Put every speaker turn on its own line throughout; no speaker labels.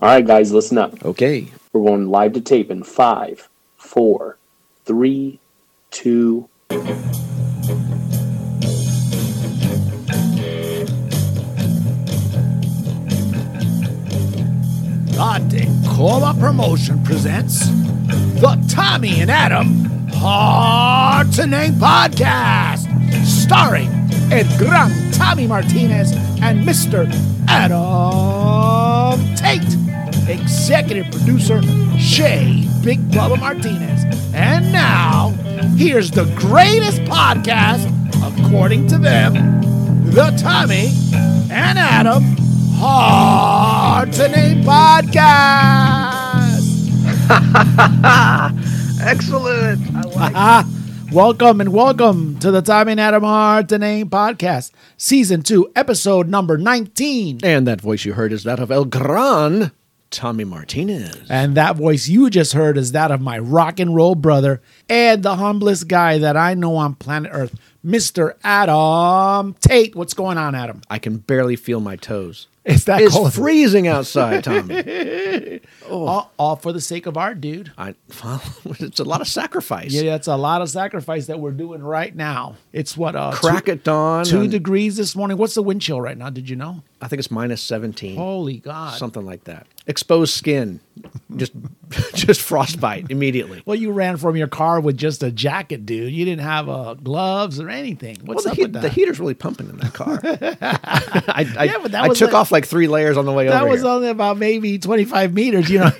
All right, guys, listen up.
Okay.
We're going live to tape in five, four, three, two.
The Decola Promotion presents the Tommy and Adam Hard to Name Podcast, starring El Gran Tommy Martinez and Mr. Adam Tate, executive producer Shay Big Bubba Martinez. And now, here's the greatest podcast, according to them, the Tommy and Adam Hard to Name Podcast.
Excellent. I like
Ah, welcome and welcome to the Tommy and Adam Hard to Name podcast, season two, episode number 19.
And that voice you heard is that of El Gran Tommy Martinez.
And that voice you just heard is that of my rock and roll brother and the humblest guy that I know on planet Earth, Mr. Adam Tate. What's going on, Adam?
I can barely feel my toes.
It's that
It's
cold.
freezing outside, Tommy.
All, all for the sake of art, dude.
I, well, it's a lot of sacrifice.
Yeah, that's a lot of sacrifice that we're doing right now. It's what uh,
Crack
two,
at dawn.
two
and
degrees this morning. What's the wind chill right now? Did you know?
I think it's minus 17.
Holy Oh, God!
Something like that. Exposed skin. Just just frostbite immediately.
Well, you ran from your car with just a jacket, dude. You didn't have uh, gloves or anything. What's
well, the,
up
heat,
with that?
the heater's really pumping in that car. I, I,
Yeah, but that
I
was
took
like-
off like three layers on the way
that
over.
was
here.
only about maybe 25 meters, you know,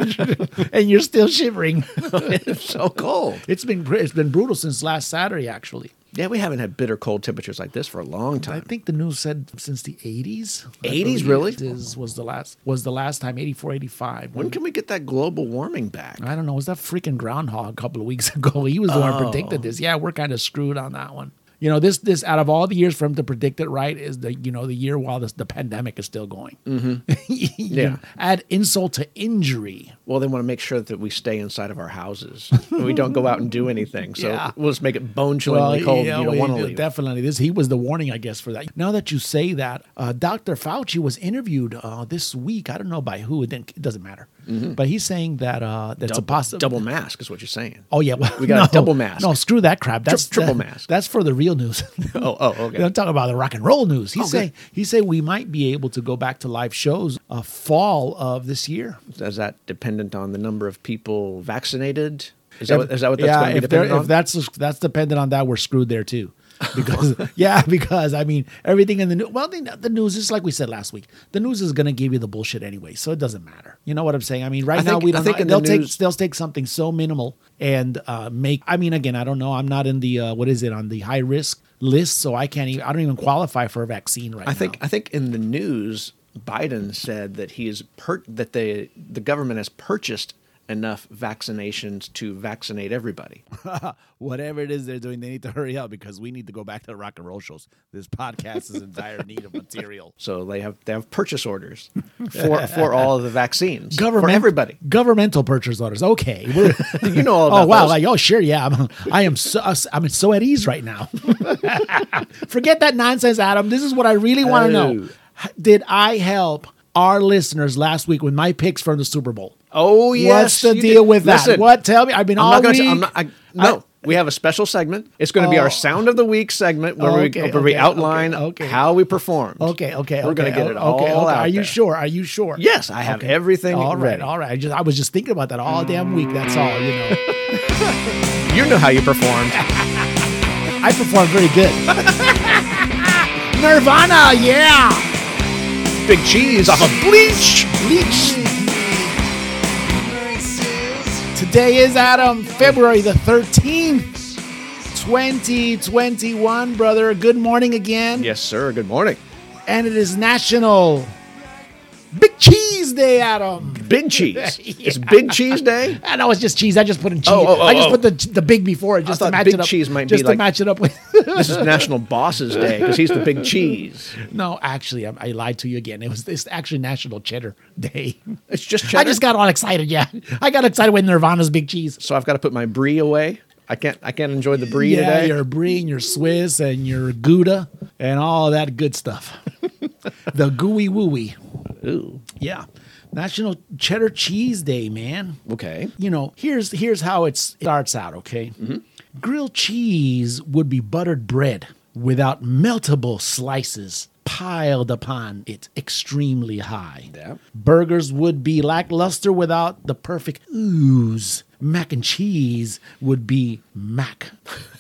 and you're still shivering.
it's so cold.
it's been br- it's been brutal since last Saturday, actually.
Yeah, we haven't had bitter cold temperatures like this for a long
I
time.
think the news said since the 80s. I
80s,
believe
really?
it Is, was the last was the last time 84, 85.
When can we get that global warming back?
I don't know. Was that freaking groundhog a couple of weeks ago? He was the one who predicted
Oh.
this. Yeah, we're kind of screwed on that one. You know, this this out of all the years for him to predict it right is the you know the year while this, the pandemic is still going.
Mm-hmm. Yeah.
add insult to injury.
Well, they want to make sure that we stay inside of our houses. and we don't go out and do anything. So
Yeah.
we'll just make it bone chillingly cold.
yeah,
you don't
well,
want
he
to
did-
leave.
Definitely, this he was the warning, I guess, for that. Now that you say that, uh, Dr. Fauci was interviewed uh, this week. I don't know by who. It, didn't, it doesn't matter. But he's saying that uh, that's a possibility.
Mm-hmm. Double mask is what you're saying.
Oh yeah, well,
We got a
no.
double mask.
No, screw that crap. That's
triple
that-
mask.
That's for the real news.
Oh, oh, okay. Oh,
I'm talking about the rock and roll news. He
good.
say he say we might be able to go back to live shows uh, fall of this year.
Is that dependent on the number of people vaccinated? Is that, what, is that what that's
yeah,
going to be
if, there-
dependent on?
if that's that's dependent on that, we're screwed there too. Because yeah, because I mean everything in the news. Well, the, the news is like we said last week. The news is going to give you the bullshit anyway, so it doesn't matter. You know what I'm saying? I mean, right
I
now
think-
we
I
don't.
think
know.
in the
They'll take
news-
they'll take something so minimal and uh, make. I mean, again, I don't know. I'm not in the uh, what is it on the high risk list, so I can't even. I don't even qualify for a vaccine right
I think
now.
I think in the news, Biden said that he is per- that the the government has purchased enough vaccinations to vaccinate everybody.
Whatever it is they're doing, they need to hurry up because we need to go back to the rock and roll shows. This podcast is in dire need of material.
So they have they have purchase orders for for all of the vaccines
Government-
for everybody.
Governmental purchase orders. Okay. We're-
You know all
oh
about
wow.
those.
Like oh sure yeah. I'm, I am so I'm so at ease right now. Forget that nonsense, Adam. This is what I really want to know. H- Did I help our listeners last week with my picks from the Super Bowl?
oh yes.
What's the
you
deal
did.
with that?
Listen,
what? Tell me. I've been
I'm
all
not gonna
week.
say- I'm not- I- no. we have a special segment. It's going to be
Oh.
our sound of the week segment where
Okay,
we where we
okay,
outline
okay, okay.
how we perform.
Okay, okay,
We're going
okay,
to get it
okay,
all
okay.
out.
Are you
there.
sure? Are you sure?
Yes, I have everything
All right,
ready.
all right. I just I was just thinking about that all damn week. That's all, you know.
You know how you performed.
I performed very good. Nirvana, yeah.
Big cheese off of bleach. Bleach.
Today is Adam, February the 13th, 2021, brother. Good morning again.
Yes, sir. Good morning.
And it is National Big Cheese Day, Adam.
Big cheese. It's Big Cheese Day.
And I was just cheese. I just put in cheese.
Oh, oh, oh,
I just
oh.
put the the big before it just to
thought
match
big
it up.
cheese might be
just to
like-
match it up with.
This is National Boss's Day because he's the big cheese.
no, actually, I, I lied to you again. It was it's actually National Cheddar Day.
It's just
I
cheddar.
just got all excited. Yeah, I got excited with Nirvana's Big Cheese.
so I've got to put my brie away. I can't. I can't enjoy the brie
yeah,
today.
your brie and your Swiss and your Gouda and all that good stuff. the gooey wooey.
Ooh.
Yeah. National Cheddar Cheese Day, man.
Okay. Mm-hmm.
You know, here's here's how it's, it starts out. Okay, grilled cheese would be buttered bread without meltable slices piled upon it extremely high.
Yeah.
Burgers would be lackluster without the perfect ooze. Mac and cheese would be mac.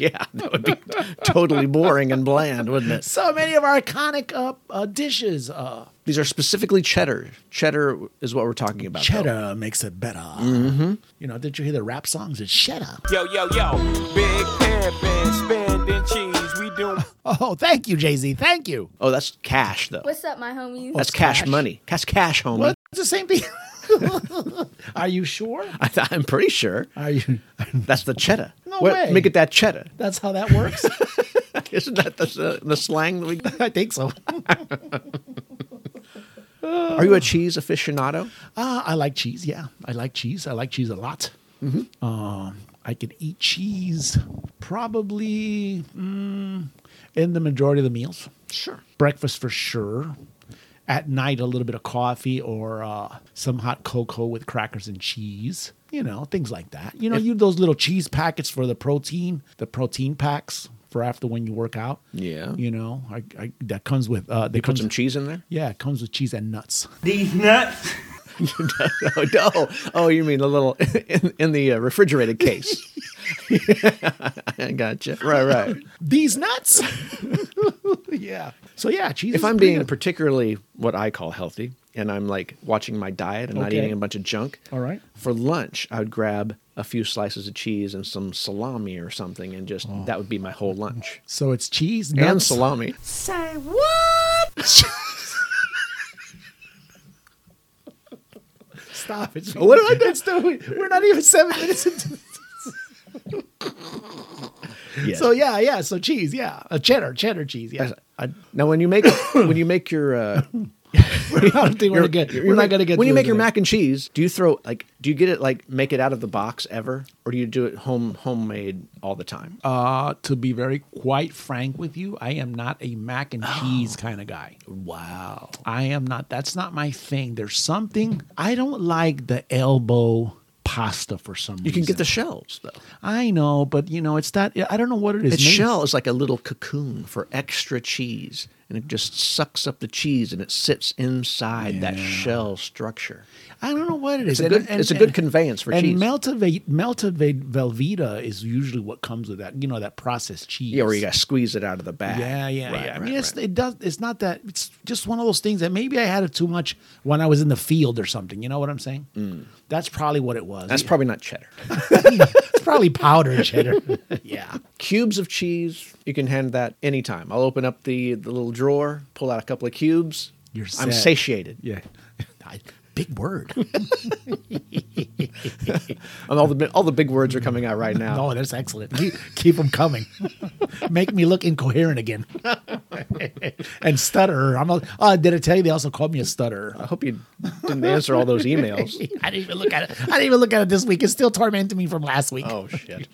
Yeah, that would be totally boring and bland, wouldn't it?
So many of our iconic uh, uh, dishes. Uh,
These are specifically cheddar. Cheddar is what we're talking about. though.
cheddar makes it better. You know, did you hear the rap songs? It's cheddar.
Yo, yo, yo, big pimpin', spending cheese, we doin'
Oh, thank you, Jay Z. Thank you.
Oh, that's cash though.
What's up, my homies?
that's Oh, cash,
cash?
money. That's cash, homie.
Well, it's the same thing. Are you sure?
I, I'm pretty sure
Are you?
that's the cheddar.
No
What-
way.
Make it that cheddar.
That's how that works.
Isn't that the, the slang that we?
I think so. Uh,
Are you a cheese aficionado?
Ah, I like cheese. Yeah, I like cheese. I like cheese a lot.
Mm-hmm.
Um, I could eat cheese probably mm, in the majority of the meals.
Sure.
Breakfast for sure. At night, a little bit of coffee or uh, some hot cocoa with crackers and cheese. You know, things like that. You know, you those little cheese packets for the protein, the protein packs for after when you work out.
Yeah.
You know, I, I, that comes with uh, they
Put
comes
some cheese in there.
Yeah, it comes with cheese and nuts.
these nuts.
Oh, no. oh, you mean the little in, in the uh, refrigerated case? I gotcha. Right, right.
These nuts. yeah. So yeah, cheese.
If
is
I'm
pretty
being
good.
particularly what I call healthy, and I'm like watching my diet and not
Okay.
eating a bunch of junk,
all right,
for lunch I would grab a few slices of cheese and some salami or something, and just that would be my whole Oh. lunch.
so it's cheese
And
nuts.
salami.
Stop it.
What did I do?
It's the, we're not even seven minutes into. This.
Yes.
So yeah, yeah. So cheese. Yeah, a cheddar, cheddar cheese. Yeah.
I- now when you make when you make your uh,
I don't think we're gonna get.
your-
We're not gonna get.
when you
through
make your
today.
mac and cheese, do you throw like do you get it like make it out of the box ever, or do you do it home homemade all the time?
Uh, to be very quite frank with you, I am not a mac and
Oh.
cheese kind of guy. Wow. I am not. That's not my thing. There's something I don't like the elbow pasta for some reason.
you can get the shells though.
I know, but you know, it's that. I don't know what it is.
Its
Maybe-
shell is like a little cocoon for extra cheese, and it just sucks up the cheese, and it sits inside that shell structure.
I don't know what it is.
a good- it's a good conveyance for
and
cheese.
Meltivate, meltivate Velveeta is usually what comes with that. You know, that processed cheese.
Yeah, or you got to squeeze it out of the bag.
Yeah, yeah,
Right,
yeah. I
right,
mean, it's,
right.
it does. It's not that. It's just one of those things that maybe I had it too much when I was in the field or something. You know what I'm saying? That's probably what it was.
Mm. That's probably not cheddar.
it's probably powder cheddar. yeah.
cubes of cheese. You can hand that anytime. I'll open up the, the little drawer, pull out a couple of cubes.
You're
I'm
set.
satiated.
Yeah. I, big word.
And all the all the big words are coming out right now.
no, Oh, that's excellent. Keep, keep them coming. Make me look incoherent again. and stutterer. I'm. A, oh, did I tell you they also called me a stutterer?
I hope you didn't answer all those emails.
I didn't even look at it. I didn't even look at it this week. It's still tormenting me from last week.
Oh shit!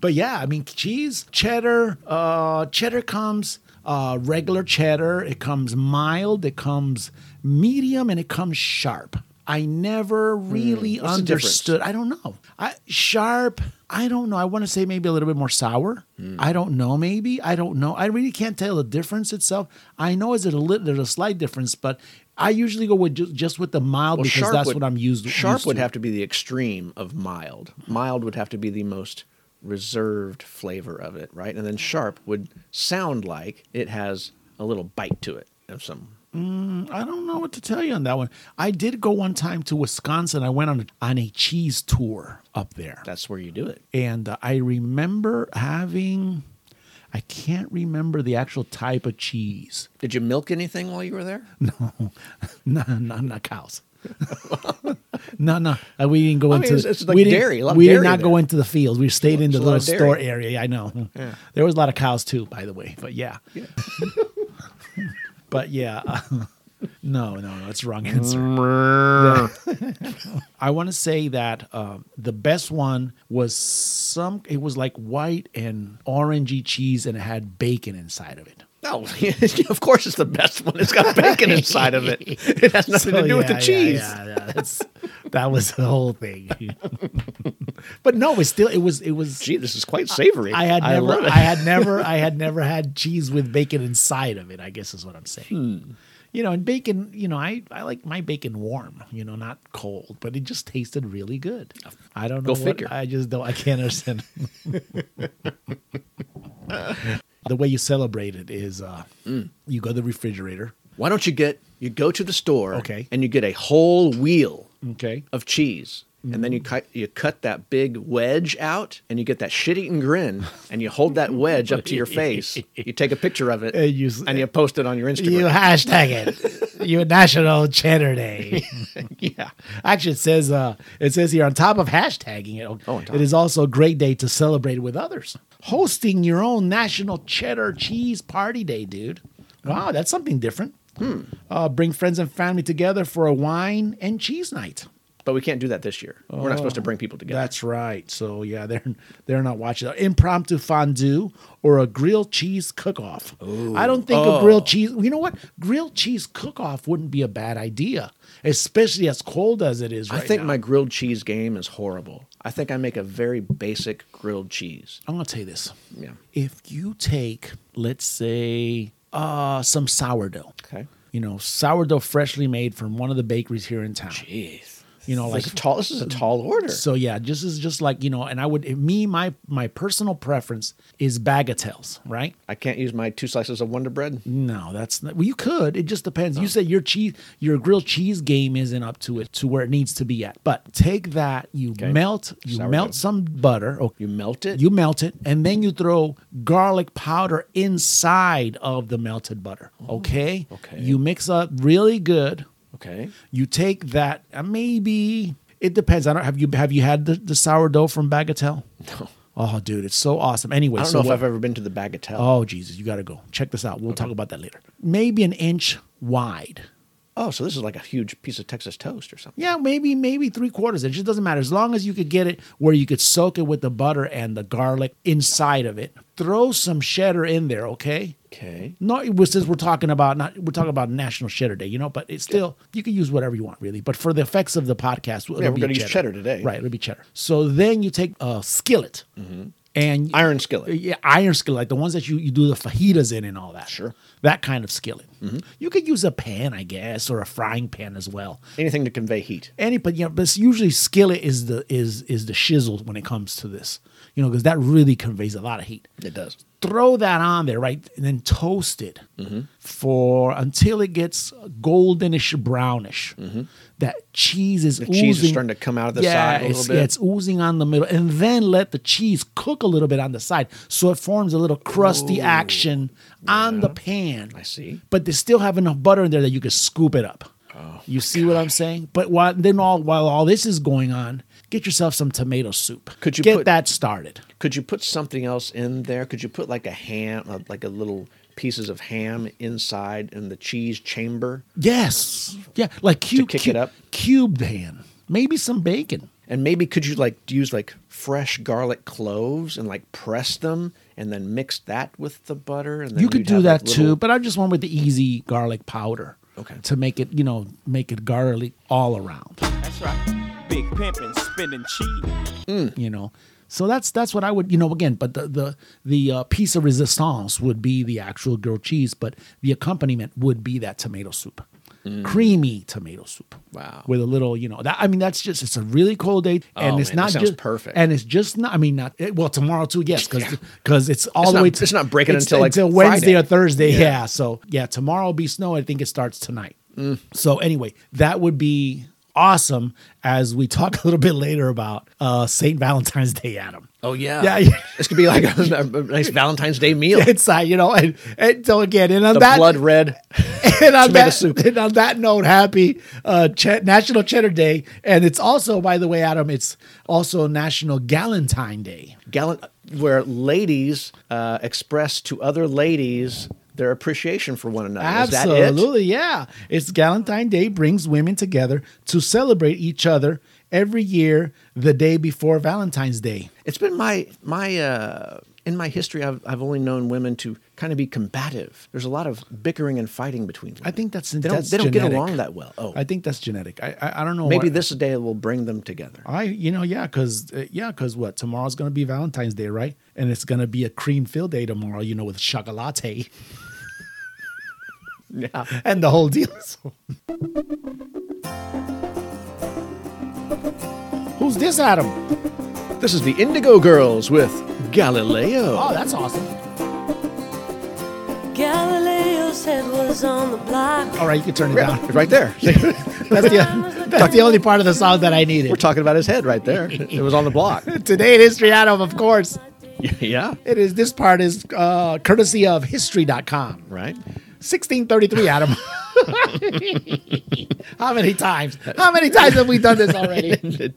But yeah, I mean cheese, cheddar, uh cheddar comes uh regular cheddar, it comes mild, it comes medium and it comes sharp. I never really
Hmm. what's the
understood. I don't know. I sharp, I don't know. I want to say maybe a little bit more sour.
Hmm.
I don't know maybe. I don't know. I really can't tell the difference itself. I know is it a little there's a slight difference, but I usually go with just, just with the mild because that's
would-
what I'm used
Sharp
used
would
to.
have to be the extreme of mild. Mild would have to be the most reserved flavor of it, right? And then sharp would sound like it has a little bite to it of some.
I don't know what to tell you on that one. I did go one time to Wisconsin. I went on a, on a cheese tour up there.
That's where you do it.
And uh, I remember having, I can't remember the actual type of cheese.
Did you milk anything while you were there?
No, no, not cows. no, no. Uh, we didn't go
mean,
into
it's- it's like
we didn't-
dairy, a lot of
we
dairy
did not go
there.
into the fields. We stayed in
There's
the
a lot
little
of
store
dairy.
area. I know. There was a lot of cows too, by the way. But yeah. but yeah. uh, no, no, no. It's the wrong answer. I want to say that um, the best one was some. It was like white and orangey cheese, and it had bacon inside of it.
Oh, of course it's the best one. It's got bacon inside of it. It has nothing
So,
to do with
Oh, yeah,
the cheese.
Yeah, yeah, yeah. That's, that was the whole thing. but no, it's still it was it was
Gee, this is quite savory.
I had never
love
I,
it.
had never I had never had cheese with bacon inside of it, I guess is what I'm saying.
Hmm.
You know, and bacon, you know, I, I like my bacon warm, you know, not cold, but it just tasted really good. I don't know.
Go
what-
figure.
I just don't I can't understand. the way you celebrate it is uh
Hmm.
you go to the refrigerator.
Why don't you get you go to the store
Okay.
and you get a whole wheel
Okay.
of cheese. And then you cut you cut that big wedge out, and you get that shit-eating grin, and you hold that wedge up to your face. You take a picture of it,
And you-
and you post it on your
You
Instagram.
hashtag it. you National Cheddar Day. yeah. Actually, it says uh, it says here on top of hashtagging it,
Oh, on top.
it is also a great day to celebrate with others. Hosting your own National Cheddar Cheese Party Day, dude. Wow, that's something different. Uh, bring friends and family together for a wine and cheese night.
But we can't do that this year. We're not supposed to bring people together.
That's right. So yeah, they're they're not watching that. Impromptu fondue or a grilled cheese cook-off. I don't think
Oh.
a grilled cheese. You know what? Grilled cheese cook-off wouldn't be a bad idea, especially as cold as it is right
I think
now.
my grilled cheese game is horrible. I think I make a very basic grilled cheese.
I'm gonna tell you this.
Yeah.
If you take, let's say, uh, some sourdough.
Okay.
You know, sourdough freshly made from one of the bakeries here in town.
Jeez. mm,
You know, like
This is tall. This is a tall order.
So yeah, just is just like you know, and I would me my my personal preference is bagatelles, right?
I can't use my two slices of Wonder Bread.
No, that's not. Well, you could. It just depends.
Oh.
You said your cheese, your grilled cheese game isn't up to it to where it needs to be at. But take that, you melt, you
Sourdough.
melt some butter. Oh,
You melt it.
you melt it, and then you throw garlic powder inside of the melted butter. Okay.
Oh, okay.
You mix up really good.
okay.
You take that. uh, Maybe it depends. I don't have you have you had the, the sourdough from Bagatelle? No. Oh, dude, it's so awesome. Anyway,
I don't
so
know if
what-
I've ever been to the Bagatelle.
Oh Jesus, you gotta go. Check this out. We'll talk about that later. Maybe an inch wide.
oh, so this is like a huge piece of Texas toast or something.
Yeah, maybe maybe three quarters inch. It doesn't matter as long as you could get it where you could soak it with the butter and the garlic inside of it. Throw some cheddar in there, okay?
Okay.
No, it was, since we're talking about not we're talking about National Cheddar Day, you know, but it's still you can use whatever you want really. But for the effects of the podcast, it'll
Yeah, we're
be
gonna use cheddar today.
right? It'll be cheddar. So then you take a skillet
Mm-hmm.
and
Iron skillet.
yeah, iron skillet, like the ones that you, you do the fajitas in and all that.
Sure. Mm-hmm.
That kind of skillet. You could use a pan, I guess, or a frying pan as well.
Anything to convey heat.
Any, but you know, but it's usually skillet is the is is the shizzle when it comes to this, you know, because that really conveys a lot of heat.
It does.
Throw that on there, right, and then toast it
Mm-hmm.
for until it gets goldenish brownish. That cheese is oozing.
Mm-hmm. cheese is starting to come out of the side a little
it's-
bit.
Yeah, it's oozing on the middle, and then let the cheese cook a little bit on the side, so it forms a little crusty action on the pan.
I see.
But they still have enough butter in there that you can scoop it up.
Oh,
you see what I'm saying? But while then all while all this is going on, get yourself some tomato soup.
Could you
get
put-
that started?
Could you put something else in there? Could you put like a ham, uh, like a little pieces of ham inside in the cheese chamber,
Yes. Yeah, like cube,
kick
cube
it up?
cubed ham, maybe some bacon.
and maybe could you like use like fresh garlic cloves and like press them and then mix that with the butter? And then
you could
you'd
do
have, like,
that
little-
too, but I just went with the easy garlic powder.
Okay.
To make it, you know, make it garlic all around.
That's right. Big pimpin', spinning cheese.
You know, so that's that's what I would, you know, again. But the the the uh, piece of resistance would be the actual grilled cheese, but the accompaniment would be that tomato soup, creamy tomato soup.
Mm. Wow.
With a little, you know, that I mean, that's just it's a really cold day, and
Oh,
it's
man, that
not
sounds
just
perfect.
and it's just not. I mean, not eh, well tomorrow too, yes, because it's all
It's
the
not-
way. To,
it's not breaking until, like,
Wednesday
Friday.
or Thursday. Yeah. So yeah, tomorrow will be snow. I think it starts tonight.
Mm.
So anyway, that would be awesome as we talk a little bit later about uh St. Valentine's Day, Adam.
Oh yeah,
Yeah, yeah.
This could be like a, a nice Valentine's Day meal.
Inside, uh, you know, and, and so again, and on
the
that
blood red.
and on
tomato
that
soup.
and on that note, happy uh Ch- National Cheddar Day, and it's also, by the way, Adam, it's also National Galentine Day.
gallant where ladies uh, express to other ladies their appreciation for one another. Is that it?
Absolutely, yeah. It's Galentine Day brings women together to celebrate each other every year the day before Valentine's Day.
It's been my my uh, in my history, I've, I've only known women to kind of be combative. There's a lot of bickering and fighting between women.
I think that's
they don't,
that's
they don't get
genetic.
along that well. Oh,
I think that's genetic. I I, I don't know.
maybe
why-
this day will bring them together.
I you know yeah because uh, yeah because what tomorrow's gonna be Valentine's Day right and it's gonna be a cream filled day tomorrow you know with chocolate
Yeah.
and the whole deal. So- Who's this, Adam?
This is the Indigo Girls with Galileo.
Oh, that's awesome.
Galileo said was on the block.
All right, you can turn it
Yeah,
down.
it's right there.
That's the, that's the only part of the song that I needed.
We're talking about his head right there. It was on the block.
Today in History, Adam, of course.
yeah.
It is this part is uh, courtesy of history.com.
Right.
1633, Adam. How many times? How many times have we done this already?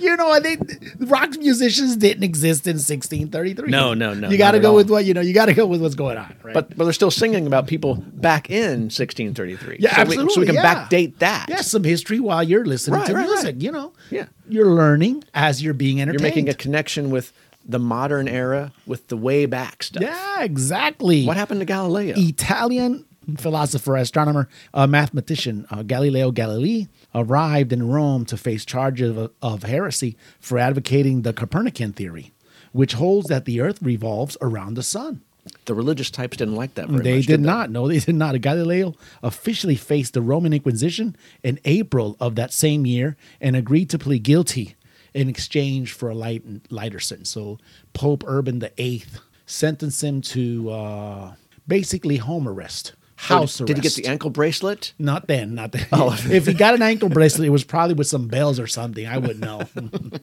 you know, I think rock musicians didn't exist in 1633.
No, no, no,
You got
not
to
at
go
all.
with what you know. You got to go with what's going on. Right?
But but they're still singing about people back in 1633.
Yeah,
so We, so
absolutely,
we can
yeah.
backdate that.
yeah, some history while you're listening
Right,
to
right,
music.
right.
You know,
Yeah.
you're learning as you're being
You're
entertained.
making a connection with the modern era with the way back stuff.
yeah, exactly.
What happened to Galileo?
Italian philosopher, astronomer, uh, mathematician uh, Galileo Galilei arrived in Rome to face charges of, of heresy for advocating the Copernican theory, which holds that the Earth revolves around the sun.
The religious types didn't like that very
they
much.
did not. No, they did not. Galileo officially faced the Roman Inquisition in April of that same year and agreed to plead guilty in exchange for a light, lighter sentence. So Pope Urban the Eighth sentenced him to uh, basically home arrest,
So
house
did,
arrest.
did he get the Oh. ankle bracelet?
Not then, not then. if he got an ankle bracelet, it was probably with some bells or something. I wouldn't know.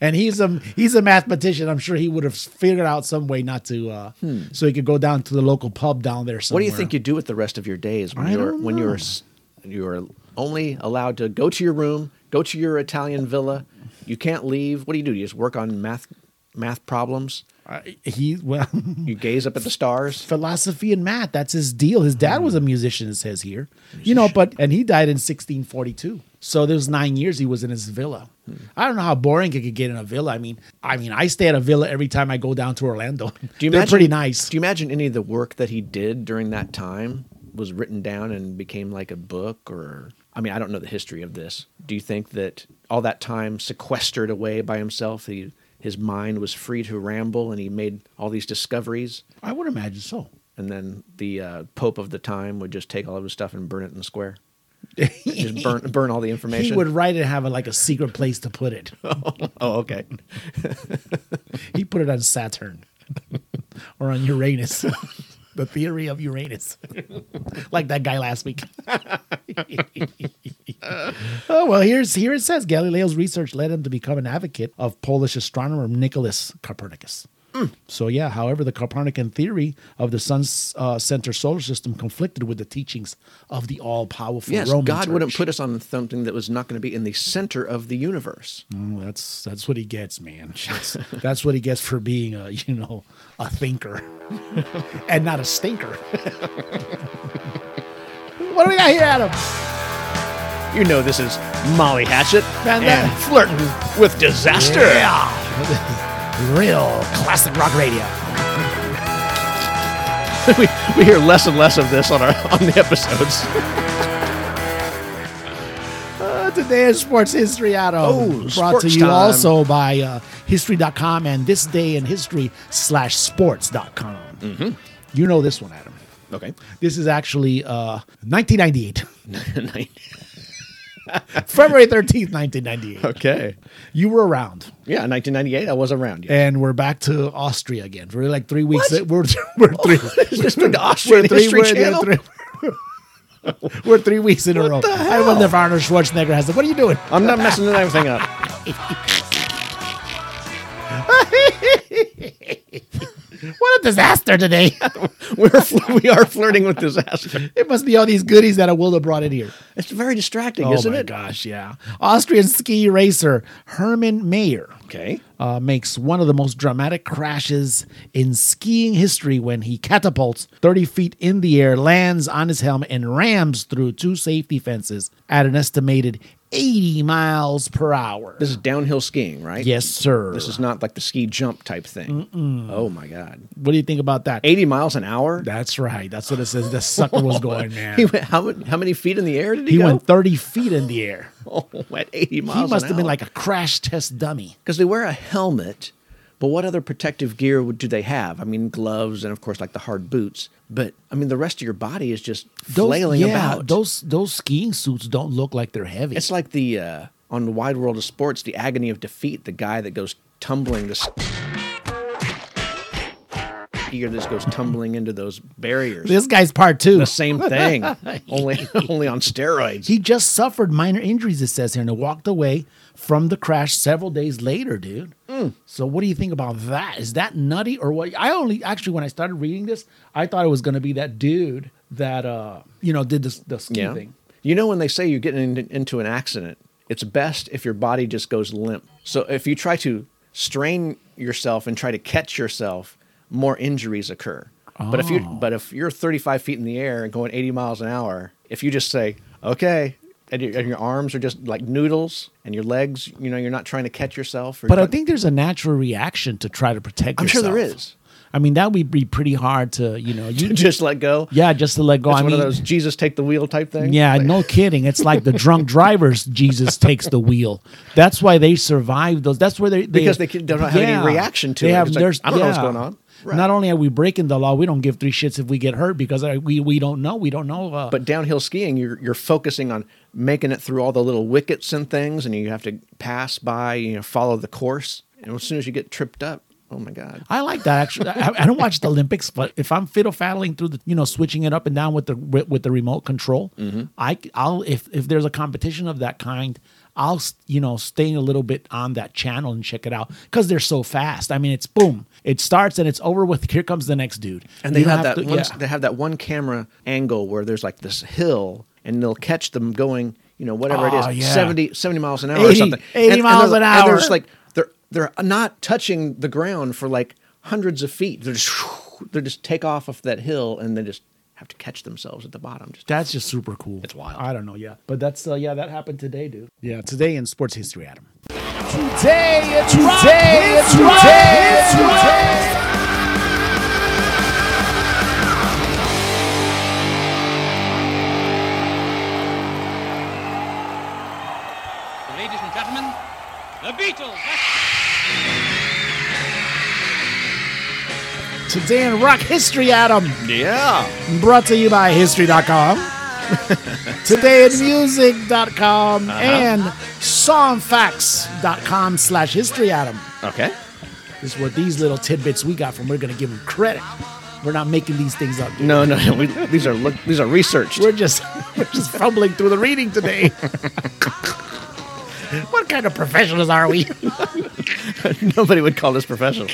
and he's a he's a mathematician. I'm sure he would have figured out some way not to, uh, so he could go down to the local pub down there.
Hmm. What
Somewhere.
do you think you do with the rest of your days when
I
you're
don't
when
know.
you're s- you're only allowed to go to your room, go to your Italian villa? You can't leave. What do you do? You just work on math math problems.
I- he well,
You gaze up at the stars.
philosophy and math. That's his deal. His dad
Hmm.
was a musician. It says here, you know. But and he died in 1642. So there was nine years he was in his villa.
Hmm.
I don't know how boring it could get in a villa. I mean, I mean, I stay at a villa every time I go down to Orlando.
Do you
They're
imagine,
pretty nice.
Do you imagine any of the work that he did during that time was written down and became like a book or I mean, I don't know the history of this. Do you think that all that time sequestered away by himself, he, his mind was free to ramble and he made all these discoveries?
I would imagine so.
And then the uh, Pope of the time would just take all of his stuff and burn it in the square. just burn, burn all the information.
He would write it and have a, like a secret place to put it.
oh, okay.
he put it on Saturn or on Uranus. the theory of Uranus. like that guy last week. oh, well, here's here it says Galileo's research led him to become an advocate of Polish astronomer Nicholas Copernicus.
Hmm.
So yeah, however, the Copernican theory of the sun's uh, center solar system conflicted with the teachings of the all-powerful
Yes,
Roman
God wouldn't
Church.
put us on something that was not going to be in the center of the universe.
Mm, that's that's what he gets, man. That's, that's what he gets for being a you know a thinker and not a stinker. what do we got here, Adam?
You know this is Molly Hatchet
Man,
and,
that-
flirting with disaster.
Yeah, real classic rock radio.
we, we hear less and less of this on our on the episodes.
Uh, today is sports history, Adam.
Oh,
brought
sports
to you
time.
also by uh, history.com and this day in history slash sports.com. Mm-hmm. You know this one, Adam.
Okay.
This is actually uh, 1998, February 13th, 1998.
okay.
You were around.
Yeah, 1998. I was around. Yeah.
and we're back to Austria again. We're like three weeks. in- We're we're three.
Just the Austrian History Channel?
we're three- we're three weeks in a row.
the
I wonder if Arnold Schwarzenegger has. Like, what are you doing?
I'm not messing everything up.
What a disaster today!
We're fl- we are flirting with disaster.
it must be all these goodies that Awilda brought in here.
It's very distracting,
Oh
isn't
my
it?
gosh, yeah. Austrian ski racer Herman Mayer
Okay.
uh, makes one of the most dramatic crashes in skiing history when he catapults 30 feet in the air, lands on his helmet, and rams through two safety fences at an estimated 80 miles per hour.
This is downhill skiing, right?
yes, sir.
This is not like the ski jump type thing. Oh my god,
what do you think about that?
eighty miles an hour.
That's right. That's what it says. The sucker was going, man.
He went how many, how many feet in the air did he,
He
go?
went 30 feet in the air.
oh, at eighty miles.
He must have been like a crash test dummy.
because they wear a helmet, but what other protective gear would, do they have? I mean, gloves and of course like the hard boots. But I mean, the rest of your body is just flailing about.
Those those skiing suits don't look like they're heavy.
It's like the uh, on the wide world of sports, the agony of defeat. The guy that goes tumbling this gear that just goes tumbling into those barriers.
this guy's part two.
the same thing, only only on steroids.
He just suffered minor injuries, it says here, and walked away from the crash several days later, dude.
Mm.
So what do you think about that? Is that nutty or what? I only actually when I started reading this, I thought it was gonna be that dude that uh you know did this the ski
yeah.
thing.
You know when they say you're getting in, into an accident, it's best if your body just goes limp. So if you try to strain yourself and try to catch yourself, more injuries occur. But if you
Oh.
but if you're 35 feet in the air and going 80 miles an hour, if you just say okay. And your, and your arms are just like noodles, and your legs, you know, you're not trying to catch yourself. Or
But I
you're-
think there's a natural reaction to try to protect
I'm sure
yourself.
there is.
I mean, that would be pretty hard to, you know, you
just let go.
yeah, just to let go.
it's
I
one
mean,
of those Jesus take the wheel type things.
Yeah,
Like,
no kidding. It's like the drunk drivers. Jesus takes the wheel. That's why they survive those. That's where they, they
Because they can- they don't have any reaction to it. It's like,
there's-
I don't know what's going on. Right.
Not only are we breaking the law, we don't give three shits if we get hurt because uh, we we don't know. We don't know. Uh,
But downhill skiing, you're you're focusing on making it through all the little wickets and things, and you have to pass by, you know, follow the course. And as soon as you get tripped up, oh my god,
I like that actually. I, I don't watch the Olympics, but if I'm fiddle faddling through the, you know, switching it up and down with the with, with the remote control, I will if if there's a competition of that kind, I'll s- you know stay a little bit on that channel and check it out because they're so fast. I mean, it's boom, it starts and it's over with. Here comes the next dude,
and they
You
have
don't
that
to-
one,
yeah.
they have that one camera angle where there's like this hill, and they'll catch them going, you know, whatever
Oh,
it is,
yeah.
70, 70 miles an hour or
80
something,
80
And- and they're-
miles an
and
hour.
they're just like they're they're not touching the ground for like hundreds of feet. They're just they're just take off of that hill, and they just have to catch themselves at the bottom. Just
That's just super cool. It's wild. I don't know, yeah, but that's uh, yeah, that happened today, dude. Yeah, today in sports history, Adam.
Today it's today it's today it's today.
Ladies and gentlemen, the Beatles.
Today in rock history, Adam.
yeah.
brought to you by history.com todayinmusic.com
Uh-huh.
and songfacts.com slash history adam
Okay.
this is what these little tidbits we got from we're gonna give them credit we're not making these things up dude.
No, no, no. We, these are look. These are researched.
we're just we're just fumbling through the reading today what kind of professionals are we
Nobody would call this professional.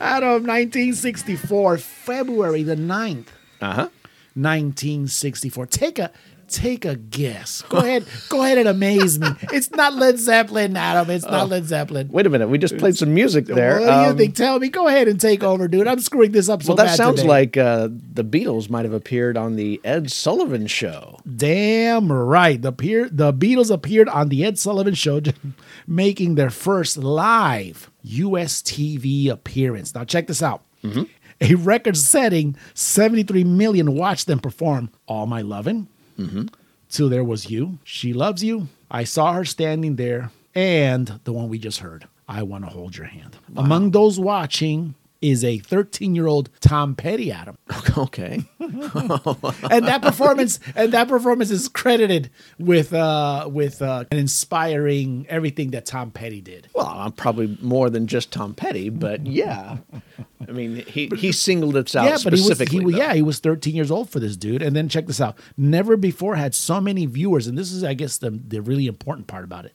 out of 1964 february the 9th
Uh huh.
1964. Take a take a guess. Go ahead, go ahead and amaze me. It's not Led Zeppelin, Adam. It's not Led Zeppelin.
Wait a minute. We just played some music Oh. there.
What do you
Um,
think? Tell me. Go ahead and take over, dude. I'm screwing this up so
Well, that
bad
sounds
today.
like uh, the Beatles might have appeared on the Ed Sullivan Show.
damn right. The peer, the Beatles appeared on the Ed Sullivan Show, making their first live U.S. TV appearance. Now check this out. A record-setting 73 million watched them perform "All My Lovin'." Till There Was You, She Loves You, I Saw Her Standing There, and the one we just heard, I Want to Hold Your Hand. Among those watching is a 13 year old Tom Petty, Adam.
Okay.
And that performance, and that performance is credited with uh with uh an inspiring everything that Tom Petty did.
Well, I'm probably more than just Tom Petty, but yeah. I mean, he, he singled us out
yeah, but he was,
specifically.
he, was-
though.
yeah, he was 13 years old for this dude. And then check this out. Never before had so many Mm-hmm. viewers, and this is, I guess, the, the really important part about it.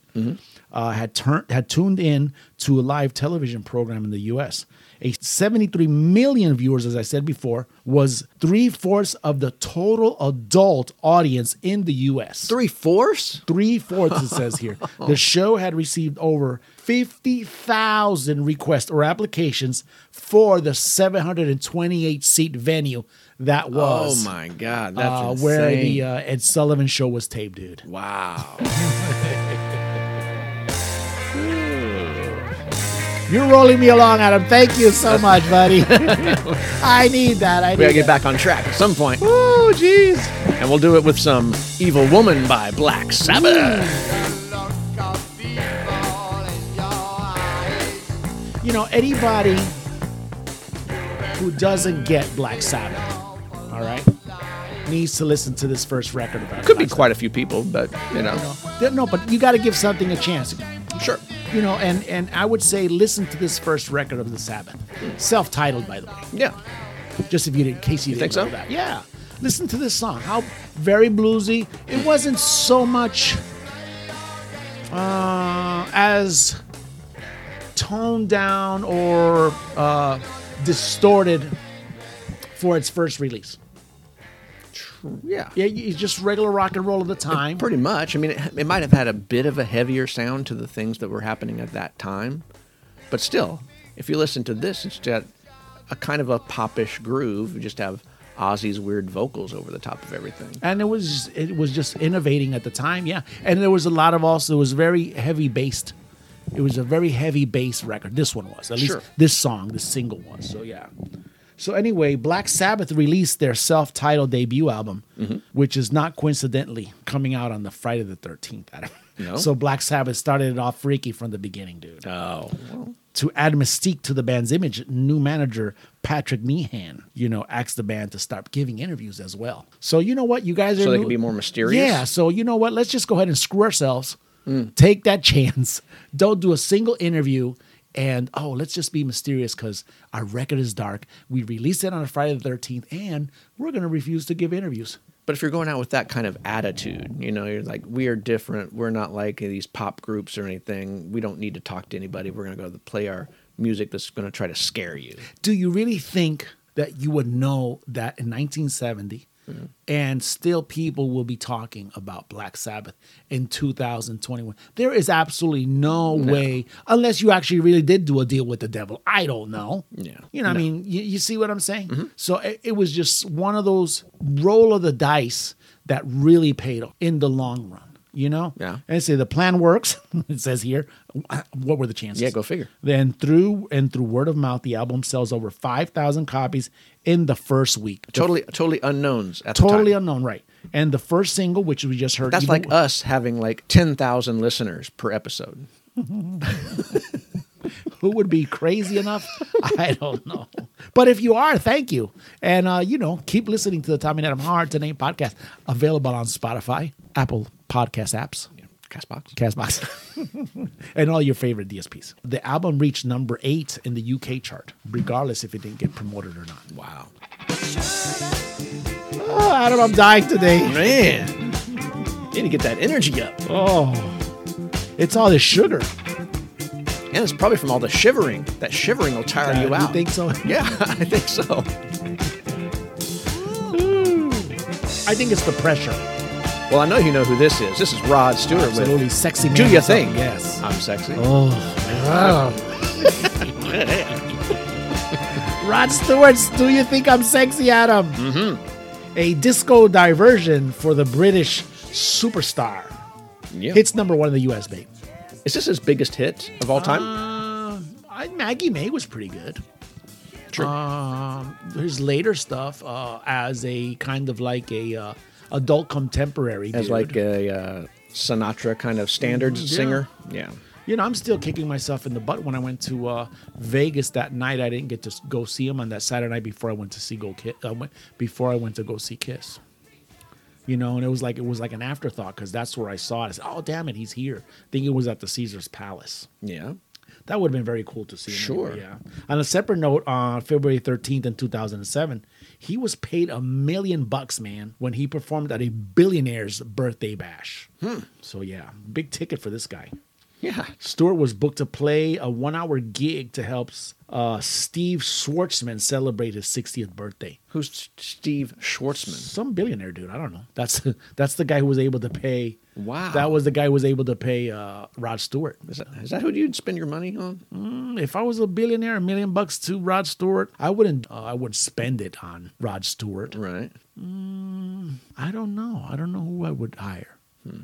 Uh, had turned had tuned in to a live television program in the US. A 73 million viewers, as I said before, was three fourths of the total adult audience in the US.
Three fourths?
Three fourths, it says here. The show had received over 50,000 requests or applications for the 728 seat venue that
Oh
was
my God. That's
uh, where the
insane.
uh, Ed Sullivan show was taped, dude.
wow.
You're rolling me along, Adam. Thank you so much, buddy. I need that. I need
We gotta get
that.
back on track at some point,
Oh, jeez.
and we'll do it with some "Evil Woman" by Black Sabbath.
You know, anybody who doesn't get Black Sabbath, all right, needs to listen to this first record about
Could be
Black
quite a few people, but you know,
Sabbath. Th- No, but you got to give something a chance.
sure.
You know, and and I would say listen to this first record of the Sabbath, self-titled, by the way.
Yeah,
just if you did, in case you,
You
didn't
think
know
so?
that. Yeah. Listen to this song. How very bluesy. It wasn't so much uh, as toned down or uh, distorted for its first release.
yeah.
Yeah, you- it's just regular rock and roll of the time.
Pretty much. I mean, it, it might have had a bit of a heavier sound to the things that were happening at that time, but still, if you listen to this, it's got a kind of a popish groove. You just have Ozzy's weird vocals over the top of everything.
and it was it was just innovating at the time yeah and there was a lot of also it was very heavy based it was a very heavy bass record this one was at least
Sure.
this song this single was so yeah so anyway black sabbath released their self-titled debut album which is not coincidentally coming out on the friday the 13th Adam.
No.
so black sabbath started it off freaky from the beginning dude
Oh,
to add mystique to the band's image, new manager Patrick Meehan, you know, asked the band to start giving interviews as well. So you know what, you guys are
so they
new-
can be more mysterious.
Yeah. So you know what, let's just go ahead and screw ourselves. Take that chance. Don't do a single interview. And oh, let's just be mysterious because our record is dark. We released it on a Friday the 13th, and we're going to refuse to give interviews.
But if you're going out with that kind of attitude, you know, you're like, we are different. We're not like these pop groups or anything. We don't need to talk to anybody. We're going to go to play our music that's going to try to scare you.
do you really think that you would know that in 1970 and still people will be talking about Black Sabbath in 2021? There is absolutely no, way, unless you actually really did do a deal with the devil. I don't know.
Yeah. Mm-hmm.
You know, I mean, you, you see what I'm saying? So it, it was just one of those roll of the dice that really paid off in the long run. You know,
Yeah.
And say the plan works. it says here. What were the chances?
Yeah, go figure.
Then through and through word of mouth, the album sells over five thousand copies in the first week.
Totally, totally unknowns at
Totally
the time.
unknown, right? And the first single, which we just heard,
That's
even-
like us having like 10,000 listeners per episode.
who would be crazy enough? I don't know. But if you are, thank you, and uh, you know, keep listening to the Tommy and Adam Hard to Name podcast, available on Spotify, Apple Podcast apps.
Castbox.
Castbox, and all your favorite DSPs. The album reached number eight in the UK chart, regardless if it didn't get promoted or not.
Wow.
Oh, Adam, I'm dying today.
Man, need to get that energy up.
Oh, it's all the sugar.
And it's probably from all the shivering. That shivering will tire
Uh,
you out.
think so?
Yeah, I think so.
I think it's the pressure.
Well, I know you know who this is. This is Rod Stewart
Absolutely Oh.
with
sexy man.
Do Your
yourself.
Thing.
Yes.
I'm Sexy.
Rod Stewart's Do You Think I'm Sexy, Adam? Mm-hmm. A disco diversion for the British superstar.
Yeah.
Hits number one in the U.S., babe.
Is this his biggest hit of all time?
Ah. I, Maggie May was pretty good.
True.
Um, his later stuff uh, as a kind of like a uh, adult contemporary.
As
dude.
like a uh, Sinatra kind of
Mm,
standards singer. Yeah.
You know, I'm still kicking myself in the butt when I went to uh, Vegas that night. I didn't get to s- go see him on that Saturday night before I went to see Go Kiss. Uh, went- before I went to go see Kiss. You know, and it was like it was like an afterthought because that's where I saw it. I said, "Oh, damn it, he's here!" I think it was at the Caesar's Palace.
Yeah.
That would have been very cool to see. him anyway,
Sure.
yeah. On a separate note, on February 13th in 2007, he was paid a million bucks, man, when he
Hmm.
performed at a billionaire's birthday bash. So yeah, big ticket for this guy.
Yeah.
Stewart was booked to play a one hour gig to help uh, Steve Schwartzman celebrate his 60th birthday.
Who's S- Steve Schwartzman?
Some billionaire dude. I don't know. That's that's the guy who was able to pay.
Wow.
That was the guy who was able to pay uh, Rod Stewart. Mm,
Is that, is that who you'd spend your money on?
If I was a billionaire, a million bucks to Rod Stewart, I wouldn't. Uh, I would spend it on Rod Stewart.
Right.
I don't know. I don't know who I would hire.
Hmm.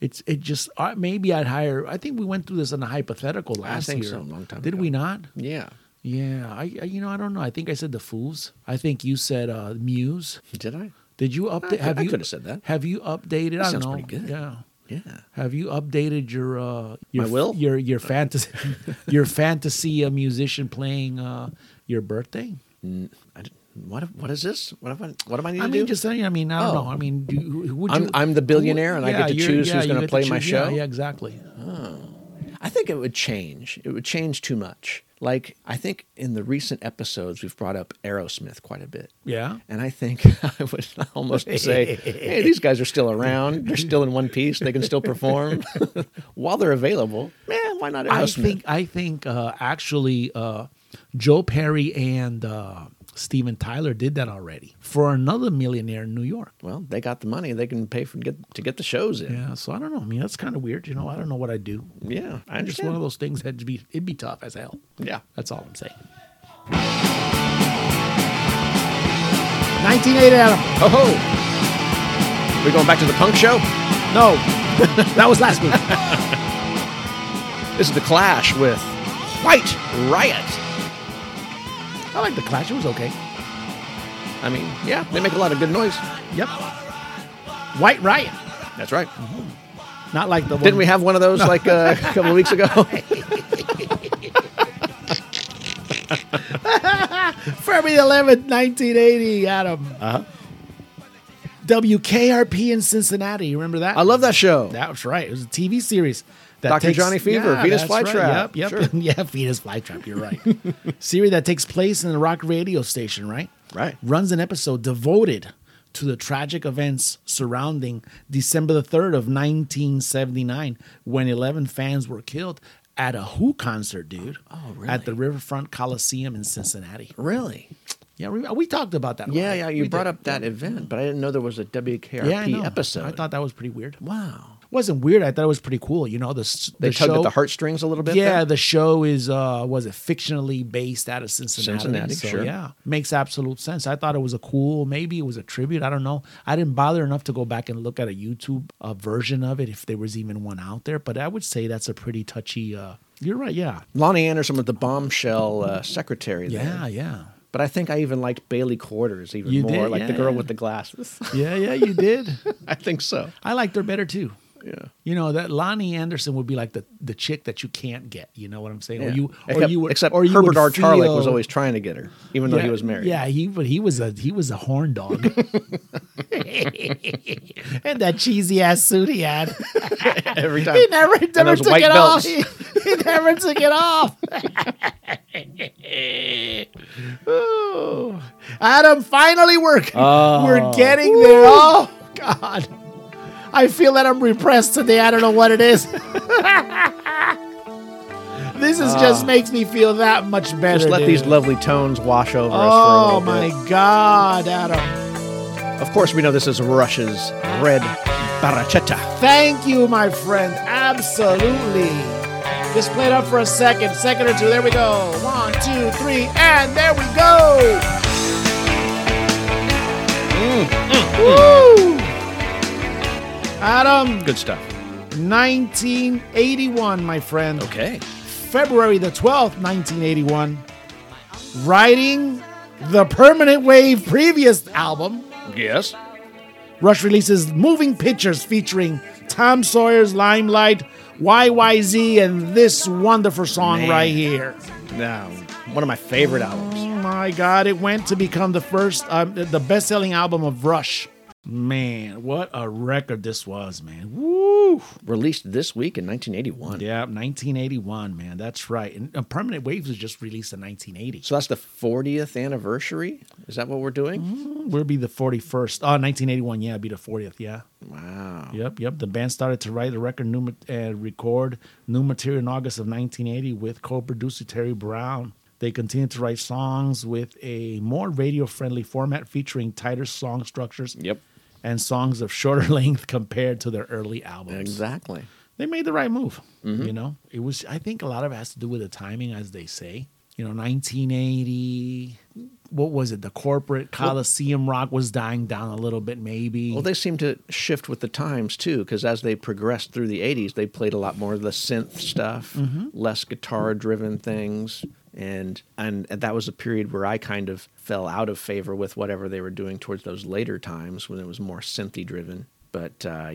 It's it just uh, maybe I'd hire. I think we went through this in a hypothetical last
think
year.
so, a long time
Did
ago.
we not?
Yeah.
Yeah, I, I you know I don't know. I think I said the Fools. I think you said uh Muse.
Did I?
Did you update?
could-
Have
I
you
coulda said that.
Have you updated? I don't
sounds
know.
pretty good.
Yeah.
Yeah.
Have you updated your uh your
My will?
your your fantasy your fantasy uh, musician playing uh your birthday?
I d what, what is this? What, have I, what am I need
I
to
mean,
do?
just I mean I don't
Oh.
know. I mean, do, who, who would
I'm-
you?
I'm the billionaire and I get to
you're-
choose who's
you
gonna
get to
play my
choose- yeah,
show?
Yeah, exactly.
I think it would change. It would change too much. Like, I think in the recent episodes, we've brought up Aerosmith quite a bit.
Yeah.
And I think I would almost say, hey, these guys are still around. They're still in one piece. They can still perform while they're available. Man, why not Aerosmith?
I think I think uh, actually uh, Joe Perry and uh, Steven Tyler did that already for another millionaire in New York.
well, they got the money. They can pay for get to get the shows in.
Yeah, so I don't know. I mean, that's kind of weird. You know, I don't know what I do.
Yeah, I
It's one
understand.
of those things that'd be it'd be tough as hell.
Yeah.
That's all I'm saying.
1980, Adam. Ho ho. We going back to the punk show?
No, that was last week.
This is the Clash with White Riot.
I like the Clash. It was okay.
I mean, yeah, they make a lot of good noise.
Yep. White Riot.
That's right.
Not like the one.
Didn't we have one of those like uh, a couple of weeks ago?
February 11th, 1980, Adam. Uh-huh. WKRP in Cincinnati. You remember that?
I love that show.
That's right. It was a TV series. That
Dr. Johnny Fever, Venus
that's right.
Flytrap.
Yep,
Sure.
yep. yeah, Venus Flytrap. You're right. series that takes place in the rock radio station, right?
Right.
Runs an episode devoted to the tragic events surrounding December the 3rd of 1979 when 11 fans were killed at a Who concert, dude. Oh,
really?
At the Riverfront Coliseum in Cincinnati.
Really?
Yeah, we, we talked about that. a
Yeah,
lot.
yeah. You
We
brought
did.
up that event, but I didn't know there was a WKRP
yeah, I know.
episode.
I thought that was pretty weird.
wow.
wasn't weird. I thought it was pretty cool. You know, the s-
They
the
tugged
show,
at the heartstrings a little bit.
Yeah,
there?
the show is uh was it fictionally based out of Cincinnati?
Cincinnati,
so,
sure.
Yeah, makes absolute sense. I thought it was a cool. Maybe it was a tribute. I don't know. I didn't bother enough to go back and look at a YouTube uh, version of it if there was even one out there. But I would say that's a pretty touchy. uh You're right. Yeah.
Lonnie Anderson with the bombshell uh, secretary. there.
Yeah. Yeah.
But I think I even liked Bailey Quarters even
You
more,
did?
like the
Yeah,
girl
yeah.
with the glasses.
Yeah. Yeah. You did.
I think so.
I liked her better too.
Yeah.
You know that Lonnie Anderson would be like the the chick that you can't get. You know what I'm saying? Or
Yeah.
you, or
except
you would,
except
or you
Herbert
would
R. Tarlick was
feel-
always trying to get her, even though
yeah,
he was married.
Yeah, he but he was a he was a horn dog. and that cheesy ass suit he had.
every time.
He never, he never
those
took
white
it off.
belts.
He, he never took it off. Ooh. Adam, finally work. We're getting there. Oh God. I feel that I'm repressed today. I don't know what it is. this is just makes me feel that much better.
Ah. Just let
dude.
these lovely tones wash over us for a
Oh
little
my
bit.
God, Adam.
Of course, we know this is Russia's Red Barachetta.
Thank you, my friend. Absolutely. Just play it up for a second, second or two. There we go. One, two, three, and there we go. Woo! Adam,
Good stuff.
1981, my friend.
Okay.
February the 12th, 1981, writing the Permanent Wave previous album.
Yes.
Rush releases moving pictures featuring Tom Sawyer's Limelight, YYZ, and this wonderful song
Man.
right here.
Now, one of my favorite albums.
Oh my God, it went to become the first, um, the best selling album of Rush. Man, what a record this was, man. Woo!
Released this week in 1981.
Yeah, 1981, man. That's right. And uh, Permanent Waves was just released in 1980.
So that's the 40th anniversary. Is that what we're doing?
We'll be the 41st. Oh, 1981. Yeah, it'd be the 40th. Yeah.
Wow.
Yep, yep. The band started to write the record new mat- and record new material in August of 1980 with co-producer Terry Brown. They continued to write songs with a more radio-friendly format featuring tighter song structures
Yep.
and songs of shorter length compared to their early albums.
Exactly.
They made the right move.
Mm-hmm.
You know, it was I think a lot of it has to do with the timing as they say. You know, 1980 what was it? The corporate Coliseum rock was dying down a little bit, maybe.
Well, they seem to shift with the times too, because as they progressed through the 80s, they played a lot more of the synth stuff, less guitar driven things. And, and and that was a period where I kind of fell out of favor with whatever they were doing towards those later times when it was more synthy driven. But uh,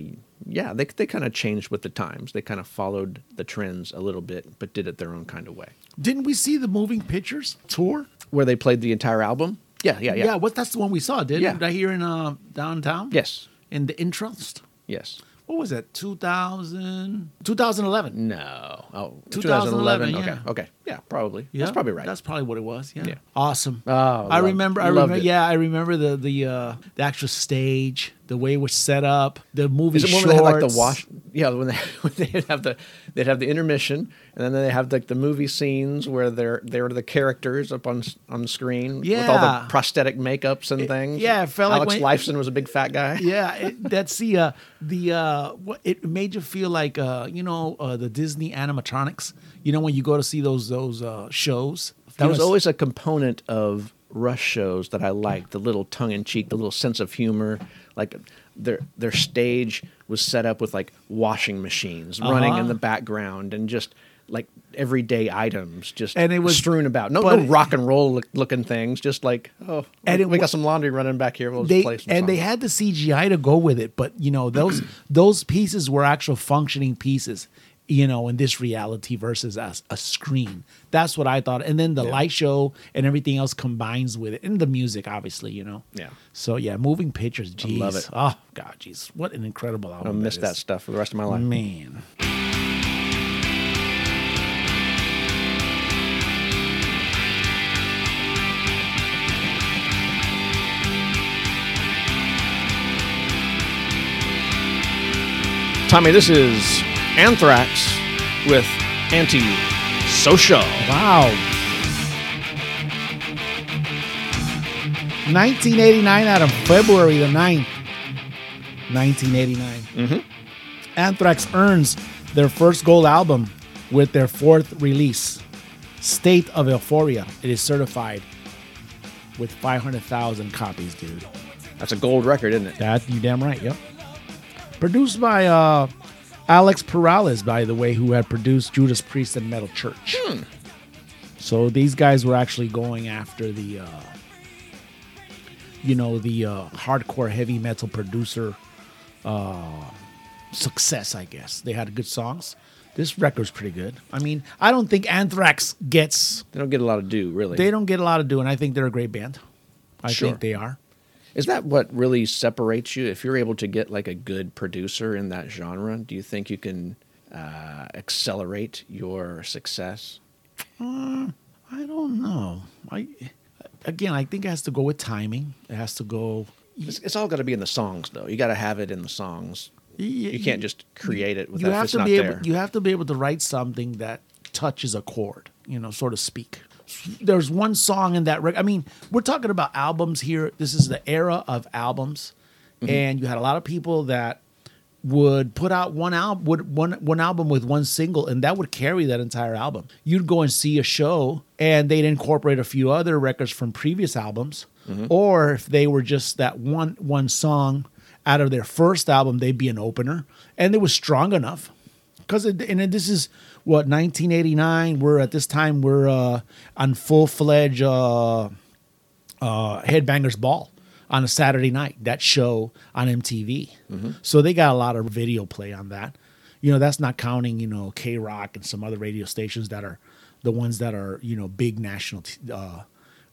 yeah, they, they kind of changed with the times. They kind of followed the trends a little bit, but did it their own kind of way.
Didn't we see the Moving Pictures tour?
Where they played the entire album? Yeah, yeah, yeah.
Yeah, what that's the one we saw, didn't
Yeah.
it? Right here in uh, downtown?
Yes,
In the Intrust.
yes.
What was that? 2000 2011.
No. Oh,
2011,
Okay.
yeah.
Okay. Yeah, probably.
Yeah.
That's probably right.
That's probably what it was. Yeah.
Yeah.
Awesome.
Oh,
I
loved-
remember I
loved
remember
it.
yeah, I remember the the uh the actual stage, the way it was set up, the movie
Is it
shorts.
when they had like the wash? Yeah, when they when they'd have the they'd have the intermission, and then they have like the movie scenes where they're they're the characters up on s- on screen with all
Yeah.
the prosthetic makeups and things.
yeah, it felt like
Alex
when-
Lifeson was a big fat guy.
yeah, it, that's the uh, the uh, what it made you feel like uh, you know uh, the Disney animatronics. You know when you go to see those those uh, shows.
That
You
was
know,
always a component of Rush shows that I liked. The little tongue in cheek, the little sense of humor. Like their their stage was set up with like washing machines running
Uh-huh.
in the background and just like everyday items just
And it was-
strewn about. No,
but-
no rock and roll look, looking things. Just like oh,
And
and
it
we
wa-
got some laundry running back here. We'll just
they
play some
and they
songs.
had the CGI to go with it, but you know those those pieces were actual functioning pieces. You know, in this reality versus a, a screen. That's what I thought. And then the light show and everything else combines with it, and the music, obviously. You know.
Yeah.
So yeah, moving pictures. Jeez.
love it.
Oh God, jeez, what an incredible album!
I miss
Oh, is.
that stuff for the rest of my life.
Man.
Tommy, this is Anthrax with Anti Social.
Wow. 1989 out of February the 9th. 1989. Anthrax earns their first gold album with their fourth release, State of Euphoria. It is certified with 500,000 copies, dude.
That's a gold record, isn't it?
That you damn right. Yep. Produced by uh, Alex Perales, by the way, who had produced Judas Priest and Metal Church. So these guys were actually going after the, uh, you know, the uh, hardcore heavy metal producer uh, success. I guess they had good songs. This record's pretty good. I mean, I don't think Anthrax gets.
They don't get a lot of do, really.
They don't get a lot of due, and I think they're a great band. I
Sure.
think they are.
Is that what really separates you? If you're able to get like a good producer in that genre, do you think you can uh, accelerate your success?
I don't know. I again, I think it has to go with timing. It has to go.
It's, it's all got to be in the songs, though. You got to have it in the songs.
You,
You can't just create it without
You have
it's
to
not
be
there.
able. You have to be able to write something that touches a chord. You know, sort of speak. There's one song in that. Rec- I mean, we're talking about albums here. This is the era of albums,
Mm-hmm.
and you had a lot of people that would put out one album would one one album with one single and that would carry that entire album. You'd go and see a show and they'd incorporate a few other records from previous albums
Mm-hmm.
or if they were just that one one song out of their first album they'd be an opener and it was strong enough cuz and then this is what 1989 we're at this time we're uh on full-fledged uh uh, Headbangers Ball on a Saturday night. That show on MTV. So they got a lot of video play on that. You know, that's not counting you know K Rock and some other radio stations that are the ones that are you know big national t- uh,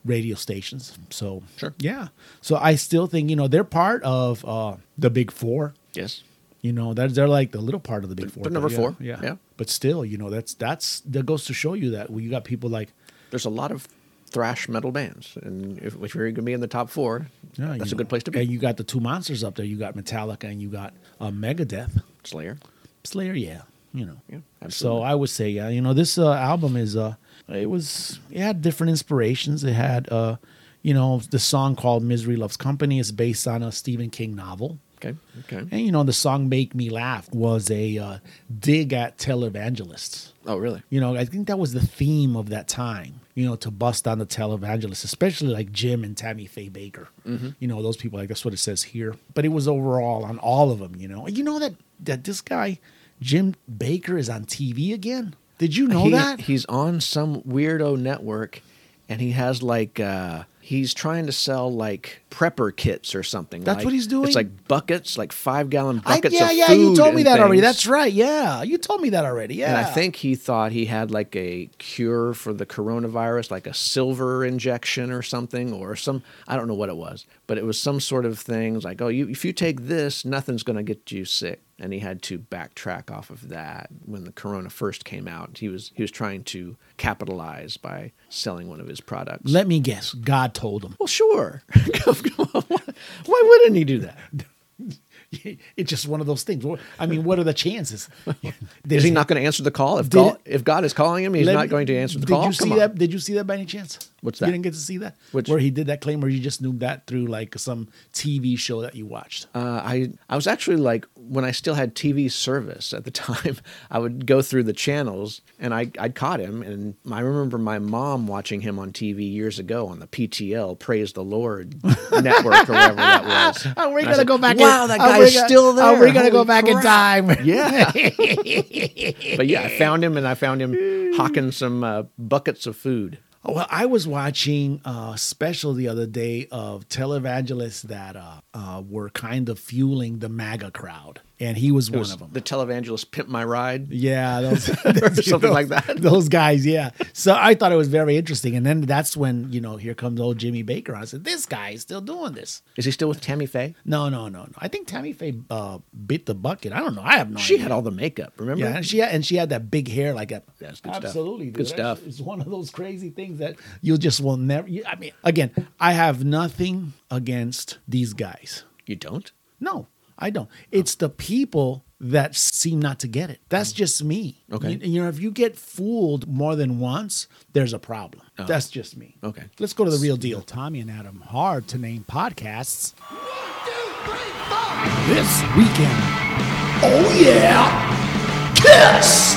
radio stations. So
Sure.
yeah. So I still think you know they're part of uh, the Big Four
yes.
You know, that they're like the little part of the big four.
they're number
yeah,
four.
Yeah.
Yeah.
But still, you know, that's that's that goes to show you that you got people like
There's a lot of thrash metal bands, and if, if you're going to be in the top four,
yeah, you
that's a
know,
good place to be.
And you got the two monsters up there. You got Metallica and you got uh, Megadeth.
Slayer.
Slayer, yeah, you know.
Yeah,
so
absolutely.
I would say, yeah, you know, this uh, album is uh, it was it had different inspirations. It had uh, you know, the song called "Misery Loves Company" is based on a Stephen King novel,
Okay. Okay.
and you know, the song "Make Me Laugh" was a uh, dig at televangelists.
Oh, really?
You know, I think that was the theme of that time. You know, to bust on the televangelists, especially like Jim and Tammy Faye Baker.
Mm-hmm.
You know, those people. Like that's what it says here. But it was overall on all of them. You know, you know that that this guy Jim Baker is on TV again. Did you know
He-
that?
he's on some weirdo network, and he has like uh, he's trying to sell like prepper kits or something.
That's
like-
what he's doing?
It's like buckets, like five gallon
I,
buckets.
yeah,
of
yeah. You
food
told me
and
that already.
things.
That's right. Yeah, you told me that already. Yeah.
And I think he thought he had like a cure for the coronavirus, like a silver injection or something, or some, I don't know what it was, but it was some sort of things like, oh, you, if you take this, nothing's going to get you sick. And he had to backtrack off of that when the corona first came out. He was, he was trying to capitalize by selling one of his products.
Let me guess. God told him.
well, sure. Why wouldn't he do that?
It's just one of those things. I mean, what are the chances?
Is he not going to answer the call? If,
Did-
God, if God is calling him, he's
Let
not
me-
going to answer the
did
call.
you see
Come on.
that? Did you see that by any chance?
What's
You
that?
didn't get to see that.
Which-
Where he did that claim, where you just knew that through like some TV show that you watched.
Uh, I I was actually like when I still had TV service at the time, I would go through the channels and I I caught him and I remember my mom watching him on TV years ago on the PTL Praise the Lord network or whatever that was.
Oh,
And
we're
I
gonna
said,
go back.
Wow,
in,
that
oh, we're
guy's
gonna-
still there.
Oh, we're gonna go
Holy
back in
crap."
time.
Yeah, but yeah, I found him and I found him hawking some uh, buckets of food.
Oh, Well, I was watching a special the other day of televangelists that uh, uh, were kind of fueling the MAGA crowd, and he was,
It
one
was
of them.
the televangelist pimp my ride.
Yeah, those,
Something like
those-
that.
Those guys, yeah. So I thought it was very interesting, and then that's when you know here comes old Jimmy Baker. I said, "This guy is still doing this."
Is he still with Tammy Faye?
No, no, no, no. I think Tammy Faye uh, bit the bucket. I don't know. I have no.
She
idea.
had all the makeup. Remember?
Yeah, and she had, and she had that big hair like that.
Yeah, it's good stuff.
Absolutely, dude.
Good
That's-
stuff.
It's one of those crazy things that you just will never. you- I mean, again, I have nothing against these guys.
You don't?
No, I don't. It's the people that seem not to get it. That's just me.
Mm. Okay.
You, you know, if you get fooled more than once, there's a problem. That's just me.
Oh. Okay.
Let's go to the real deal. Tommy and Adam, hard to name podcasts. This weekend. Oh, yeah. Kiss!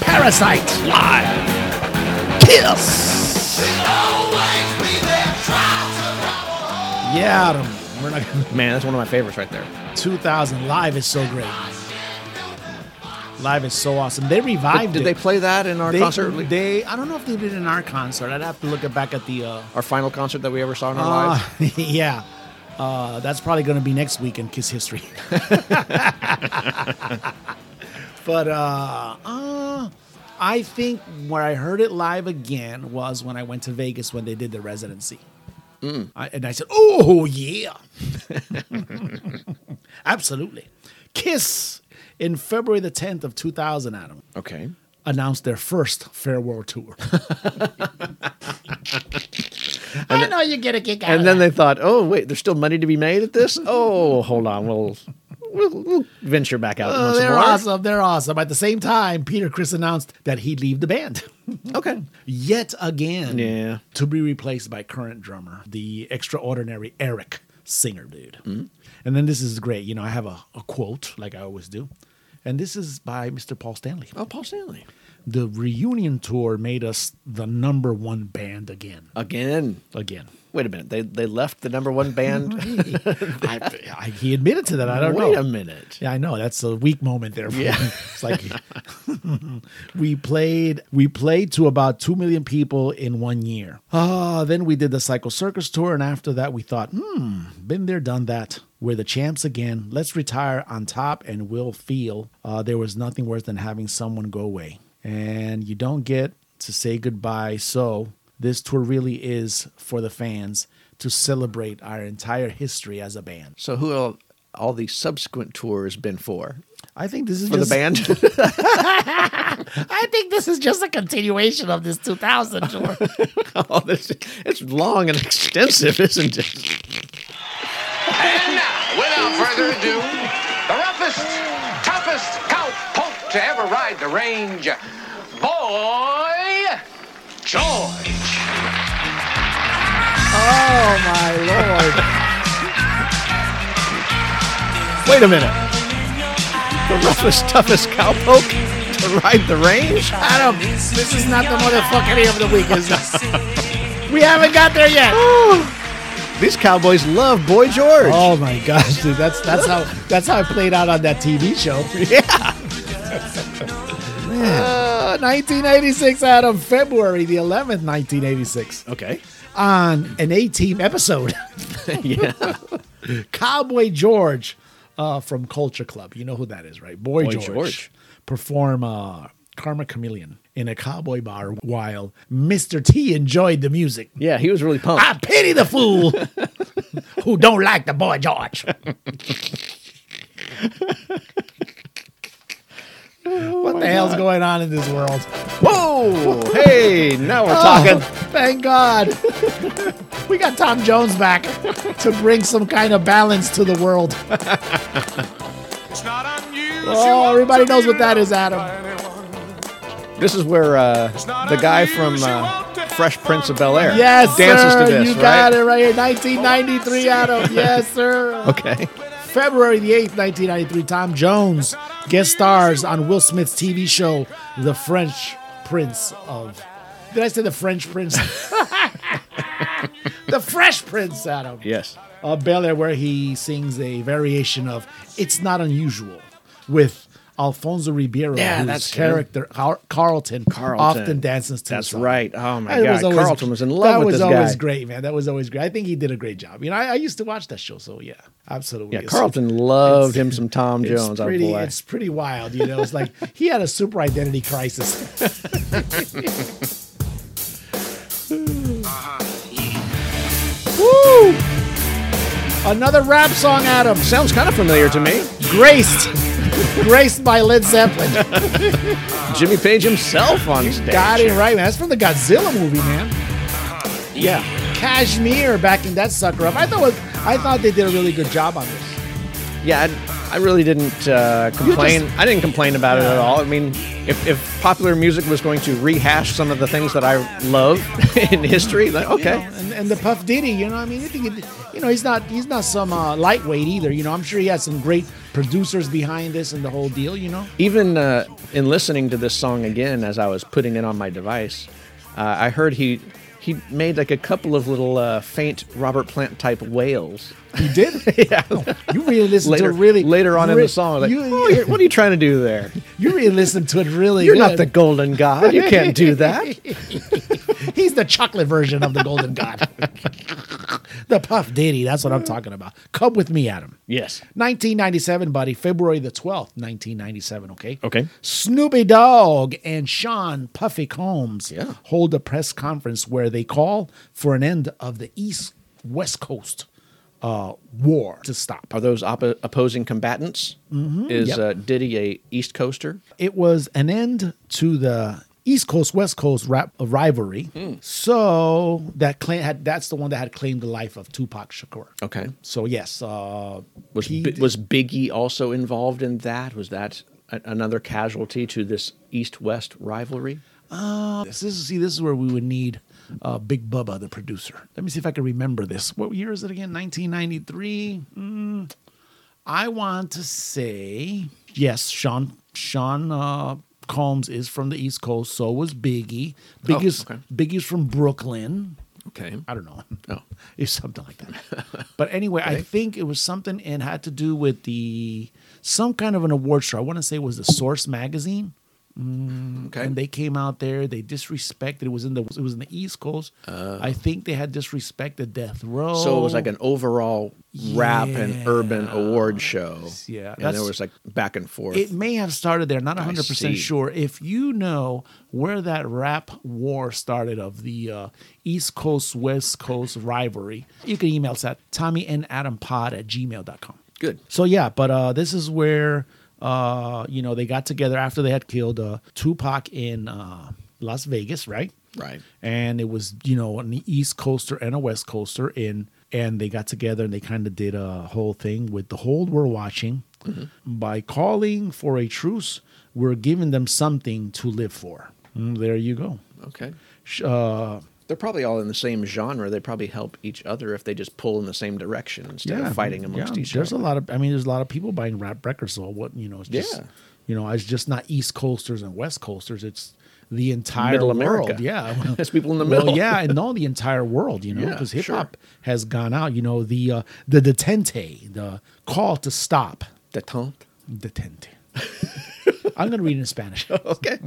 Parasite live. Kiss. Yeah, Adam. We're not gonna.
Man, that's one of my favorites right there.
2000 live is so great. Live is so awesome. They revived
Did
it.
they play that in our
They-
concert?
They, I don't know if they did it in our concert. I'd have to look it back at the. Uh,
our final concert that we ever saw in our
uh,
lives?
yeah, uh, that's probably going to be next week in Kiss history. but uh, uh, I think where I heard it live again was when I went to Vegas when they did the residency. I, and I said, "Oh yeah, absolutely." Kiss in February the tenth of two thousand, Adam
Okay.
announced their first farewell tour. I know you get a kick out.
And then they thought, oh wait, there's still money to be made at this. Oh, hold on, we'll we'll, we'll venture back out once
Oh, they're
more.
awesome. They're awesome. At the same time, Peter Chris announced that he'd leave the band
Okay.
yet again.
Yeah.
To be replaced by current drummer, the extraordinary Eric Singer, dude. And then this is great. You know, I have a, a quote like I always do. And this is by Mr. Paul Stanley.
Oh, Paul Stanley.
The reunion tour made us the number one band again.
Again.
Again.
Wait a minute. They they left the number one band.
I, I, he admitted to that. I don't know.
Wait a minute.
Yeah, I know. That's a weak moment there. For me. It's like we played we played to about two million people in one year. Ah, then we did the Psycho Circus tour, and after that we thought, hmm, been there, done that. We're the champs again. Let's retire on top, and we'll feel uh, there was nothing worse than having someone go away, and you don't get to say goodbye. So this tour really is for the fans to celebrate our entire history as a band.
So who all, all the subsequent tours been for?
I think this is
For
just,
the band?
I think this is just a continuation of this 2000 tour.
oh, this, it's long and extensive, isn't it?
And now, without further ado, the roughest, toughest cowpoke to ever ride the range, Boy George.
Wait a minute. The roughest, toughest cowpoke to ride the range?
Adam, this is not the motherfuckery of the week, is it? we haven't got there yet.
These cowboys love Boy George.
Oh my gosh, dude, that's that's how that's how it played out on that TV show. Yeah. Uh, 1986, Adam, February the 11th, 1986.
Okay.
on an A team episode. Cowboy George uh, from Culture Club. You know who that is, right? Boy,
Boy
George,
George.
perform uh, Karma Chameleon in a cowboy bar while Mr. T enjoyed the music.
Yeah, he was really pumped.
I pity the fool who don't like the boy George. what the hell's going on in this world?
Whoa! hey, now we're
Oh, thank God. we got Tom Jones back to bring some kind of balance to the world.
It's not unusual.
Oh, everybody knows what that is, Adam.
This is where uh, the guy from uh, Fresh Prince of Bel Air
Yes,
dances
sir.
to this,
you
right?
got it right here. 1993, Adam. Yes, sir.
Okay.
February the 8th, 1993, Tom Jones guest stars on Will Smith's TV show, The French Prince of. Did I say The French Prince? the Fresh Prince, Adam.
Yes.
uh, Bel Air, where he sings a variation of "It's Not Unusual" with Alfonso Ribeiro,
Yeah,
whose
that's him.
character Car- Carlton,
Carlton.
often dances to. the
That's
song.
right. Oh my
That
God, Carlton was in love
That
with
was
this
always
guy.
great, man. That was always great. I think he did a great job. You know, I, I used to watch that show, so yeah, absolutely.
Yeah,
It's-
Carlton loved
it's-
him some Tom Jones.
It's pretty,
oh boy.
it's pretty wild, you know. It's like he had a super identity crisis. Woo! Another rap song, Adam.
Sounds kind of familiar to me.
Graced, graced by Led Zeppelin.
Jimmy Page himself on stage.
Got it right, man. That's from the Godzilla movie, man.
Uh-huh. Yeah.
Kashmir backing that sucker up. I thought I thought they did a really good job on this.
Yeah, I, I really didn't uh, complain. I didn't complain about it at all. I mean, if, if popular music was going to rehash some of the things that I love in history, then okay.
and, and the Puff Diddy, you know, I mean, you think, it- you know, he's not he's not some uh, lightweight either. You know, I'm sure he has some great producers behind this and the whole deal. You know,
even uh, in listening to this song again as I was putting it on my device, uh, I heard he he made like a couple of little uh, faint Robert Plant type wails
he did. Oh, yeah, you really listen to
later
it really
later on in
re-
the song. Like,
you,
"Oh, you're- what are you trying to do there?
you really listen to it really.
You're not the
good.
golden god. You can't do that.
he's the chocolate version of the Golden God. the Puff Diddy. That's what I'm talking about. Come with me, Adam.
Yes.
1997, buddy. February the 12th, 1997. Okay.
Okay.
Snoopy Dogg and Sean Puffy Combs
Yeah.
hold a press conference where they call for an end of the East West Coast uh, war to stop.
Are those oppo- opposing combatants?
Mm-hmm,
Is uh, Diddy a East Coaster?
It was an end to the East Coast West Coast rap uh, rivalry.
Hmm.
So that claim had that's the one that had claimed the life of Tupac Shakur.
Okay.
So yes, uh,
Was
he
Bi-
did-
was Biggie also involved in that? Was that a- another casualty to this East West rivalry?
This is see. This is where we would need uh, Big Bubba, the producer. Let me see if I can remember this. What year is it again? 1993. Mm, I want to say yes. Sean Sean uh, Combs is from the East Coast. So was Biggie. Biggie's
Oh, okay.
Biggie's from Brooklyn.
Okay.
I don't know.
Oh.
It's something like that. But anyway, I think it was something it had to do with the some kind of an award show. I want to say it was the Source magazine.
Mm, Okay.
And they came out there, they disrespected it was in the it was in the East Coast. I think they had disrespected Death Row.
Oh. so it was like
Oh.
an overall rap and urban award show.
Yeah,
And there
that's-
was like back and forth.
it may have started there, not 100%
see.
sure. If you know where that rap war started of the uh, East Coast, West Coast rivalry, you can email us at Tommy and Adam Pod at gmail.com.
Good.
So yeah, but uh, this is where uh, you know they got together after they had killed uh, Tupac in uh, Las Vegas, right?
Right.
And it was you know an East Coaster and a West Coaster in, and they got together and they kind of did a whole thing with the whole we're watching by calling for a truce. We're giving them something to live for. Mm, there you go.
Okay.
Sh- Uh,
They're probably all in the same genre. They probably help each other if they just pull in the same direction instead of fighting amongst
yeah,
each
there's
other.
a lot of, I mean, there's a lot of people buying rap records. So what, you know, it's just,
Yeah.
you know, it's just not East Coasters and West Coasters. It's the entire
Middle
world.
America.
Yeah.
There's people in the
Well,
middle.
yeah, and no, the entire world, you know,
Yeah,
because hip
sure.
hop has gone out. You know, the uh, the detente, the call to stop,
Detente.
detente. I'm going to read it in Spanish.
Okay.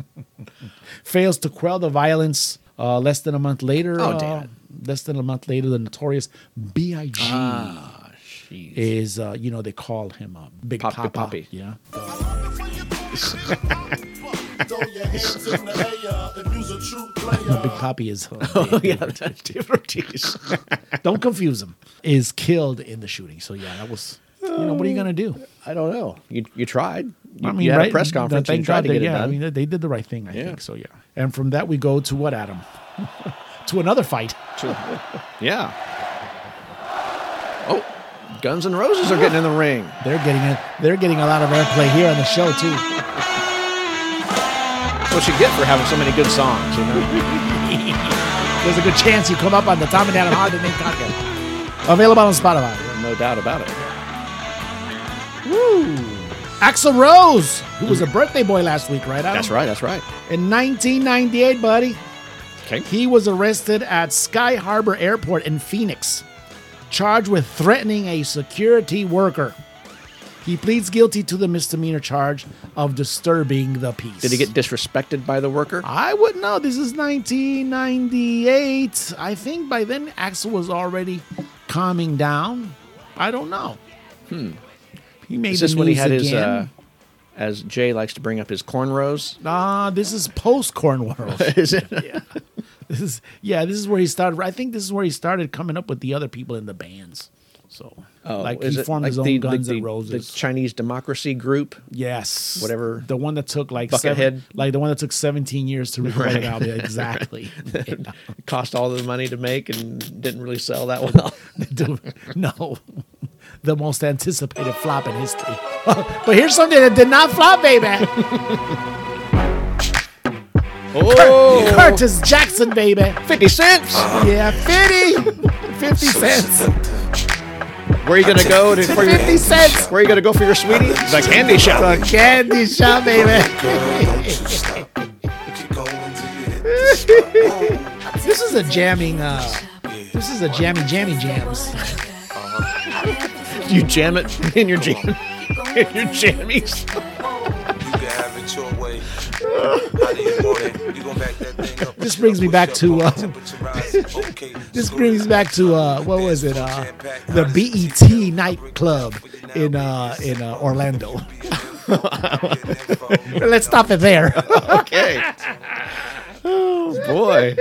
Fails to quell the violence. Uh, less than a month later,
Oh,
uh,
damn.
less than a month later, the notorious B.I.G
Jeez.
is uh, you know they call him uh, Big
Pop the
Papa.
Ah, Poppy.
Yeah, Big Poppy is.
Oh, yeah, that's different. Jeez.
don't confuse him. Is killed in the shooting. So yeah, that was. You know what are you gonna do?
I don't know. You you tried. You,
I mean,
you had
right?
a press conference.
Thank
and you tried to
God they-
get
yeah,
it done.
I mean, they- they did the right thing. I
Yeah.
think so. Yeah. And from that we go to what Adam? to another fight.
yeah. Oh, Guns N' Roses are getting in the ring.
They're getting it. They're getting a lot of airplay here on the show too.
That's what you get for having so many good songs, you know?
There's a good chance you come up on the Tom and Adam Hard to Make podcast. Available on Spotify.
no doubt about it.
Axel Rose, who was a birthday boy last week, right? Adam?
That's right. That's right.
In 1998, buddy,
Okay.
he was arrested at Sky Harbor Airport in Phoenix, charged with threatening a security worker. He pleads guilty to the misdemeanor charge of disturbing the peace.
Did he get disrespected by the worker?
I wouldn't know. This is 1998. I think by then Axel was already calming down. I don't know. Hmm. He made
Is this
the
when he
news
had his,
again.
uh, as Jay likes to bring up, his cornrows?
Ah, this is post Cornworld.
Is it?
this is yeah, this is where he started. I think this is where he started coming up with the other people in the bands. So like
Oh, is
he
it
formed
like
his own
the- the-
Guns
the-
and Roses.
The Chinese Democracy Group.
yes,
whatever
the one that took like
bucket
seven,
head.
like the one that took seventeen years to record
Right.
an album. Exactly. Yeah.
Cost all the money to make and didn't really sell that well.
Dude, no, the most anticipated flop in history. but here's something that did not flop, baby.
oh,
Curtis Jackson, baby.
50 cents.
Yeah, 50, 50 cents.
Where are you gonna go to, for your
50 cents.
Where are you gonna go for your sweetie? The candy shop.
The candy shop, baby. this is a jamming. Uh, this is a jammy, jammy jams.
You jam it in your jam, in your jammies.
This brings me back to uh,
This brings me back to uh, what was it? Uh, the BET nightclub in uh, in uh, Orlando. Let's stop it there.
Okay. Oh boy.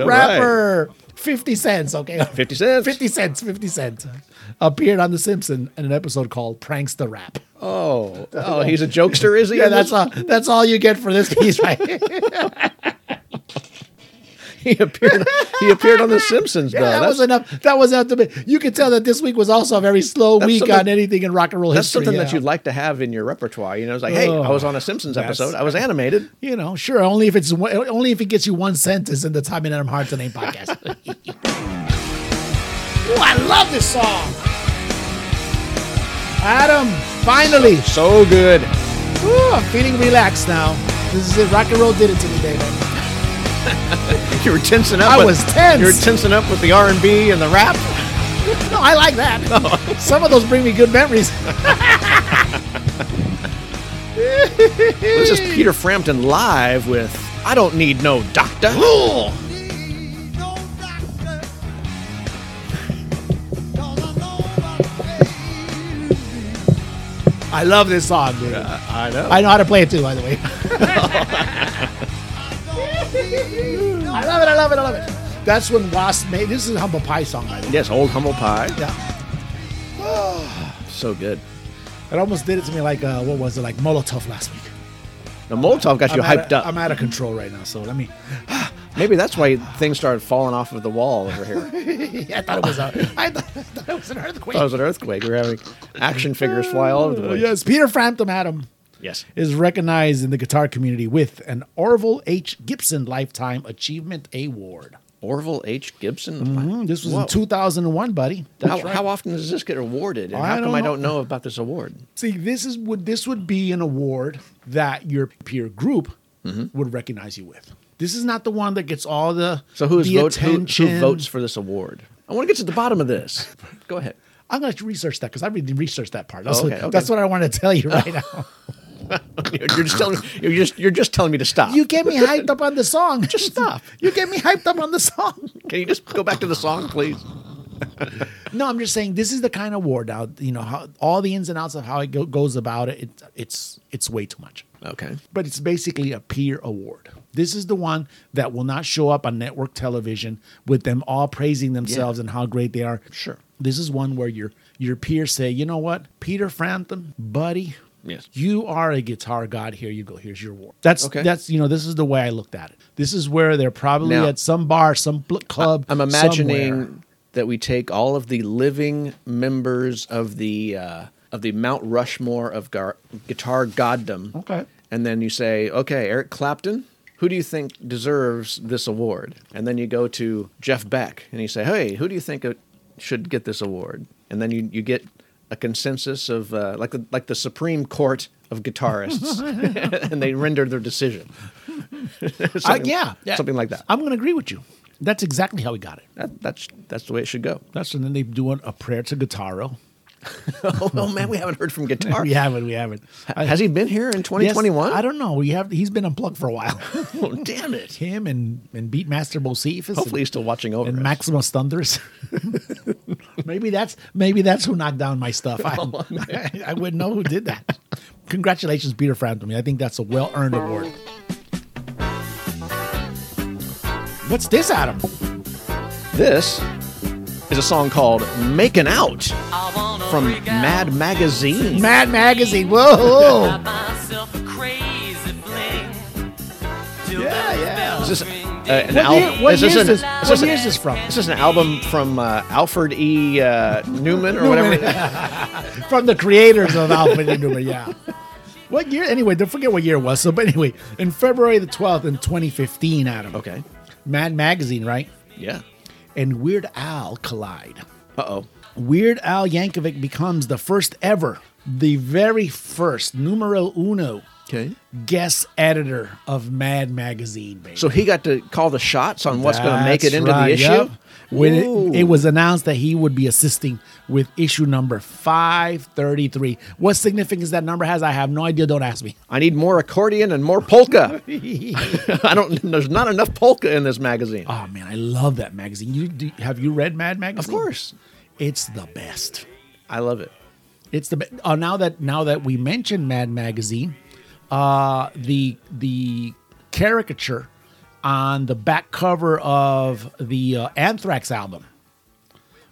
All right.
Rapper, fifty cents. Okay,
Fifty cents.
50 cents, 50 cents, appeared on The Simpsons in an episode called Pranks the Rap.
Oh, oh, he's a jokester, is he?
Yeah, that's all, that's all you get for this piece, right?
he appeared. He appeared on The Simpsons, though.
that
that's
was enough. That was enough to be. You could tell that this week was also a very slow
That's
week
something-
on anything in rock and roll
that's
history.
something that
yeah.
you'd like to have in your repertoire. You know, it's like, hey, I was on a Simpsons
that's-
episode. I was animated.
You know, sure. Only if it's one- only if it gets you one sentence in the Tommy and Adam Hard to Name podcast. Ooh, I love this song. Adam, finally.
So good.
Woo, I'm feeling relaxed now. This is it. Rock and roll did it to me, baby.
You were tensing up.
I
with-
was tense.
You were tensing up with the R and B and the rap.
No, I like that. Some of those bring me good memories.
This is Peter Frampton live with "I Don't Need No Doctor."
I love this song, dude.
Uh, I know.
I know how to play it too, by the way. I love it. I love it. I love it. That's when Wasp made. This is a humble pie song, by the way.
yes, old humble pie.
Yeah.
So good.
It almost did it to me like uh, what was it like Molotov last week.
Now Molotov got you
I'm
hyped
outta-
up.
I'm out of control right now, so let me.
Maybe that's why things started falling off of the wall over here.
I thought it was a. I thought, I thought it was an earthquake.
That was an earthquake. We We're having action figures fly all over the
Uh,
place.
yes, Peter Frampton, Adam.
Yes.
is recognized in the guitar community with an Orville H. Gibson Lifetime Achievement Award. Mm,
Orville H. Gibson.
Mm-hmm. This was
Whoa.
in 2001, buddy.
How, how often does this get awarded? And
I
how come
don't
I
know.
don't know about this award?
See, this is would this would be an award that your peer group
Mm-hmm.
would recognize you with. This is not the one that gets all the
So who is
the
vote, who, who
attention.
votes for this award? I want to get to the bottom of this. Go ahead.
I'm going to research that because I really researched that part. That's,
Oh, okay,
what,
okay.
that's what I want to tell you right now.
You're just telling you're just you're just telling me to stop.
You get me hyped up on the song. Just
stop.
You get me hyped up on the song.
Can you just go back to the song, please?
No, I'm just saying this is the kind of war now. You know, how, all the ins and outs of how it go, goes about it, it. It's it's way too much.
Okay.
But it's basically a peer award. This is the one that will not show up on network television with them all praising themselves and how great they are.
Sure.
This is one where your your peers say, you know what, Peter Frampton, buddy.
Yes.
You are a guitar god. Here you go. Here's your award. That's
Okay.
that's you know this is the way I looked at it. This is where they're probably
Now-
at some bar, some bl- club.
I'm imagining
somewhere.
that we take all of the living members of the uh, of the Mount Rushmore of gar- guitar goddom.
Okay.
And then you say, okay, Eric Clapton, who do you think deserves this award? And then you go to Jeff Beck and you say, hey, who do you think uh, should get this award? And then you, you get a consensus of uh, like the, like the Supreme Court of guitarists, and they render their decision.
Uh,
Something-
yeah, yeah.
something like that.
I'm going to agree with you. That's exactly how we got it.
that. That's that's the way it should go.
That's and then they do an- a prayer to Guitarro.
Oh, oh, man, we haven't heard from guitar.
We haven't. We haven't.
Has he been here in 2021?
I don't know. We have. He's been unplugged for a while.
Oh, damn it.
Him and and Beatmaster Bocephus.
Hopefully he's still watching over
and
us.
Maximus Thunders. maybe that's maybe that's who knocked down my stuff. I, I, wouldn't know who did that. Congratulations, Peter Frampton. I think that's a well earned award. What's this, Adam?
This is a song called Making Out from Mad Magazine.
Mad Magazine. Whoa.
yeah, yeah. Is this, uh, an
What
album?
year- what
is
year
this
is
an-
this?
is
What
an-
year is this from?
Is this an album from uh, Alfred E. Uh, Newman or whatever?
from the creators of Alfred and Newman. Yeah. What year? Anyway, don't forget what year it was. So, but anyway, in February the 12th in 2015, Adam.
Okay.
Mad Magazine, right?
Yeah.
And Weird Al collide.
Uh oh.
Weird Al Yankovic becomes the first ever, the very first numero uno
Okay.
guest editor of Mad Magazine. Baby.
So he got to call the shots on what's going to make it
That's
into
right,
the
yep.
issue?
When
Ooh.
it, it was announced that he would be assisting with issue number 533. What significance that number has, I have no idea. Don't ask me.
I need more accordion and more polka. I don't. There's not enough polka in this magazine.
Oh man, I love that magazine. You do, have you read Mad Magazine?
course.
it's the best.
I love it.
It's the best. Oh, now that now that we mentioned Mad Magazine, uh, the the caricature on the back cover of the uh, Anthrax album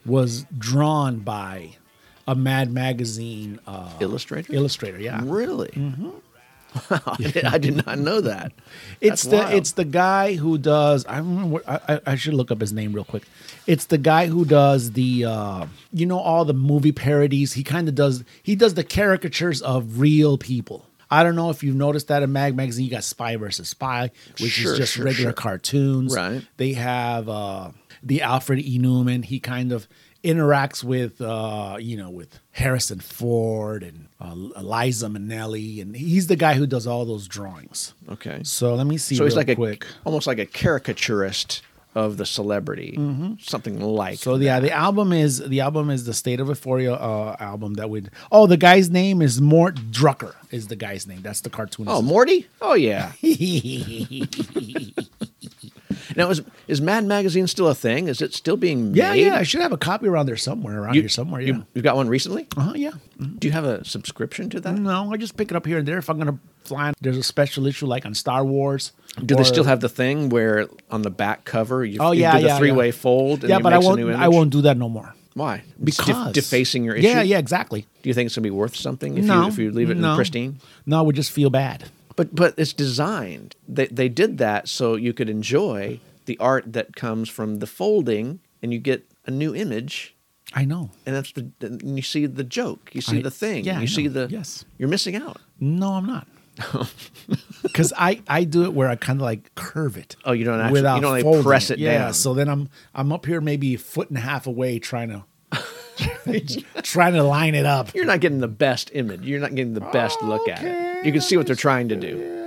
was drawn by a Mad Magazine uh,
Illustrator.
illustrator. Yeah,
Really? Mm-hmm. Wow, I, did, I did not know that. That's
It's the
wild.
it's the guy who does. I don't remember. I, I, I should look up his name real quick. It's the guy who does the uh, you know all the movie parodies. He kind of does. He does the caricatures of real people. I don't know if you've noticed that in Mag Magazine, you got Spy versus Spy, which
Sure,
is just
sure,
regular
sure.
cartoons.
Right.
They have uh, the Alfred E. Newman. He kind of interacts with uh, you know with Harrison Ford and uh, Eliza Minnelli, and he's the guy who does all those drawings.
Okay.
So let me see.
So he's
real
like
quick.
a almost like a caricaturist of the celebrity, something like.
Mm-hmm. So yeah, the album is the album is the State of Euphoria uh, album that would. Oh, the guy's name is Mort Drucker. Is the guy's name? That's the cartoonist.
oh, Morty. Oh yeah. now is is Mad Magazine still a thing? Is it still being
yeah,
made?
yeah. I should have a copy around there somewhere. Around here somewhere. Yeah.
You, have got one recently.
uh huh. Yeah.
Do you have a subscription to that?
No, I just pick it up here and there if I'm gonna fly. on- There's a special issue like on Star Wars.
Do
or-
they still have the thing where on the back cover you,
Oh,
you
yeah,
do the
yeah,
three way
yeah.
fold? And
Yeah,
it
but I
makes a new
won't.
image?
I won't do that no more
Why? It's def-
because
defacing your issue.
Yeah, yeah, exactly.
Do you think it's gonna be worth something if
no,
you if you leave it
no.
in pristine?
No, we just feel bad.
But but it's designed. They they did that so you could enjoy the art that comes from the folding, and you get a new image,
I know.
and that's the and you see the joke, you see
I-
the thing,
yeah, I
you see
know.
the
Yes.
You're missing out.
No, I'm not. Because I, I do it where I kind of like curve it.
Oh, you don't actually-
without
you don't, like,
folding
press it
Yeah,
down.
so then I'm I'm up here maybe a foot and a half away trying to trying to line it up.
You're not getting the best image. You're not getting the best look at it. You can see what they're trying to do.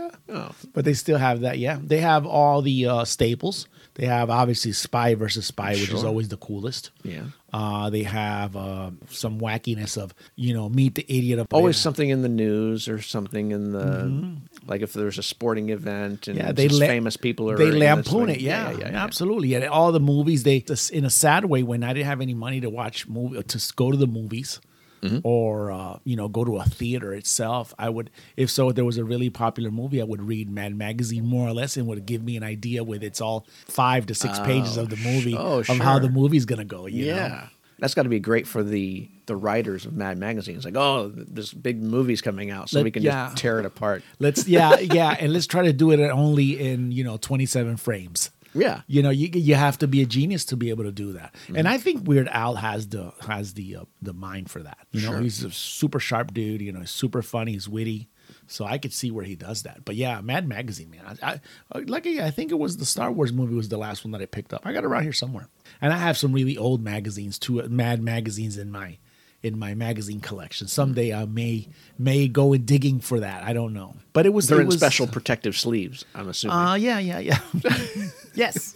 But they still have that. Yeah, they have all the uh, staples. They have obviously Spy versus Spy, which is
Sure.
always the coolest.
Yeah.
Uh, they have uh, some wackiness of you know meet the idiot. Of,
Always something in the news or something in the like if there's a sporting event and
Mm-hmm. Yeah,
they
they la-
famous people are
they
in this
lampoon
thing.
it. Yeah, absolutely. Yeah, all the movies. They just, in a sad way when I didn't have any money to watch movie to s- go to the movies.
Mm-hmm.
Or uh, you know, go to a theater itself. I would, if so, if there was a really popular movie, I would read Mad Magazine more or less, and would give me an idea with it's all five to six pages of the movie
oh,
of how the
sure.
movie's gonna go. You
Yeah.
know?
That's got to be great for the the writers of Mad Magazine. It's like, oh, this big movie's coming out, so
Let-
we can
yeah.
just tear it apart.
Let's yeah, yeah, and let's try to do it only in you know 27 frames.
Yeah.
You know, you you have to be a genius to be able to do that.
Mm-hmm.
And I think Weird Al has the has the uh, the mind for that. You know, he's a super sharp dude, you know, he's super funny, he's witty. So I could see where he does that. But yeah, Mad Magazine, man. I, I like I think it was the Star Wars movie was the last one that I picked up. I got it around here somewhere. And I have some really old magazines, two uh, Mad magazines in my in my magazine collection. Someday I may may go in digging for that. I don't know. But it was
They're
it
in
was,
special protective sleeves, I'm assuming.
uh, yeah, yeah, yeah. yes.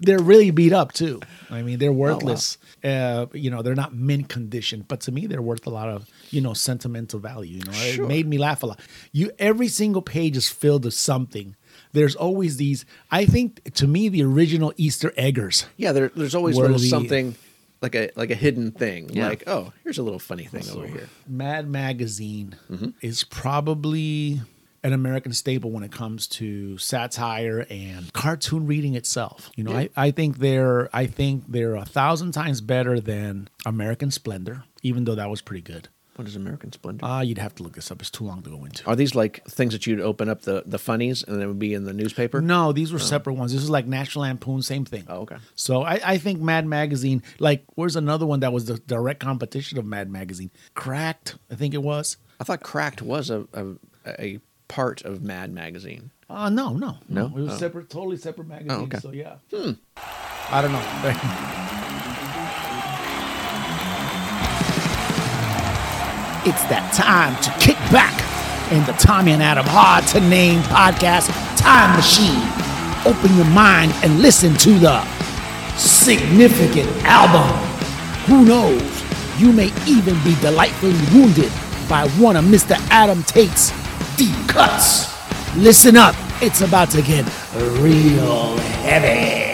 they're really beat up too. I mean, they're worthless. uh, you know, they're not mint condition, but to me, they're worth a lot of you know sentimental value. You know, it made me laugh a lot. You every single page is filled with something. There's always these. I think to me, the original Easter eggers.
yeah, there, there's always a
Were
little
the-
something like a like a hidden thing. Like, oh, here's a little funny thing over here.
Mad Magazine
Mm-hmm.
is probably an American staple when it comes to satire and cartoon reading itself. You know, I, I think they're I think they're a thousand times better than American Splendor, even though that was pretty good.
What is American Splendor?
Ah, you'd have to look this up. It's too long to go into.
Are these like things that you'd open up the the funnies and it would be in the newspaper?
No, these were separate ones. This is like National Lampoon, same thing.
Oh, okay.
So I, I think Mad Magazine, like, where's another one that was the direct competition of Mad Magazine? Cracked, I think it was.
I thought Cracked was a a, a part of Mad Magazine.
Uh, no, no,
No?
It was
Oh.
separate, totally separate magazine.
Oh, okay.
So yeah. I don't know. it's that time to kick back in the Tommy and Adam Hard to Name podcast time machine. Open your mind and listen to the significant album. Who knows? You may even be delightfully wounded by one of Mr. Adam Tate's deep cuts. Listen up, it's about to get real heavy.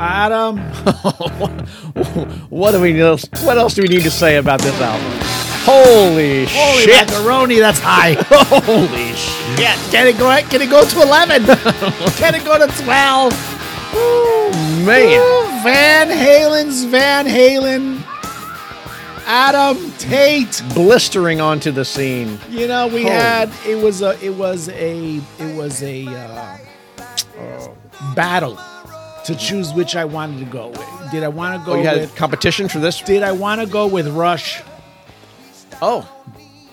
Adam.
What do we else? What else do we need to say about this album? Holy,
Holy
shit!
macaroni, that's high.
Holy shit!
yeah, can it go? Can it go to eleven? can it go to twelve?
Man,
Ooh, Van Halen's Van Halen. Adam Tate.
blistering onto the scene.
You know, we
Holy.
had it was a it was a it was a uh, battle to choose which I wanted to go with. Did I want to go
Oh, you had
with?
competition for this?
Did I want to go with Rush
Oh,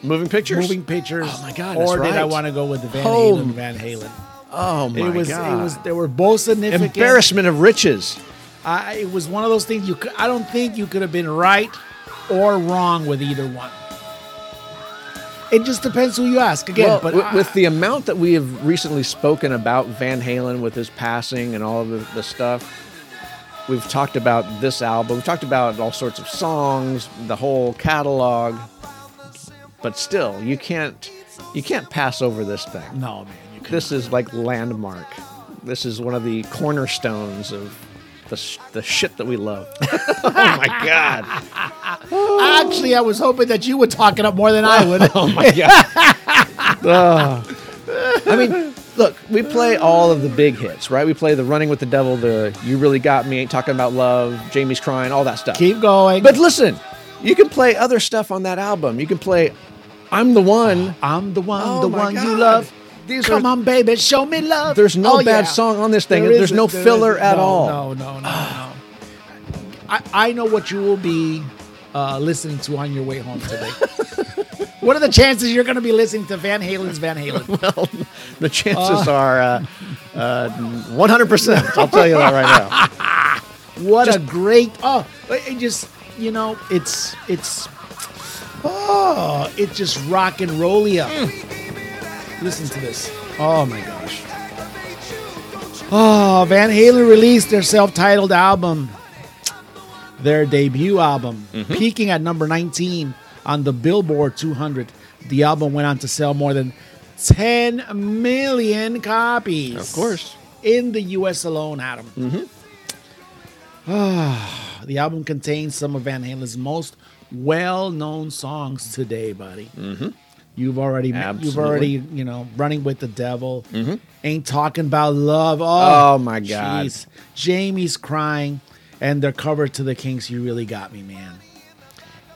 moving pictures.
moving pictures?
Oh my God, that's
Or did I
right.
want to go with the Van
Home.
Halen? Van Halen.
Oh my
it was.
god.
It was. They were both significant.
Embarrassment of riches.
I, it was one of those things you. Could, I don't think you could have been right or wrong with either one. It just depends who you ask. Again,
well,
but
with,
I-
with the amount that we have recently spoken about Van Halen with his passing and all of the, the stuff, we've talked about this album, we've talked about all sorts of songs, the whole catalog. But still, you can't you can't pass over this thing.
no man, you could.
This is like landmark. This is one of the cornerstones of the, sh- the shit that we love. oh my god!
Actually, I was hoping that you would talk it up more than I would.
Oh my god! Ugh. I mean, look, we play all of the big hits, right? We play the "Running with the Devil," the "You Really Got Me," "Ain't Talking About Love," "Jamie's Crying," all that stuff.
Keep going.
But listen, you can play other stuff on that album. You can play "I'm the One."
I'm the one,
Oh
the
my
one you
God.
love.
These
Come
are-
on, baby, show me love.
There's no
Oh,
bad
yeah.
song on this thing.
There
There's
isn't,
no
there
filler
isn't.
at
No,
all.
No, no, no, no. I, I know what you will be uh, listening to on your way home today. what are the chances you're going to be listening to Van Halen's Van Halen?
The chances are uh, uh, 100%. I'll tell you that right now.
What a great oh, it it just you know it's it's oh it's just rock and rollia. Listen to this. Oh my gosh. Oh, Van Halen released their self-titled album, their debut album, peaking at number 19 on the Billboard 200. The album went on to sell more than 10 million copies. Of
course.
In the US alone, Adam. The album contains some of Van Halen's most well-known songs today, buddy. Mm-hmm. You've already, you've
Absolutely. Mm-hmm.
already, you know, running with the devil. Ain't talking about love. Oh,
Oh, my God.
jeez. Jamie's crying, and their cover to the Kinks. You really got me, man.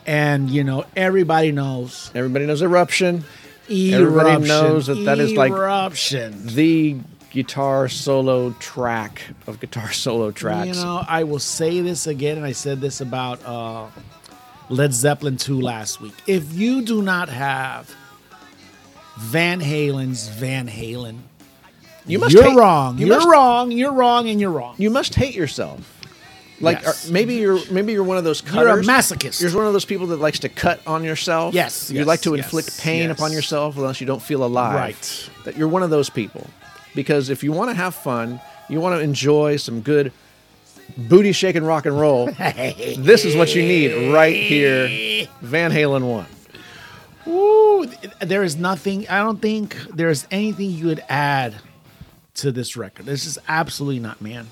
And you know, everybody knows.
Everybody knows Eruption,
Eruption,
knows that that is like-
eruption.
the guitar solo track of guitar solo tracks.
You know, I will say this again, and I said this about uh, Led Zeppelin 2 last week. If you do not have Van Halen's Van Halen,
you
you're
hate-
wrong.
You
You are
must,
wrong. You're wrong, and you're wrong.
You must hate yourself. Like
Yes.
or maybe you're maybe you're one of those
You're a
cutters.
masochist.
You're one of those people that likes to cut on yourself.
Yes,
You
yes,
like to
yes,
inflict pain
yes.
upon yourself unless you don't feel alive.
Right.
That you're one of those people. Because if you want to have fun, you want to enjoy some good booty shaking rock and roll, this is what you need right here. Van Halen one.
Ooh, th- there is nothing. I don't think there's anything you would add to this record. This is absolutely not, man.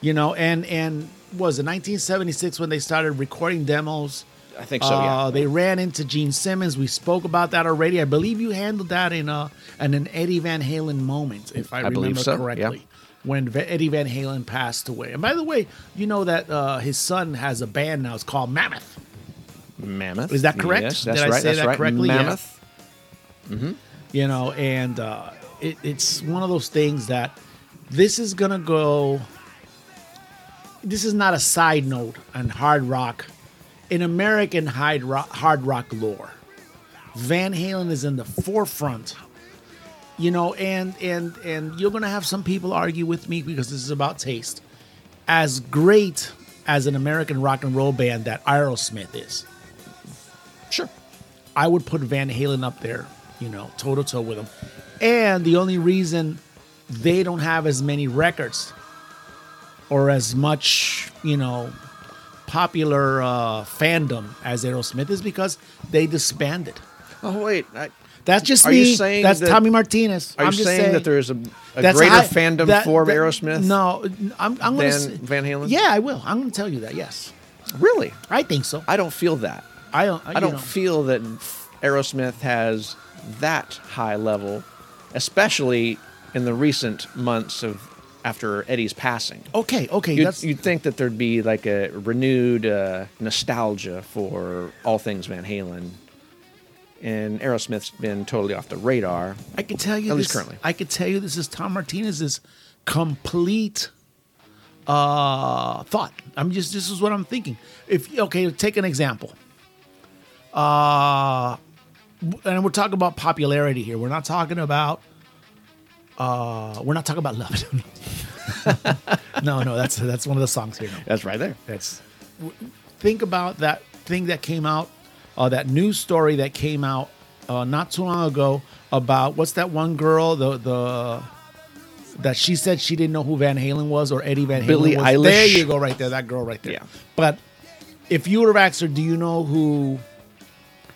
You know, and and was it 1976 when they started recording demos?
I think so, yeah.
Uh, they ran into Gene Simmons. We spoke about that already. I believe you handled that in a in an Eddie Van Halen moment, if I,
I believe
remember
so, yeah.
correctly. When Va- Eddie Van Halen passed away. And by the way, you know that uh, his son has a band now. It's called Mammoth.
Mammoth.
Is that correct?
Yes, that's
Did I
right.
say
that's
that
right.
correctly? Yeah.
Mammoth.
you know and uh, it, it's one of those things that this is gonna go this is not a side note on hard rock in american hard rock, hard rock lore van halen is in the forefront you know and and and you're gonna have some people argue with me because this is about taste as great as an american rock and roll band that aerosmith is
Sure.
I would put Van Halen up there, you know, toe to toe with them. And the only reason they don't have as many records or as much, you know, popular uh, fandom as Aerosmith is because they disbanded.
Oh wait. I,
That's just
Are
me.
you saying
that's
that-
Tommy Martinez.
Are you
I'm just
saying, that there is a, a
that's
greater
how I-
fandom
that-
for
that-
Aerosmith?
No, I'm, I'm going
than
to
Van Halen?
Yeah, I will. I'm going to tell you that. Yes,
really.
I think so. I,
I don't feel that.
don't. I,
I don't
know.
feel that Aerosmith has that high level, especially in the recent months of after Eddie's passing.
Okay, okay.
You'd,
that's
you'd think that there'd be like a renewed uh, nostalgia for all things Van Halen, and Aerosmith's been totally off the radar.
I can tell you
At
this,
least currently.
I could tell you this is Tom Martinez's complete uh, thought. I'm just this is what I'm thinking. If okay, take an example. Uh, and we're talking about popularity here. We're not talking about uh, we're not talking about love. no, no, that's that's one of the songs here. No.
That's right there.
That's think about that thing that came out, uh, that news story that came out uh, not too long ago about what's that one girl the the that she said she didn't know who Van Halen was or Eddie Van Halen
Billie
was.
Eilish.
There you go, right there, that girl right there.
Yeah.
But if you were to ask her, do you know who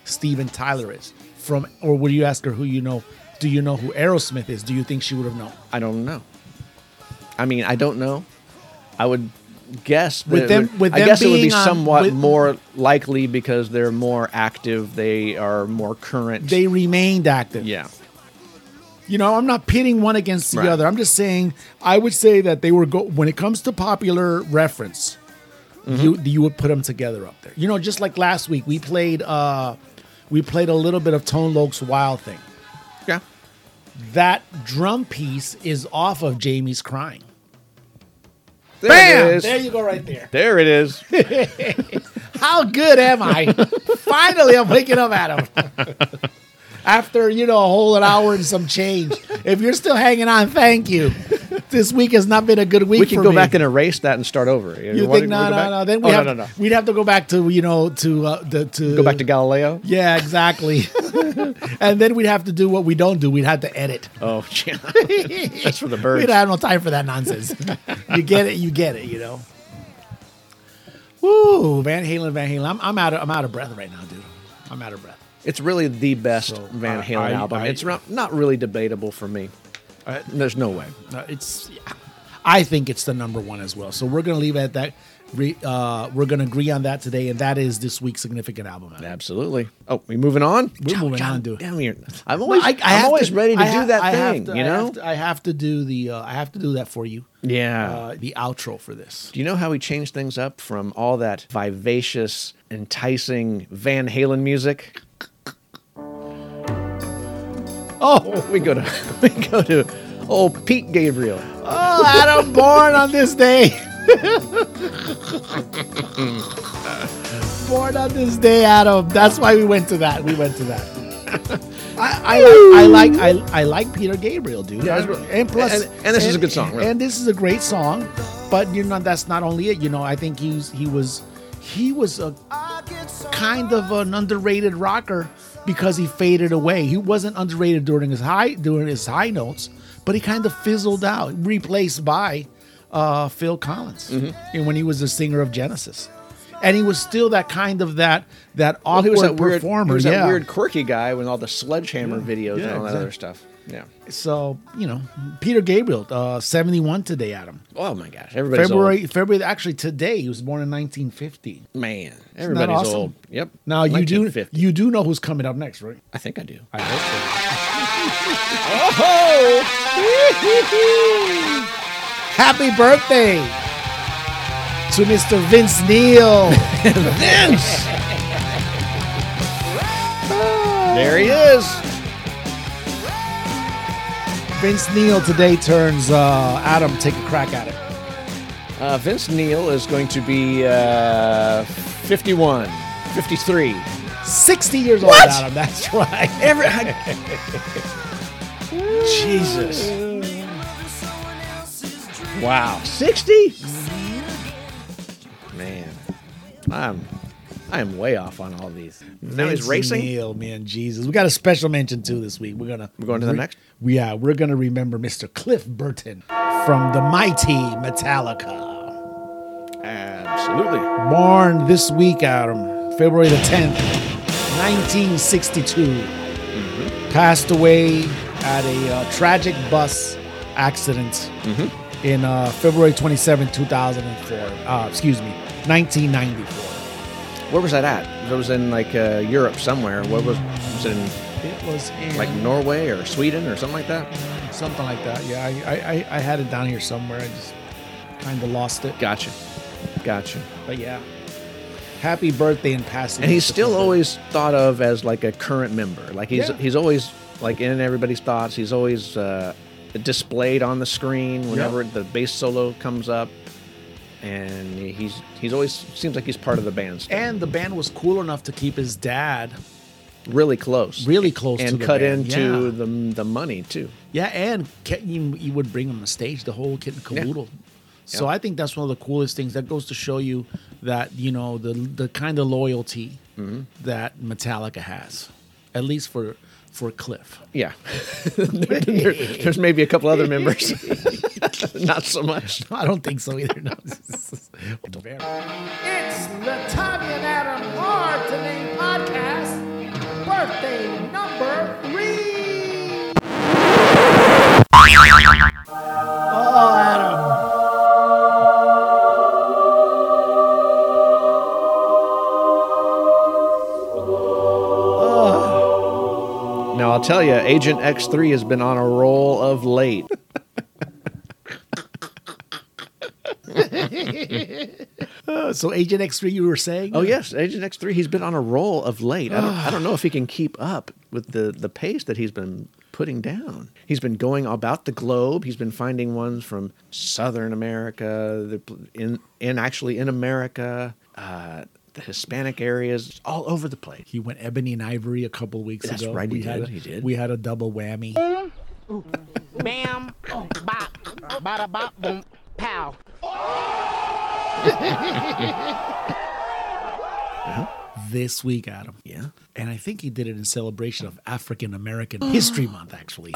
Steven Tyler is from, or would you ask her who you know? Do you know who Aerosmith is? Do you think she would have known?
I don't know. I mean, I don't know. I would guess that
With
it
them-
would-
with
I
them
guess it would be
being on-
somewhat
with-
more likely because they're more active. They are more current.
They remained active.
yeah.
You know, I'm not pitting one against the
Right.
other. I'm just saying I would say that they were go when it comes to popular reference,
Mm-hmm.
you you would put them together up there. You know, just like last week we played uh we played a little bit of Tone Loke's Wild Thing.
Yeah.
That drum piece is off of Jamie's crying.
There
Bam!
it is.
There you go right there.
There it is.
How good am I? Finally I'm waking up at him. After, you know, a whole an hour and some change. If you're still hanging on, thank you. This week has not been a good week.
we can
for
go
me.
back and erase that and start over.
You
wanna-
think
wanna go
no, no,
back?
no? Then we
Oh,
have
no, no, no.
we'd have to go back to you know to uh, the to
Go back to Galileo.
yeah exactly, and then we'd have to do what we don't do. We'd have to edit.
Oh, yeah. that's for the
We
birds.
don't have no time for that nonsense. you get it, you get it, you know. Woo, Van Halen, Van Halen. I'm, I'm out of I'm out of breath right now, dude. I'm out of breath.
It's really the best
So,
Van
I-
Halen
I-
album.
I-
it's not not really debatable for me. There's no way.
Uh, it's yeah. I think it's the number one as well. So we're gonna leave it at that. Re, uh, we're gonna agree on that today, and that is this week's significant album.
Absolutely. Oh, we moving on?
We're moving
John,
on, dude.
Damn here. I'm always, I, am
have
always ready to
I
do
ha-
that
I have
thing,
to-
you
I
know?
have to- uh, I have to do the. Uh, I have to do that for you.
yeah.
Uh, the outro for this.
do you know how we changed things up from all that vivacious, enticing Van Halen music? Oh, we go to we go to old Pete Gabriel.
Oh, Adam born on this day. born on this day, Adam. That's why we went to that. We went to that. I, I, like, I like I, I like Peter Gabriel, dude.
Yeah, that's right.
and plus,
And- and this is a good song, really.
And this is a great song, but you know that's not only it. You know, I think he's he was he was a kind of an underrated rocker because he faded away. He wasn't underrated during his high during his high notes, but he kind of fizzled out, replaced by uh, Phil Collins,
Mm-hmm.
and when he was the singer of Genesis, and he was still that kind of that that awkward
he was that weird He
performer.
was
yeah.
that weird quirky guy with all the sledgehammer videos
yeah,
and all that
exact-
other stuff. Yeah.
So you know, Peter Gabriel, uh, seventy-one today, Adam.
Oh my gosh, everybody's
February, February. Actually, today he was born in nineteen fifty.
old. Man, everybody's
awesome?
old. Yep.
Now you do
1950.
you do know who's coming up next, right?
I think I do.
I hope so.
Oh!
Happy birthday to Mr. Vince Neil.
Vince! there he is.
Vince Neil today turns. Uh, Adam, take a crack at it.
Uh, Vince Neil is going to be uh, 51, 53.
Sixty years
What?
old, Adam. That's right.
Every, Jesus. Wow. 60? Man. I'm, I'm way off on all these. Now he's
Vince
racing?
Neil, man, Jesus. We got a special mention too this week. We're gonna
We're going to the
re-
next?
Yeah, we're gonna remember Mr. Cliff Burton from the mighty Metallica.
Absolutely.
Born this week, Adam, February the 10th, 1962.
Mm-hmm.
Passed away at a uh, tragic bus accident
Mm-hmm.
in uh, February 27, 2004. Uh, excuse me, 1994.
Where was that at? It was in like uh, Europe somewhere. What was, was it in
It was in
like Norway or Sweden or something like that?
something like that. Yeah, I, I, I, I had it down here somewhere. I just kind of lost it.
Gotcha. Gotcha.
But yeah, happy birthday in passing.
And he's
Mr.
still
Cliff
always thought of as like a current member. Like he's
Yeah.
he's always like in everybody's thoughts. He's always uh, displayed on the screen whenever the bass solo comes up, and he's he's always seems like he's part of the band. still.
And the band was cool enough to keep his dad
really close,
really close to
and
the
cut
band,
into
yeah.
the the money too.
Yeah, and ca- you, you would bring them on stage, the whole kit and
Yeah.
caboodle. So
Yeah.
I think that's one of the coolest things. That goes to show you that you know the the kind of loyalty
Mm-hmm.
that Metallica has, at least for for Cliff.
Yeah, There- there's maybe a couple other members, not so much.
I don't think so either. No. Very-
It's the Tommy and Adam Hard to Name Podcast, birthday number three.
oh, Adam.
Now I'll tell you, Agent X three has been on a roll of late.
Uh, So Agent X3, you were saying?
Oh yes, Agent X three. He's been on a roll of late. I don't, I don't know if he can keep up with the the pace that he's been putting down. He's been going about the globe. He's been finding ones from Southern America, the, pl- in in actually in America, uh, the Hispanic areas, all over the place.
He went ebony and ivory a couple weeks
That's
ago.
right, he
we had
did,
A,
he did.
We had a double whammy.
Bam, bop, bada bop, boom, pow.
Uh-huh. this week, Adam.
Yeah.
And I think he did it in celebration of African American History Month, actually.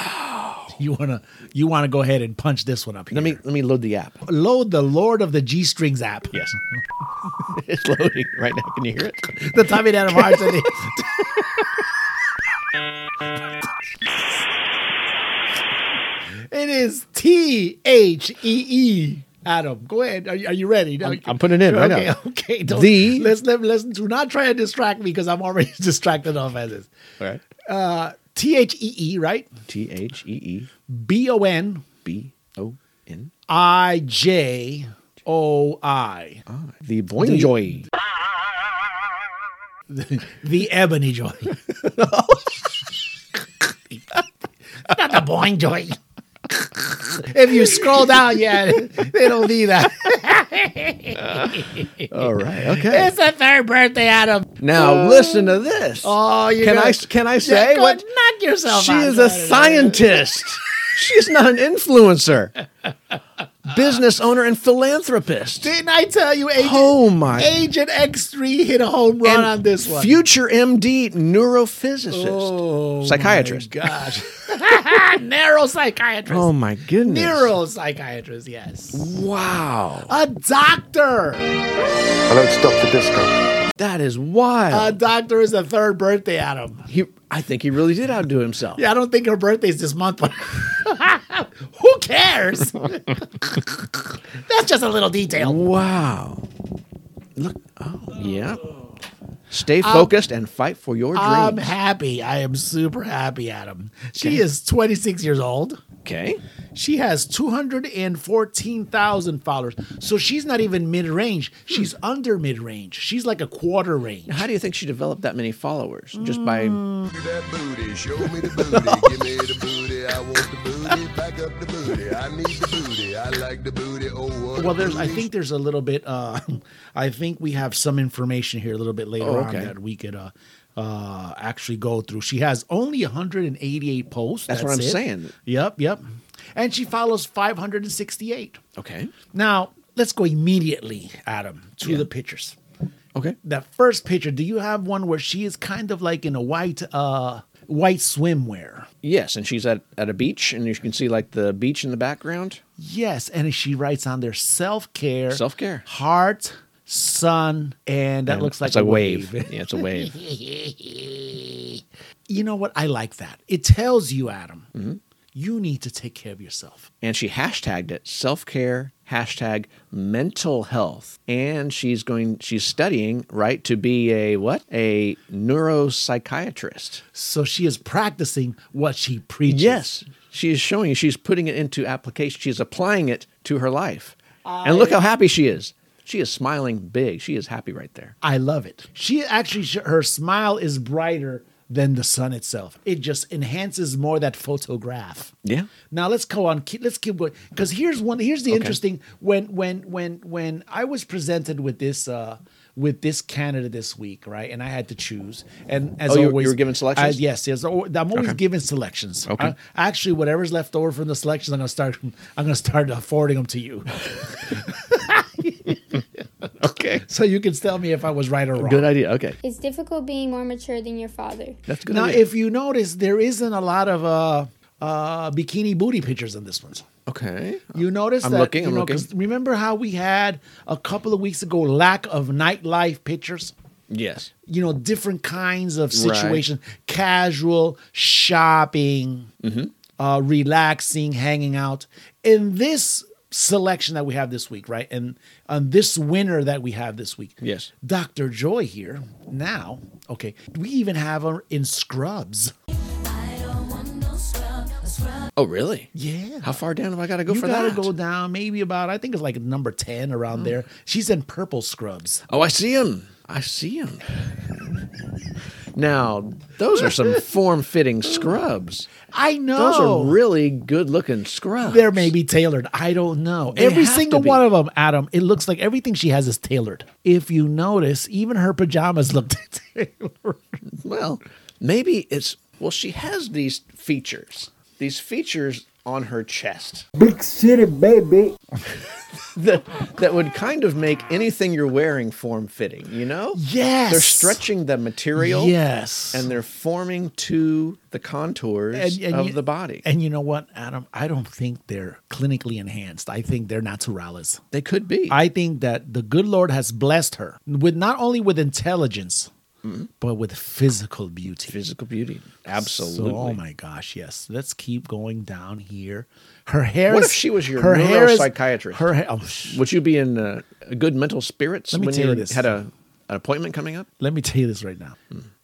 You wanna you wanna go ahead and punch this one up here.
Let me let me load the app.
load the Lord of the G Strings app.
Oh, Yes, it's loading right now. Can you hear it?
the Tommy Adam Hearts. and the- it is T H E E. Adam, go ahead. Are you, are you ready? I'm,
I'm putting it in right
okay,
now.
Okay, don't,
The-
let's let, let's do not try to distract me because I'm already distracted enough as is.
All right.
T H E E, right?
T H E E
B O N
B O N.
I J O I.
The Boinjoy.
The Ebony Joy. Not the Boing Joy. if you scroll down, yeah, they don't need that.
All right. Okay.
it's the third birthday, Adam.
Now listen to this.
Oh, you
can
gonna,
I can I
Yeah,
say
go
what?
Knock yourself
She
out.
is
Go
a
ahead.
scientist. She's not an influencer. Business owner and philanthropist.
Didn't I tell you, Agent,
Oh my.
Agent X3 hit a home run
And
on this one? Oh
Future MD neurophysicist. psychiatrist.
Gosh. Neuropsychiatrist.
Oh my goodness.
Neuropsychiatrist, yes.
Wow.
A doctor.
Hello, it's Dr. Disco.
That is
A
wild.
doctor is the third birthday, Adam.
he I think he really did outdo himself.
Yeah, I don't think her birthday's this month, but who cares? That's just a little detail.
Wow. Look. Oh, yeah. Stay
Um,
focused and fight for your
I'm
dreams.
happy. I am super happy, Adam. She is 26 years old.
Okay.
She has 214,000 followers. So she's not even mid range. She's under mid range. She's like a quarter range.
Hmm. How do you think she developed that many followers? Just by
Mm.
that booty. Show me the booty. Give me the booty. I want the booty. Back up the booty. I need the booty. I like the booty. Oh, what a
Well, there's. I
booty.
think there's a little bit. Uh, I think we have some information here a little bit later
Oh, okay.
on that we could uh, uh, actually go through. She has only 188 posts.
That's what I'm
it.
saying.
Yep, yep. And she follows 568.
Okay.
Now let's go immediately, Adam, to the pictures.
Okay.
That first picture. Do you have one where she is kind of like in a white uh, white swimwear?
Yes, and she's at, at a beach, and you can see like the beach in the background.
Yes, and she writes on there self care,
Self-care.
heart, sun, and that looks like
it's a wave. yeah, it's a wave.
You know what? I like that. It tells you, Adam, you need to take care of yourself.
And she hashtagged it self care hashtag mental health, and she's going. She's studying right to be a what a neuropsychiatrist.
So she is practicing what she preaches.
Yes, she is showing you. She's putting it into application. She's applying it to her life,
Ah,
and look how happy she is. She is smiling big. She is happy right there.
I love it. She actually, sh- her smile is brighter than the sun itself. It just enhances more that photograph.
Yeah.
Now let's go on. Keep, let's keep going because here's one. Here's the
Okay.
interesting when when when when I was presented with this uh with this Canada this week, right? And I had to choose. And as
Oh, you were-
always,
you were given selections?
I- yes, yes. al- I'm always
Okay.
given selections.
Okay.
I- actually, whatever's left over from the selections, I'm gonna start. I'm gonna start uh, forwarding them to you,
Okay.
so you can tell me if I was right or wrong.
Good idea. Okay.
It's difficult being more mature than your father.
That's a good.
now,
idea.
if you notice, there isn't a lot of uh, uh, bikini booty pictures in this one.
okay.
You notice
I'm
that?
looking,
you
I'm
know,
looking.
'cause Remember how we had a couple of weeks ago lack of nightlife pictures?
Yes.
You know, different kinds of
Right.
situations: casual shopping,
Mm-hmm.
uh, relaxing, hanging out. In this selection that we have this week, right, and on this winner that we have this week,
Yes.
Dr. Joy here now. Okay, we even have her in scrubs.
Oh, really?
Yeah.
How far down have I got to go
you
for
gotta
that? Mm.
go down maybe about I think it's like number ten around there. She's in purple scrubs.
Oh, I see him. I see him. now, those are some form-fitting scrubs.
I know.
Those are really good-looking scrubs.
They're maybe tailored. I don't know.
They
every
have
single
to be.
one of them, Adam. It looks like everything she has is tailored. If you notice, even her pajamas look tailored.
Well, maybe it's well. She has these features. These features on her chest. Big city baby. that, that would kind of make anything you're wearing form-fitting. You know?
Yes.
They're stretching the material.
Yes.
And they're forming to the contours of
you-
the body.
And you know what, Adam? I don't think they're clinically enhanced. I think they're naturales.
they could be.
I think that the good Lord has blessed her with not only with intelligence,
Mm-hmm.
but with physical beauty.
Physical beauty.
So, oh
Absolutely.
my gosh, yes. Let's keep going down here. Her hair.
What
is-
if she was your
her hair is-
neuropsychiatrist?
Her hair. Oh, sh-
Would you be in uh, good mental spirits
Let me
when
tell
you
you this.
had a, an appointment coming up?
let me tell you this right now.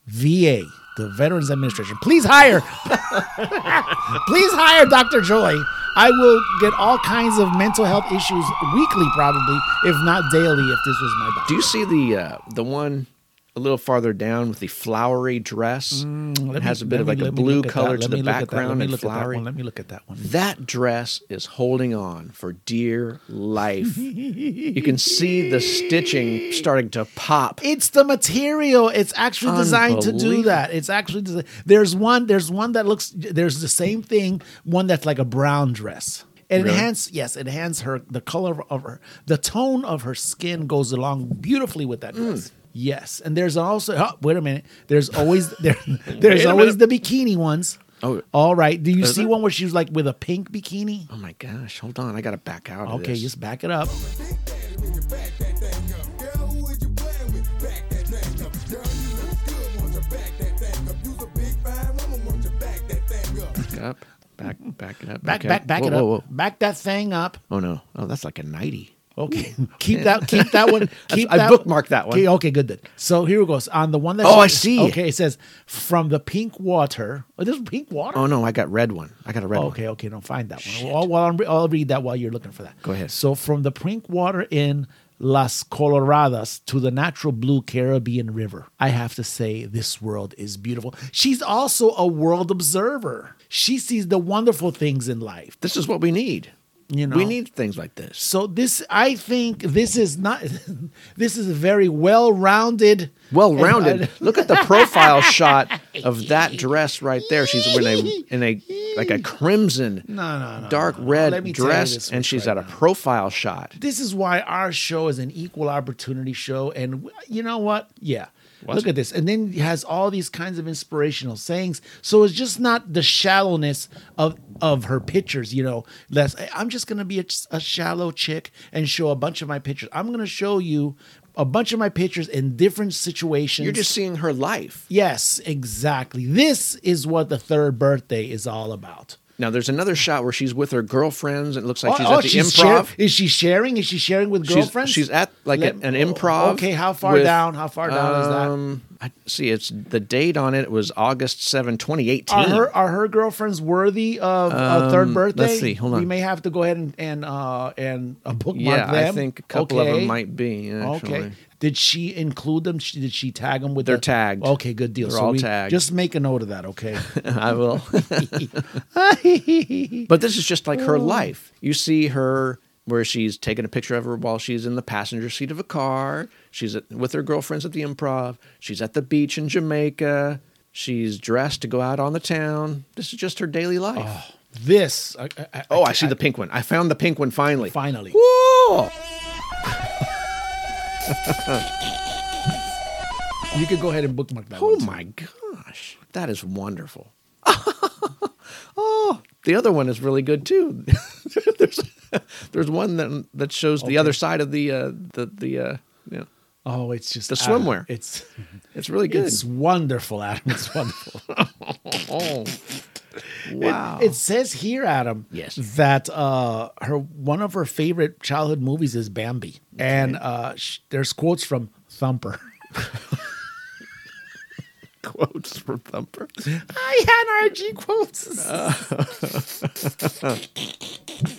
VA, the Veterans Administration, please hire, please hire Dr. Joy. I will get all kinds of mental health issues weekly, probably, if not daily, if this was my doctor.
Do you see the uh, the one a little farther down with the flowery dress?
Let
it
me-
has a bit
let
of
me-
like a
let me
blue
look at that.
color to
Let
the
me look at that.
background
Let me
and
look at that
flowery.
one. Let me look at that one.
That dress is holding on for dear life. you can see the stitching starting to pop.
It's the material. It's actually designed to do
Unbelievable.
that. It's actually desi- there's one. There's one that looks. There's the same thing. One that's like a brown dress. It
Really?
enhance yes, enhance her the color of her the tone of her skin goes along beautifully with that dress.
Hmm.
Yes, and there's also oh, wait a minute. There's always there. There's
Wait a
always the bikini ones.
Oh.
all right. Do you
Is
see
there?
one where she's like with a pink bikini?
Oh my gosh, hold on. I got to back out of
Okay,
this.
just back it up.
back up. Back back it up.
Back
okay.
back back
Whoa,
it up.
whoa, whoa.
Back that thing up.
Oh no. Oh, that's like a 90.
Okay, keep that. Keep that one. Keep
I
that,
bookmarked that one.
Okay, okay, good. Then. So here it goes on the one that.
Oh, I see.
Okay, it says from the pink water. Oh, this is pink water.
Oh no, I got red one. I got a red one.
Oh, okay, okay. Don't find that one. Well, well, I'll, re- I'll read that while you're looking for that.
Go ahead.
So from the pink water in Las Coloradas to the natural blue Caribbean River, I have to say this world is beautiful. She's also a world observer. She sees the wonderful things in life.
This is what we need.
You know.
we need things like this.
So this, I think, this is not. this is a very well-rounded. uh,
Well rounded. Look at the profile shot of that dress right there. She's in a in a like a crimson,
No, no, no.
dark
Let me
red
tell you
dress,
this
and
much
she's
right
at a profile shot.
This is why our show is an equal opportunity show, and w- you know what? Yeah.
What?
Look at this, and then it has all these kinds of inspirational sayings. So it's just not the shallowness of of her pictures. You know, less I'm just gonna be a, a shallow chick and show a bunch of my pictures. I'm gonna show you a bunch of my pictures in different situations.
You're just seeing her life.
Yes, exactly. This is what the third birthday is all about.
Now there's another shot where she's with her girlfriends and it looks like
Oh,
she's
oh,
at the
she's
improv.
share- is she sharing? Is she sharing with
She's-
girlfriends?
She's, at like
Let-
a- an improv.
Okay, how far
with,
down? How far down is that?
um, I see it's the date on it was August 7, 2018.
Are her are her girlfriends worthy of a
Um,
third birthday?
let's see, hold
We
on.
may have to go ahead and and uh, and uh, bookmark
yeah,
them.
I think a couple of
Okay.
them might be. Actually.
Okay. Did she include them? She- Did she tag them with?
They're
the-
tagged.
Okay, good deal.
They're
so
all
we
tagged.
Just make a note of that. Okay.
I will. but this is just like her life. You see her where she's taking a picture of her while she's in the passenger seat of a car. She's at, with her girlfriends at the improv. She's at the beach in Jamaica. She's dressed to go out on the town. This is just her daily life. Oh,
this. I,
oh, I, Oh. see the pink one. I found the pink one finally.
Finally.
Whoa!
you could go ahead and bookmark that.
Oh my gosh, that is wonderful. oh, the other one is really good too. there's there's one that that shows the other side of the uh, the the uh, you know,
Oh, it's just
The
ah,
swimwear.
It's
it's really good.
It's wonderful, Adam. It's wonderful.
oh,
It-
wow.
It, says here, Adam.
Yes.
That uh, her one of her favorite childhood movies is Bambi, and uh, sh- there's quotes from Thumper.
quotes from Thumper.
I had RG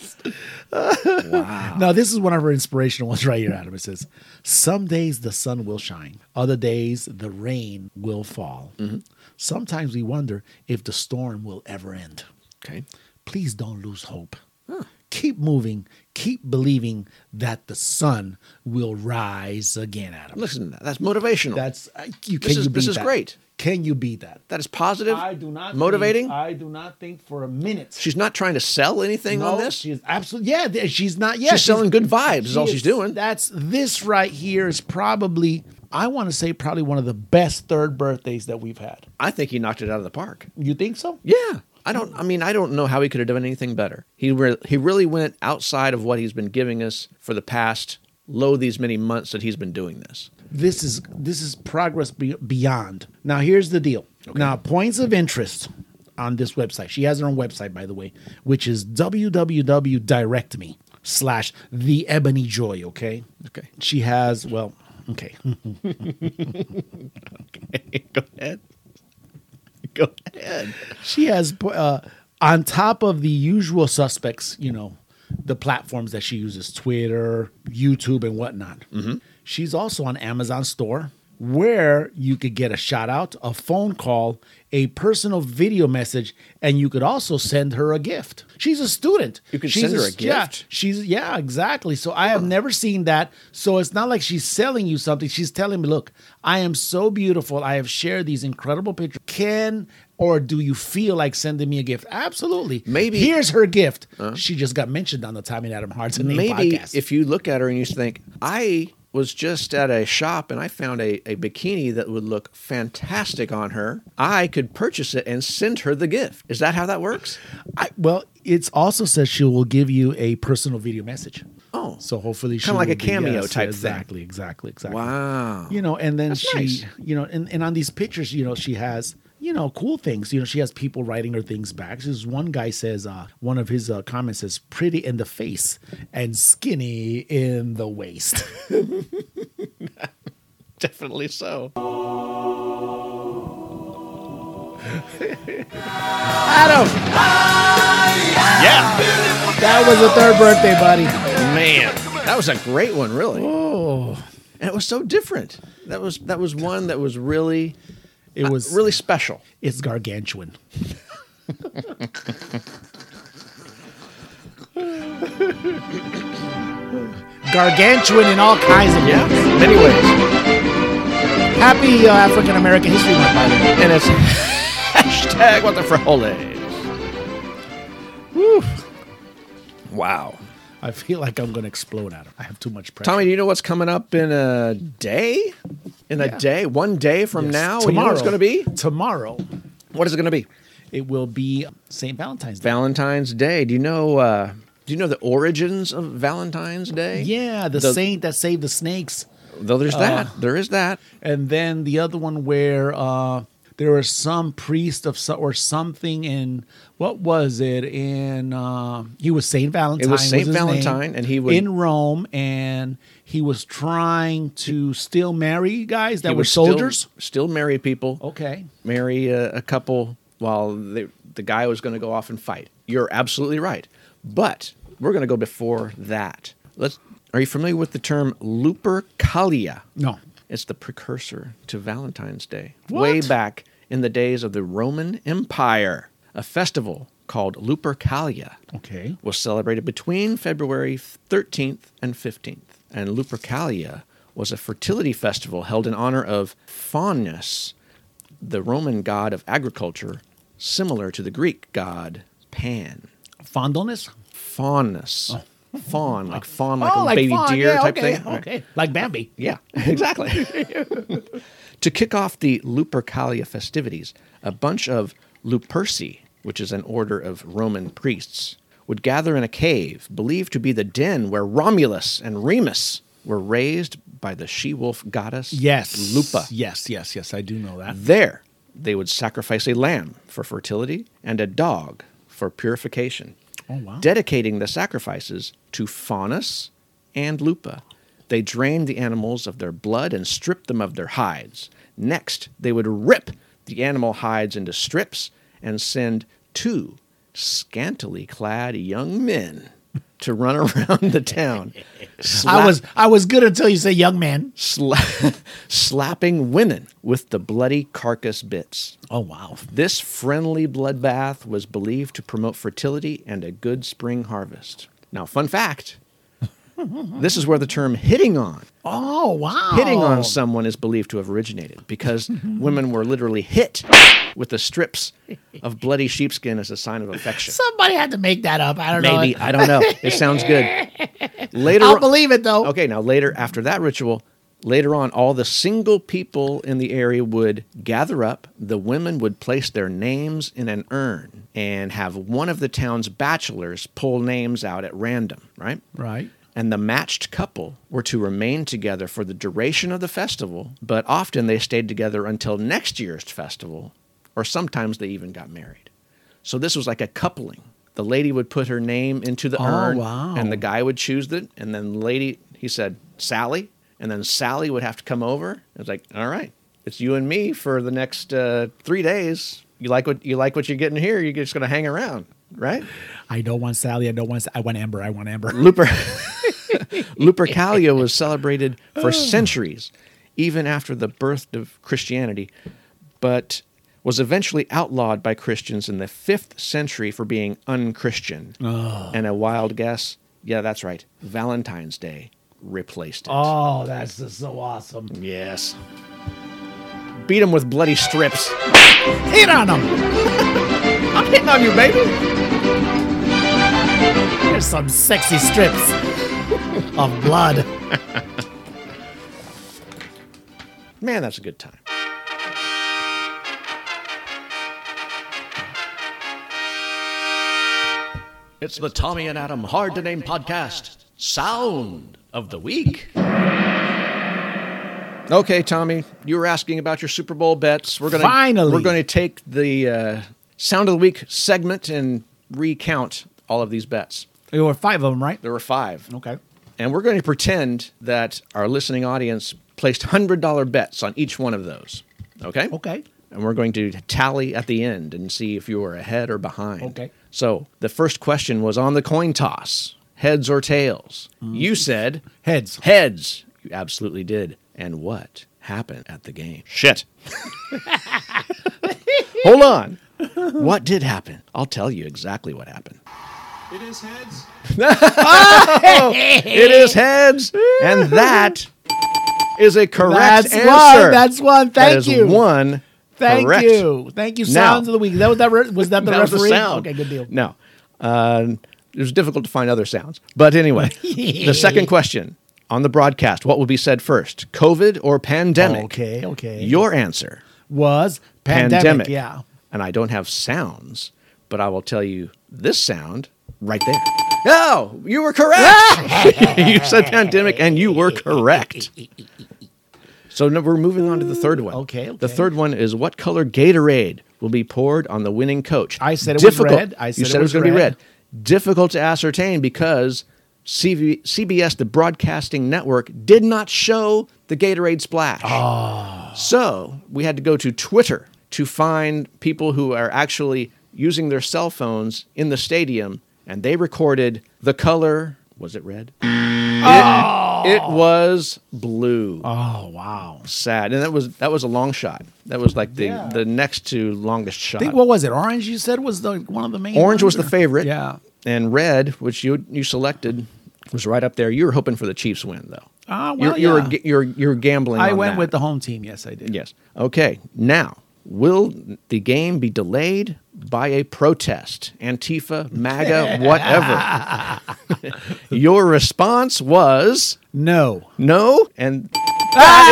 quotes.
wow.
Now this is one of her inspirational ones right here, Adam. It says, "Some days the sun will shine; other days the rain will fall.
Mm-hmm.
Sometimes we wonder if the storm will ever end.
Okay.
Please don't lose hope. Keep moving. Keep believing that the sun will rise again, Adam.
Listen, to that. that's motivational.
That's uh, you. Can
This is-
you beat
this is
that?
great.
Can you beat that?
that is positive.
I do not think-
motivating.
I do not think for a minute.
she's not trying to sell anything on this.
She's absolutely yeah. th- She's not yet.
She's selling good vibes is all she's doing.
That's this right here is probably I want to say probably one of the best third birthdays that we've had.
I think he knocked it out of the park.
You think so?
Yeah. I don't I mean I don't know how he could have done anything better. He re- he really went outside of what he's been giving us for the past low these many months that he's been doing this.
This is this is progress be- beyond. Now here's the deal. Now points of interest on this website. She has her own website by the way, which is www.directme slash the ebony joy. Okay.
Okay.
She has well. Okay.
Go ahead. Go ahead.
she has uh, on top of the usual suspects you know the platforms that she uses twitter youtube and whatnot
Mm-hmm.
she's also on amazon store where you could get a shout out a phone call a personal video message and you could also send her a gift sheves a student
You could
She's
send her a
s- yeah,
gift?
she's yeah exactly so i have never seen that so it's not like she's selling you something she's telling me look i am so beautiful i have shared these incredible pictures can or do you feel like sending me a gift absolutely
Maybe- Uh-huh.
here's her gift she just got mentioned on the tommy and adam Hart's name
Maybe
podcast
if you look at her and you think I was just at a shop and I found a, a bikini that would look fantastic on her. I could purchase it and send her the gift. Is that how that works?
I, well it also says she will give you a personal video message
Oh.
so hopefully she
Kinda like
will
a
be-
cameo type thing.
exactly exactly exactly
Wow.
you know and then
That's
she
nice.
you know and, and on these pictures you know she has you know cool things you know she has people writing her things back this one guy says uh one of his uh, comments says pretty in the face and skinny in the waist
Definitely so.
adam
Yeah.
that was the third birthday buddy
Man, that was a great one, really. Oh, and it was so different. That was that was one that was really
it was
really special.
it's gargantuan gargantuan in all kinds of
Yeah,
ways
many ways.
happy uh, african american history month by the way
And it's hashtag what the frijoles. Woo. Wow.
I feel like I'm going to explode at him. I have too much pressure.
Tommy, do you know what's coming up in a day? In a day, one day from
Yes.
now, you know what it's going to be?
Tomorrow,
What is it going to be?
it will be St. Valentine's Day.
Valentine's Day. Do you know? Uh, do you know the origins of Valentine's Day?
yeah, Uh, the,
The-
saint that saved the snakes.
Though there's that. There is that.
And then the other one where uh, there was some priest of so, or something in what was it in um he was Saint Valentine.
It was Saint
his
Valentine,
name,
and he would-
in Rome, and he was trying to still marry guys that
He
were
would still-
soldiers.
still marry people.
okay,
marry a, a couple while they, the guy was going to go off and fight. You're absolutely right. But we're going to go before that. Let's. Are you familiar with the term Lupercalia?
No.
It's the precursor to Valentine's Day.
What?
Way back in the days of the Roman Empire, a festival called Lupercalia
okay,
was celebrated between February 13th and 15th. And Lupercalia was a fertility festival held in honor of Faunus, the Roman god of agriculture, similar to the Greek god Pan.
fondleness.
Faunus. Fawn, like fawn, like
oh,
a
like
baby
fawn,
deer
yeah,
type
okay,
thing. All right.
Okay, like Bambi.
Yeah, exactly. to kick off the Lupercalia festivities, a bunch of Luperci, which is an order of Roman priests, would gather in a cave believed to be the den where Romulus and Remus were raised by the she wolf goddess
Yes,
Lupa. Mm.
Yes, yes, yes. I do know that.
There, they would sacrifice a lamb for fertility and a dog for purification,
Oh wow.
dedicating the sacrifices to Faunus and Lupa. They drained the animals of their blood and stripped them of their hides. Next, they would rip the animal hides into strips and send two scantily clad young men to run around the town.
I
slap-
was I was good until you say young man.
sla- slapping women with the bloody carcass bits.
Oh wow.
This friendly bloodbath was believed to promote fertility and a good spring harvest. Now, fun fact this is where the term hitting on
Oh wow.
hitting on someone is believed to have originated because women were literally hit with the strips of bloody sheepskin as a sign of affection.
Somebody had to make that up. I don't
Maybe,
know.
I don't know. It sounds good. Later
I'll
on-
believe it though.
Okay, now later after that ritual, later on, all the single people in the area would gather up. The women would place their names in an urn and have one of the town's bachelors pull names out at random, right?
Right.
And the matched couple were to remain together for the duration of the festival, but often they stayed together until next year's festival, or sometimes they even got married. So this was like a coupling. The lady would put her name into the
Oh,
urn,
wow.
and the guy would choose it. And then the lady, he said, Sally. And then Sally would have to come over. It was like, all right, it's you and me for the next uh, three days. You like what you like what you're getting here. You're just going to hang around, right?
I don't want Sally. I don't want. I want Amber. I want Amber.
Luper Lupercalia was celebrated for centuries, even after the birth of Christianity, but was eventually outlawed by Christians in the fifth century for being unchristian. And a wild guess, yeah, that's right. Valentine's Day replaced it.
Oh, that's just so awesome.
Yes. Beat them with bloody strips.
Hit on them.
I'm hitting on you, baby.
Here's some sexy strips of blood.
Man, that's a good time. It's the Tommy and Adam Hard to Name podcast, Sound of the Week. Okay, Tommy, you were asking about your Super Bowl bets. We're gonna
Finally.
we're going to take the uh, Sound of the Week segment and recount all of these bets.
There were five of them, right?
There were five.
Okay.
And we're going to pretend that our listening audience placed $100 bets on each one of those. Okay?
Okay.
And we're going to tally at the end and see if you were ahead or behind.
Okay.
So the first question was on the coin toss heads or tails? You said
Mm. Heads.
heads. You absolutely did. And what happened at the game? Shit. Hold on. What did happen? I'll tell you exactly what happened.
It is heads.
It is heads, and that is a correct
That's
answer.
one. That's one.
That
Thank
is
you.
One.
Thank
correct.
you. Thank you.
Now-
Sounds of the week. That was that. Re- was that the
That was
referee?
the sound.
Okay. Good deal.
No, uh, it was difficult to find other sounds. But anyway, the second question on the broadcast: What will be said first, COVID or pandemic?
Okay, okay.
Your answer:
Was pandemic.
pandemic.
Yeah.
And I don't have sounds, but I will tell you this sound right there. No, you were correct. you said pandemic, and you were correct. So now we're moving on to the third one.
Okay,
The third one is what color Gatorade will be poured on the winning coach? I
said it was red. I
you
said it
said it was
was
going to be
red.
red. Difficult to ascertain because CV, CBS, the broadcasting network, did not show the Gatorade splash. Oh.
Ah.
So we had to go to Twitter to find people who are actually using their cell phones in the stadium, and they recorded the color. Was it red? It, it was blue.
Ah. Oh wow,
sad. And that was that was a long shot. That was like the
Yeah.
the next to longest shot.
I think what was it? Orange. You said was the one of the main.
Uh, Orange was the
ones, or-
favorite.
Yeah.
And red, which you you selected, was right up there. You were hoping for the Chiefs win though.
Ah,
you're,
well,
you're
yeah.
ga- you're you're gambling.
I
on
went
that.
with the home team. Yes, I did.
Yes. Okay. Now, will the game be delayed by a protest? Antifa, MAGA, whatever. Your response was
No.
no, and that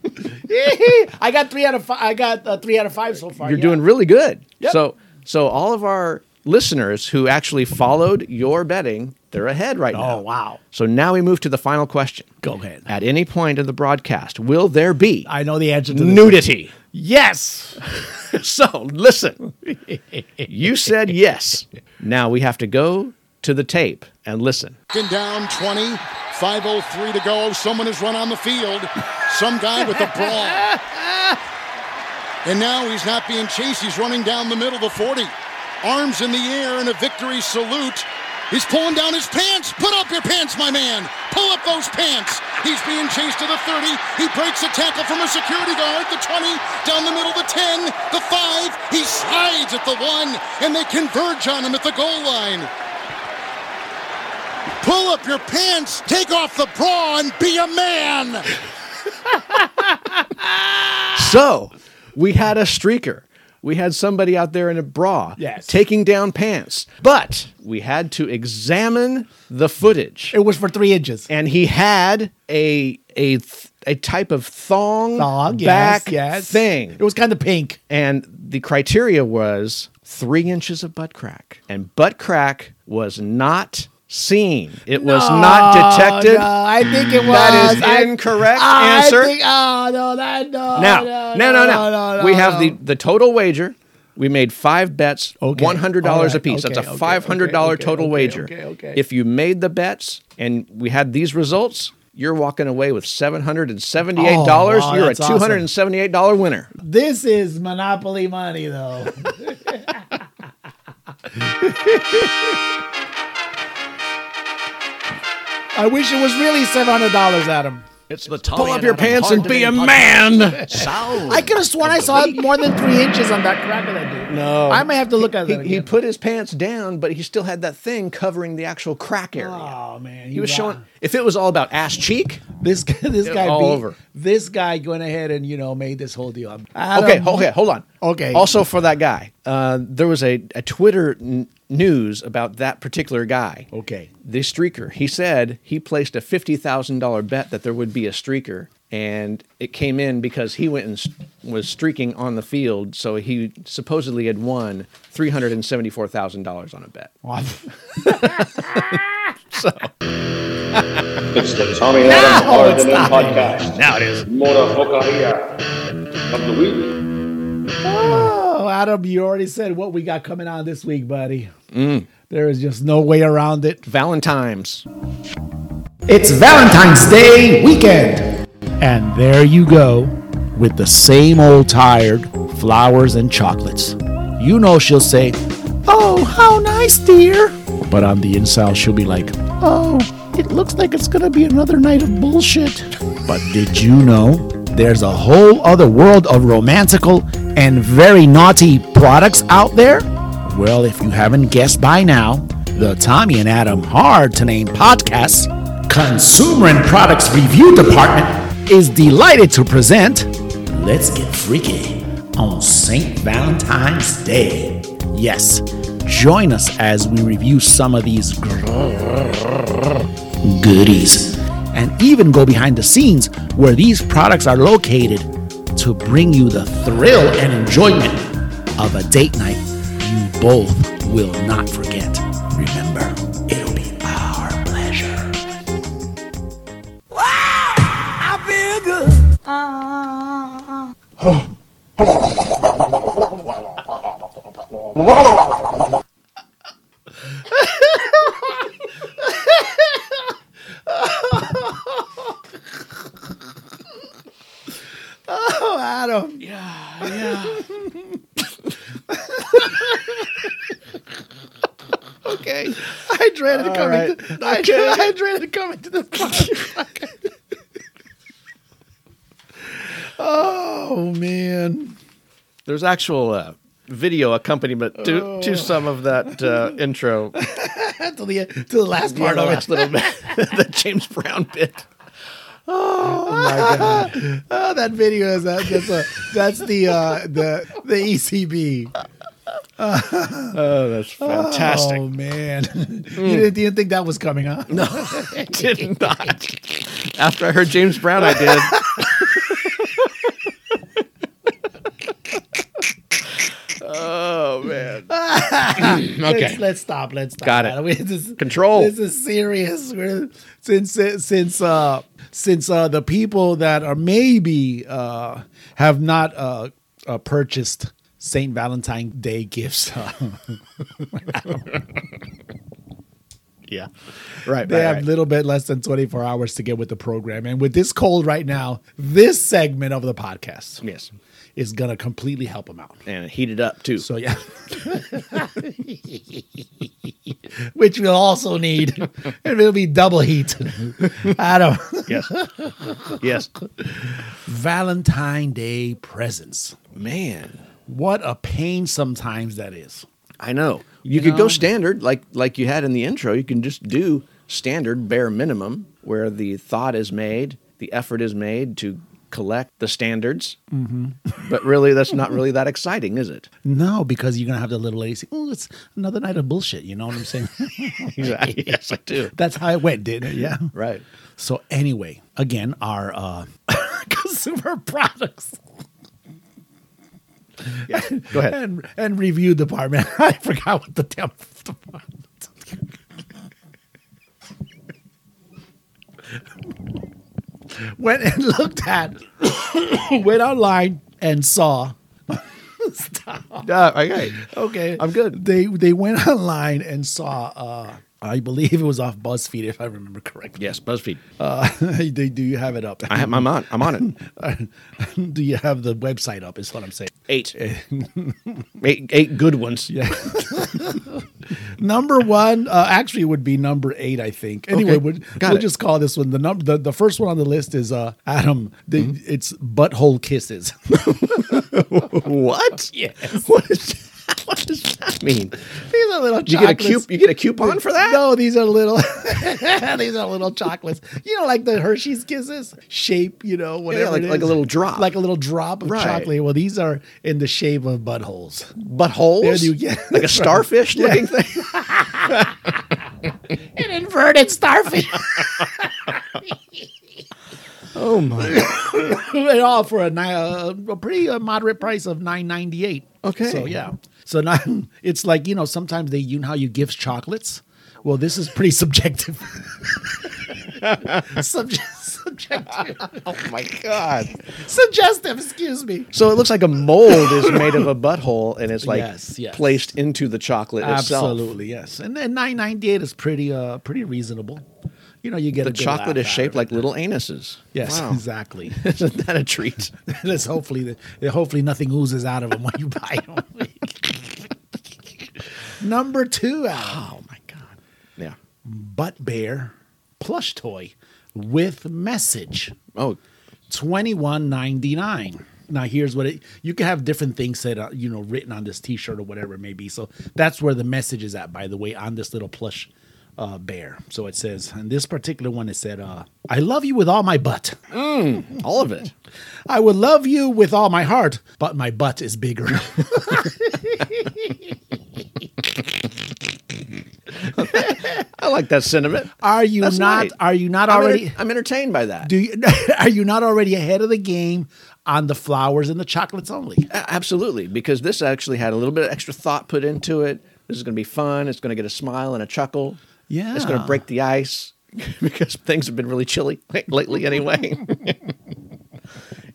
is correct.
I got three out of five. I got uh, three out of five so far.
You're
yeah.
doing really good.
Yep.
So so all of our listeners who actually followed your betting, they're ahead right now.
Oh wow.
So now we move to the final question.
Go ahead.
At any point in the broadcast, will there be
I know the answer to this.
nudity?
Yes.
So listen, you said yes. Now we have to go to the tape and listen.
Second down 20, 5.03 to go. Someone has run on the field. Some guy with a brawl. And now he's not being chased. He's running down the middle, the 40. Arms in the air in a victory salute. He's pulling down his pants. Put up your pants, my man. Pull up those pants. He's being chased to the 30. He breaks a tackle from a security guard. The 20, down the middle, the 10, the 5. He slides at the 1, and they converge on him at the goal line. Pull up your pants, take off the bra, and be a man.
So we had a streaker. We had somebody out there in a bra
Yes.
taking down pants. But we had to examine the footage.
It was for three inches.
And he had a a th- a type of thong,
Thong, yes,
back
yes.
thing.
It was kind of pink.
And the criteria was three inches of butt crack. And butt crack was not seen. It was not detected.
No, Uh, I think it was.
That is
I-
incorrect
I
answer.
think- oh no, that no.
now,
no,
now, now, now.
no, no,
we
no,
have
no.
the, the total wager. We made five bets,
Okay,
one hundred
all
dollars
right,
a piece.
okay,
That's a
okay,
five hundred dollar
okay,
total
okay,
wager.
okay, okay.
If you made the bets and we had these results, you're walking away with seven hundred and seventy eight dollars.
Oh, wow,
you're a
that's
two hundred and seventy eight dollar winner.
This is Monopoly money, though. I wish it was really seven hundred dollars, Adam.
It's the pull up your pants and be a man.
I could have sworn I saw more than three inches on that crack of that dude.
No.
I may have to look at
He,
that.
he
again.
put his pants down, but he still had that thing covering the actual crack area.
Oh man,
he
you
was
lie.
showing. If it was all about ass cheek,
this guy. This guy
all
beat-
over.
This guy going ahead and you know made this whole deal. Adam,
okay, okay, hold on.
Okay.
Also for that guy, uh, there was a, a Twitter n- news about that particular guy.
Okay.
The streaker. He said he placed a fifty thousand dollar bet that there would be a streaker, and it came in because he went and s was streaking on the field, so he supposedly had won three hundred and seventy four thousand dollars on a bet.
Wow.
It's the Tommy Adams Hard to Name podcast. Now it is. Motherfucker here. Of the week.
Oh, Adam, you already said what we got coming on this week, buddy.
Mm.
There is just no way around it.
Valentine's.
It's Valentine's Day weekend. And there you go with the same old tired flowers and chocolates. You know she'll say, Oh, how nice, dear. But on the inside, she'll be like, Oh, it looks like it's going to be another night of bullshit. But did you know there's a whole other world of romantical and very naughty products out there? Well, if you haven't guessed by now, the Tommy and Adam Hard to Name podcast, Consumer and Products Review Department, is delighted to present Let's Get Freaky on St. Valentine's Day. Yes, join us as we review some of these goodies and even go behind the scenes where these products are located to bring you the thrill and enjoyment of a date night you both will not forget. Remember, it'll be our pleasure.
I feel
Oh, Adam.
Yeah, yeah.
okay. I dreaded
All
coming.
right.
To, I,
Okay.
I dreaded coming to the podcast. oh man.
There's actual uh, video accompaniment to
Oh.
to some of that uh, intro.
to the to the last
Yeah,
part
the
of
last
it.
little bit, the James Brown bit.
Oh, my god! oh, that video is that, that's a, that's the uh, the the ECB.
Oh, that's fantastic.
Oh man, you, didn't, you didn't think that was coming, huh?
No, I did not. After I heard James Brown, I did. oh man.
okay.
Okay.
Let's, let's stop. Let's stop.
Got it.
We- this is-
Control.
This is serious. We're, since since uh since uh the people that are maybe uh have not uh, uh purchased Saint Valentine Day gifts.
Yeah. Right.
They
right,
have
right.
little bit less than 24 hours to get with the program. And with this cold right now, this segment of the podcast
yes.
is going to completely help them out.
and it heated up too.
So yeah. Which we'll also need. It'll be double heat. Adam.
Yes. Yes.
Valentine Day presents.
Man.
What a pain sometimes that is.
I know. You,
You
could
know?
go standard like like you had in the intro. You can just do standard bare minimum where the thought is made, the effort is made to collect the standards.
Mhm.
But really that's not really that exciting, is it?
No, because you're gonna have the little lady say, "Oh, it's another night of bullshit." You know what I'm saying?
Exactly. Yes, I do.
That's how it went, didn't it? Yeah.
Right.
So anyway, again, our uh, consumer products.
Yeah. Go ahead.
And, and review department. I forgot what the damn department. went and looked at, went online and saw. Stop.
okay.
uh, Okay.
I'm good.
They they went online and saw. Uh, I believe it was off BuzzFeed, if I remember correctly.
Yes, BuzzFeed.
Uh, do, do you have it up?
I have, I'm on. I'm on it.
do you have the website up? Is what I'm saying.
Eight. eight, eight good ones.
Yeah. number one, uh, actually, it would be number eight, I think. Anyway,
Okay.
we'll,
Got
we'll
it.
just call this one the number. The, the first one on the list is uh, Adam. The,
Mm-hmm.
It's butthole kisses.
what?
Yes.
What, is, what does that mean?
These are little.
You get a
chocolates.
cup- you get a coupon for that?
No, these are little. these are little chocolates. You know, like the Hershey's kisses shape. You know, whatever.
like-
it is.
like a little drop.
Like a little drop of
Right.
chocolate. Well, these are in the shape of buttholes.
Buttholes?
There you- yeah,
like a
that's right.
starfish
Yeah.
looking thing?
An inverted starfish.
Oh my.
and all for a, ni- uh, a pretty uh, moderate price of nine ninety eight.
Okay.
So yeah. So now it's like you know sometimes they you know how you give chocolates. Well, this is pretty subjective. Subje- subjective.
oh my god.
Suggestive. Excuse me.
So it looks like a mold is made of a butthole and it's like
Yes, yes.
placed into the chocolate itself.
Absolutely yes. And then nine ninety eight is pretty uh pretty reasonable. You know you get
The
a good
chocolate is
laugh out
shaped
of
like little anuses.
it. Yes,
Wow.
exactly.
Isn't that a treat?
Let's hopefully that hopefully nothing oozes out of them when you buy them. Number two, Adam. Oh my god.
Yeah.
Butt Bear plush toy with message.
Oh,
Twenty one ninety nine. Now here's what it you can have different things said uh, you know written on this T-shirt or whatever it may be. So that's where the message is at. By the way, on this little plush uh, bear. So it says, and this particular one it said, uh, "I love you with all my butt.
all of it.
I would love you with all my heart, but my butt is bigger."
I like that sentiment.
are you
That's
not?
right.
Are you not
I'm, enter-
already?
I'm entertained by that.
Do you are you not already ahead of the game on the flowers and the chocolates only?
A- Absolutely, because this actually had a little bit of extra thought put into it. This is going to be fun. It's going to get a smile and a chuckle. It's going
Yeah.
to break the ice because things have been really chilly lately, anyway.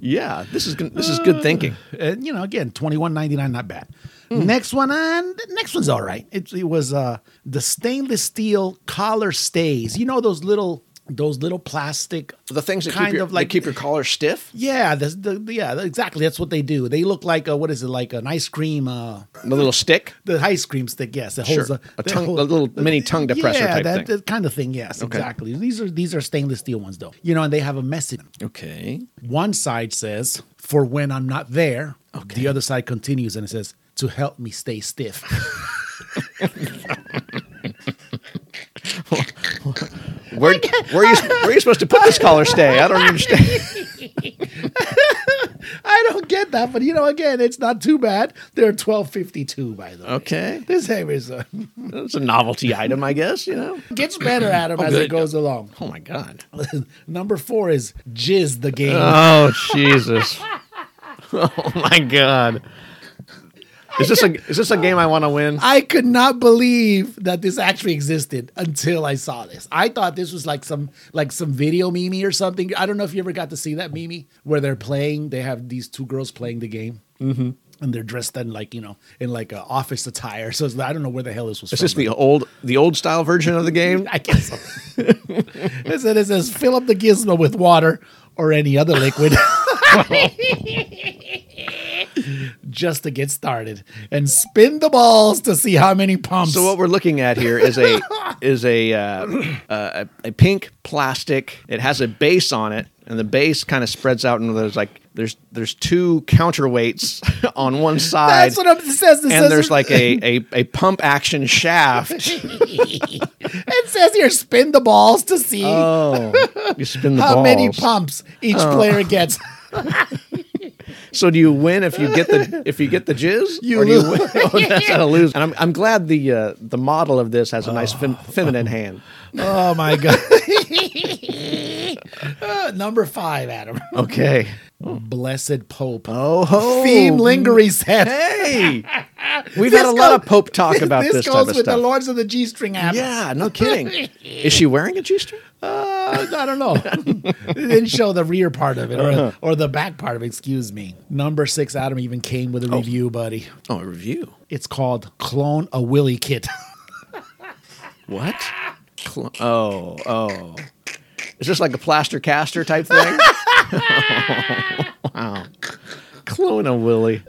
Yeah, this is good, this is good thinking.
Uh, you know, again, twenty one ninety nine, not bad.
Hmm.
Next one on next one's all right. It, it was uh, the stainless steel collar stays. You know those little those little plastic
the things that keep your, that keep your collar stiff.
yeah the, the, yeah exactly that's what they do. They look like a, what is it like an ice cream uh,
The little stick,
the ice cream stick. Yes, it
sure,
holds
a,
that
tongue,
holds-
a little mini tongue depressor
yeah,
type
that,
thing.
that kind of thing. Yes,
Okay.
exactly. These are these are stainless steel ones though. You know, and they have a message.
Okay.
One side says, "For when I'm not there." The other side continues and it says, "To help me stay stiff."
Where, where are you where are you supposed to put this collar stay? I don't understand.
I don't get that, but you know, again, it's not too bad. They're twelve fifty two, by
Oh.
the way.
Okay,
This hammer is uh,
it's a novelty item, I guess. You know.
gets better at him
Oh,
as
good.
it goes along.
Oh my god.
Number four is Jizz the game.
Oh Jesus. Oh my god. Is this a is this a game I want to win?
I could not believe that this actually existed until I saw this. I thought this was like some like some video meme or something. I don't know if you ever got to see that meme where they're playing. They have these two girls playing the game, mm-hmm. and they're dressed in like you know in like uh, office attire. So it's- I don't know where the hell this was.
Is
from,
this the old the old style version of the game?
I guess. so. it said it says fill up the gizmo with water or any other liquid. Just to get started and spin the balls to see how many pumps.
So what we're looking at here is a is a, uh, uh, a a pink plastic. It has a base on it, and the base kind of spreads out into those like there's there's two counterweights on one side.
That's what I'm, it says. It says
and there's like a, a, a pump action shaft.
it says here, spin the balls to see
Oh, you spin the
how
balls.
many pumps each
Oh.
player gets.
So do you win if you get the if you get the jizz?
You
or do
lose.
win? Oh, that's how to lose. And I'm, I'm glad the uh, the model of this has a nice fem- feminine hand.
Oh my god! Uh, number five, Adam.
Okay.
Blessed Pope.
Oh, ho.
Theme lingerie set.
Hey, we've had a lot of Pope talk about this,
This
type
goes
of
with the
stuff.
Lords of the G String app.
yeah, no kidding. Is she wearing a g-string?
Uh, I don't know. it didn't show the rear part of it or,
Uh-huh.
or the back part of it, excuse me. Number six, Adam even came with a review, buddy.
Oh, a review.
It's called Clone a Willy Kit.
What? Cl- oh, oh. Is this like a plaster caster type thing? wow. Clone a Willie.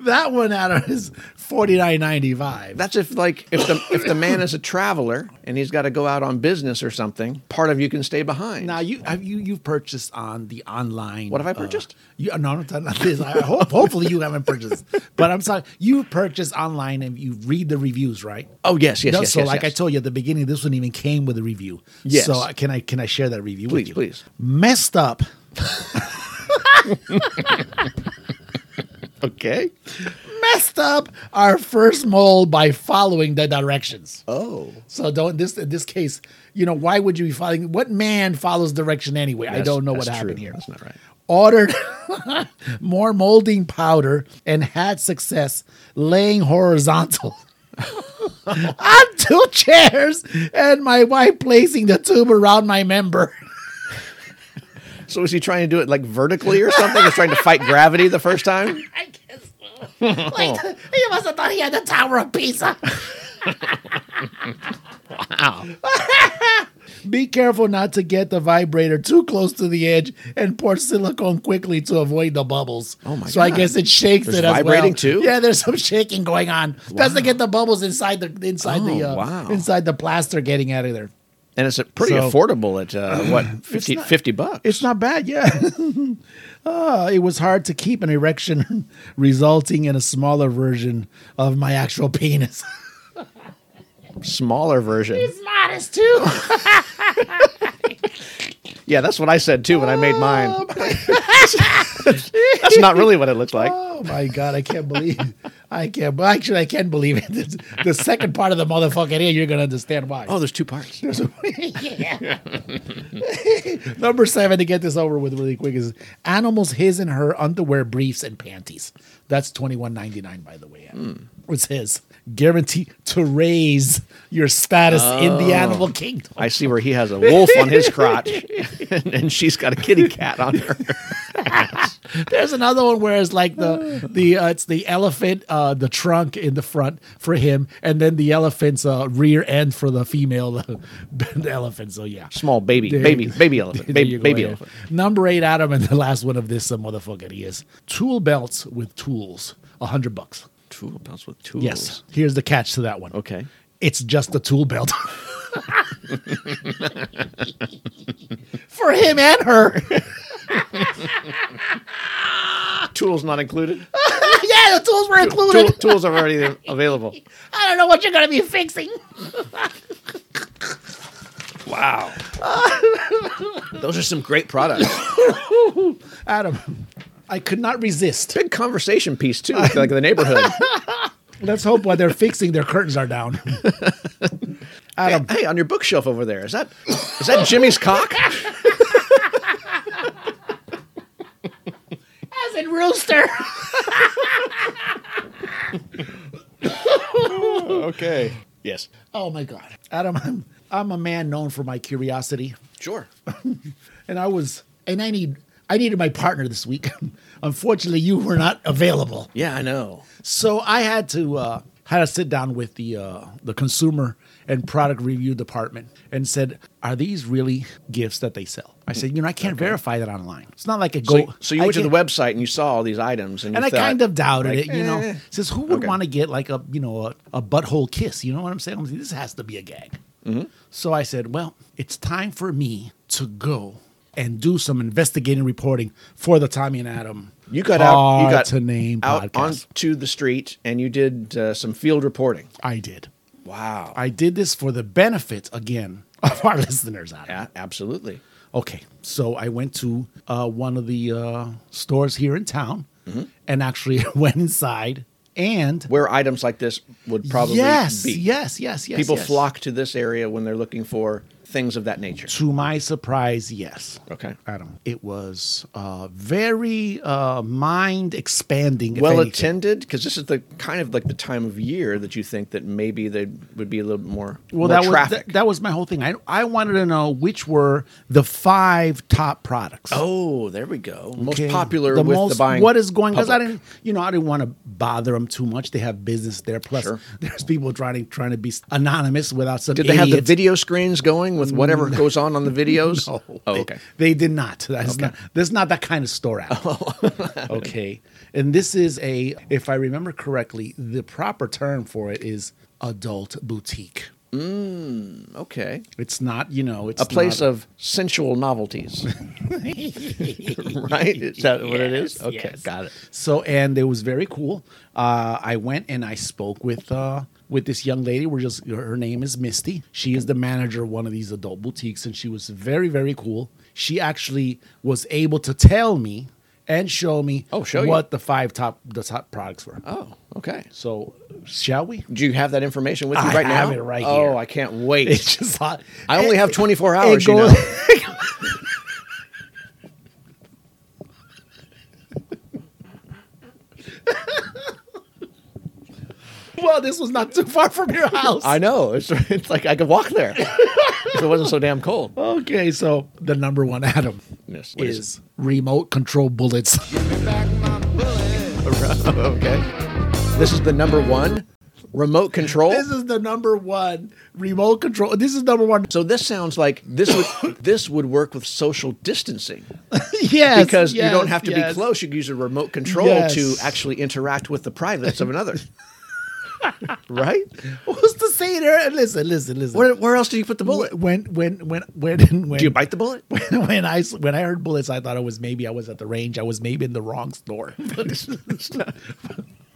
that one, Adam, is forty nine ninety five.
That's if like if the if the man is a traveler and he's got to go out on business or something, part of you can stay behind.
Now you have you you've purchased on the online.
What have I
uh,
purchased?
you, no, no, not this. I hope hopefully you haven't purchased. But I'm sorry, you purchased online and you read the reviews, right?
Oh yes, yes,
No,
yes.
so
yes,
like
yes.
I told you at the beginning, this one even came with a review.
Yes.
So I- can I can I share that review with
please,
you?
please.
Messed up.
Okay.
Messed up our first mole by following the directions.
Oh,
So don't this in this case, you know, why would you be following what man follows direction anyway? I
That's-
don't know what
that's true.
happened here.
That's not right.
ordered more molding powder and had success laying horizontal on two chairs and my wife placing the tube around my member.
So is he trying to do it like vertically or something? He's trying to fight gravity the first time.
I guess so. Like, he must have thought he had the Tower of Pisa.
Wow.
Be careful not to get the vibrator too close to the edge and pour silicone quickly to avoid the bubbles.
Oh my
So I
God.
guess it shakes
There's
it as
vibrating too?
well. Yeah, there's some shaking going on. Best to get the bubbles inside the inside the
Oh,
uh,
wow.
inside the plaster getting out of there.
And it's a pretty
So-
affordable at uh, what 50,
not-
50 bucks.
It's not bad, yeah. uh, it was hard to keep an erection, resulting in a smaller version of my actual penis.
Smaller version.
modest too.
Yeah, that's what I said too when I made mine. that's not really what it looks like.
Oh my god, I can't believe I can't. Well, actually, I can believe it. The, the second part of the motherfucking ear, you're gonna understand why.
Oh, there's two parts.
yeah. Number seven to get this over with really quick is animals his and her underwear, briefs, and panties. That's twenty one ninety nine, by the way.
Hmm.
It's his guarantee to raise your status in
Oh.
the animal kingdom.
I see where he has a wolf on his crotch, and she's got a kitty cat on her.
There's another one where it's like the the uh, it's the elephant, uh, the trunk in the front for him, and then the elephant's uh, rear end for the female the elephant. So yeah,
small baby,
There-
baby, baby elephant,
there
baby,
you go,
baby
yeah.
elephant.
Number eight, Adam, and the last one of this uh, motherfucker he is tool belts with tools, a hundred bucks.
Tool belts with tools.
Yes. Here's the catch to that one.
Okay.
It's just a tool belt. For him and her.
tools not included.
yeah, the tools were included.
Tool, tools are already available.
I don't know what you're going to be fixing.
Wow, those are some great products.
Adam, I could not resist.
Big conversation piece too, with, like the neighborhood.
Let's hope while they're fixing, their curtains are down.
Adam, hey, on your bookshelf over there is that is that Jimmy's cock?
As in Rooster.
okay. Yes.
Oh my God, Adam! I'm I'm a man known for my curiosity,
Sure.
and I was and I need I needed my partner this week. Unfortunately, you were not available,
Yeah, I know.
so I had to uh, had to sit down with the uh, the consumer and product review department and said, "Are these really gifts that they sell?" I said, "You know, I can't verify that online. It's not like a go."
So, so you
I
went to the
can't-
website and you saw all these items, and,
and
you
I
thought,
kind of doubted
like,
it, you
eh.
know. Says who would
Okay.
want to get like a you know a, a butthole kiss? You know what I'm saying? I'm saying, This has to be a gag.
Mm-hmm.
So I said, well, it's time for me to go and do some investigating reporting for the Tommy and Adam.
You got out. You
Hard
got
to name
out
podcast.
onto the street, and you did uh, some field reporting.
I did.
Wow.
I did this for the benefit again of our listeners out.
A- absolutely.
Okay, so I went to uh, one of the uh, stores here in town
Mm-hmm.
and actually went inside and
Where items like this would probably
yes,
be.
yes, yes, yes.
People
yes.
flock to this area when they're looking for things of that nature.
To my surprise, yes.
Okay.
Adam, it was uh, very uh, mind expanding.
Well attended, because this is the kind of like the time of year that you think that maybe there would be a little more,
Well,
more
that was,
traffic.
that, that was my whole thing. I, I wanted to know which were the five top products.
oh, there we go. Most
Okay.
popular with the buying.
What is going? Because I
public.
didn't, you know, I didn't want to bother them too much. They have business there. Plus,
Sure.
there's people trying trying to be anonymous without some.
Did they have the
idiot-
video screens going with whatever goes on on the videos?
Mm. No,
Oh,
they,
okay.
They did not. That's not. That's not that kind of store out. okay. And this is a, if I remember correctly, the proper term for it is adult boutique.
Okay.
It's not, you know, it's
a place
not-
of sensual novelties. right? Is that what it is?
Yes,
Okay,
yes.
got it.
So, and it was very cool. Uh, I went and I spoke with uh, with this young lady. We're just her name is Misty. She is the manager of one of these adult boutiques, and she was very very cool. She actually was able to tell me and show me
Oh, show you.
what the five top the top products were.
Oh, okay.
So, shall we?
Do you have that information with you
I
right now?
have it right
oh,
here.
I can't wait.
It's just hot.
I only
It-
have 24
it
hours, you
goes-
know.
well, this was not too far from your house.
I know. It's, it's like I could walk there if it wasn't so damn cold.
Okay, so the number one Adam
Yes, what is
is, remote control bullets.
Okay. This is the number one remote control.
this is the number one remote control. This is number one.
so this sounds like this would this would work with social distancing
Yes,
because you don't
yes,
have to
yes.
be close. You can use a remote control
Yes.
to actually interact with the privates of another. right?
What's to say there? Listen, listen, listen.
Where, where else do you put the bullet?
When when when when when
Do you bite the bullet?
when I s- when I heard bullets, I thought it was maybe I was at the range. I was maybe in the wrong store.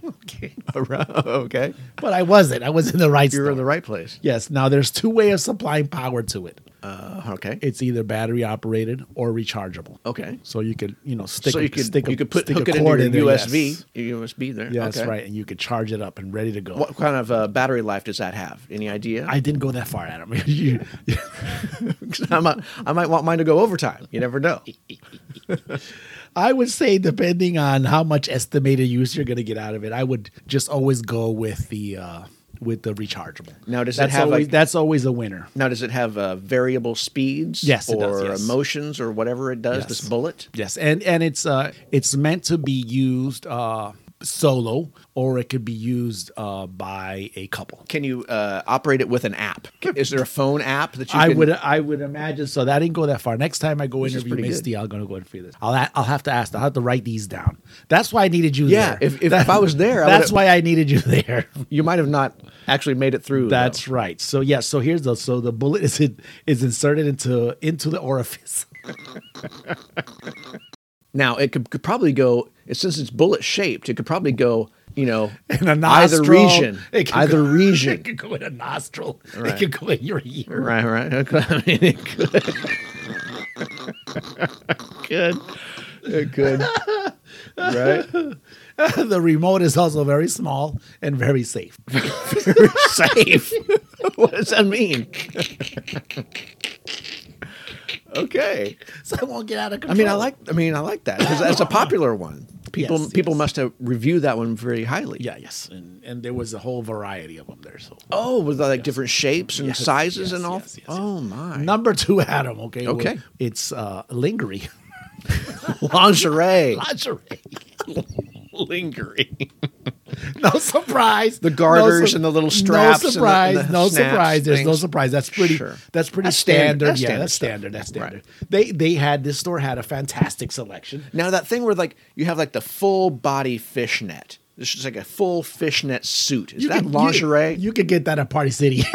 okay,
okay.
but I wasn't. I was in the right.
You're
store.
in the right place.
Yes. Now there's two ways of supplying power to it.
Uh, okay.
It's either battery operated or rechargeable.
Okay.
So you could you know stick
so
a,
you could
stick a,
you could put
stick
hook
a
it
cord
into
in
your
there,
USB
yes.
your USB there.
Yeah, that's
Okay.
right, and you could charge it up and ready to go.
What kind of uh, battery life does that have? Any idea?
I didn't go that far, Adam. You- you-
I might, I might want mine to go overtime. You never know.
I would say, depending on how much estimated use you're going to get out of it, I would just always go with the uh, with the rechargeable.
Now, does it
that's
have
always,
like-
that's always the winner.
Now, does it have uh, variable speeds?
Yes, it
or
does, yes.
emotions or whatever it does. This
Yes.
bullet.
Yes, and and it's uh it's meant to be used uh solo or it could be used uh by a couple.
Can you uh, operate it with an app? Is there a phone app that you?
I
can-
would I would imagine so. That didn't go that far. Next time I go
This is
interview
pretty
Misty,
good.
I'm gonna go and figure this. I'll ha- I'll have to ask. I'll have to write these down. That's why I needed you
Yeah,
there.
if, if,
That-
if I was there, I
that's
would've-
why I needed you there.
you might have not actually made it through.
That's right. So yes. so here's the so the bullet is in, is inserted into into the orifice.
Now it could, could probably go since it's bullet shaped. It could probably go, you know,
In a
either
nostril.
region,
It could
either
go-
region.
It could go in a nostril.
Right.
It could go in your ear.
Right, right. Okay. I mean, it could. Good. It could. Right.
the remote is also very small and very safe.
Safe. what does that mean? okay.
So I won't get out of
I
control.
mean, I like. I mean, I like that because that's a popular one. People,
Yes,
people
yes.
must have reviewed that one very highly.
Yeah, yes. And, and there was a whole variety of them there. So
Oh, with like different shapes and
Yes,
sizes
yes,
and all.
yes, yes,
oh my.
number two, Adam. Okay.
Okay.
well, it's uh, lingerie.
Lingerie.
Lingerie.
Lingering.
No surprise.
The garters
No sur-
and the little straps and the-
No
and
surprise.
the
no
snaps,
surprise. There's no
things.
surprise. That's pretty.
Sure.
That's pretty
That's standard-
standard.
that's
Yeah,
standard
that's
stuff.
standard. That's
Right.
standard. They they had this store had a fantastic selection.
Now that thing where like you have like the full body fishnet. This is like a full fishnet suit. Is that
could-
lingerie?
You, you could get that at Party City.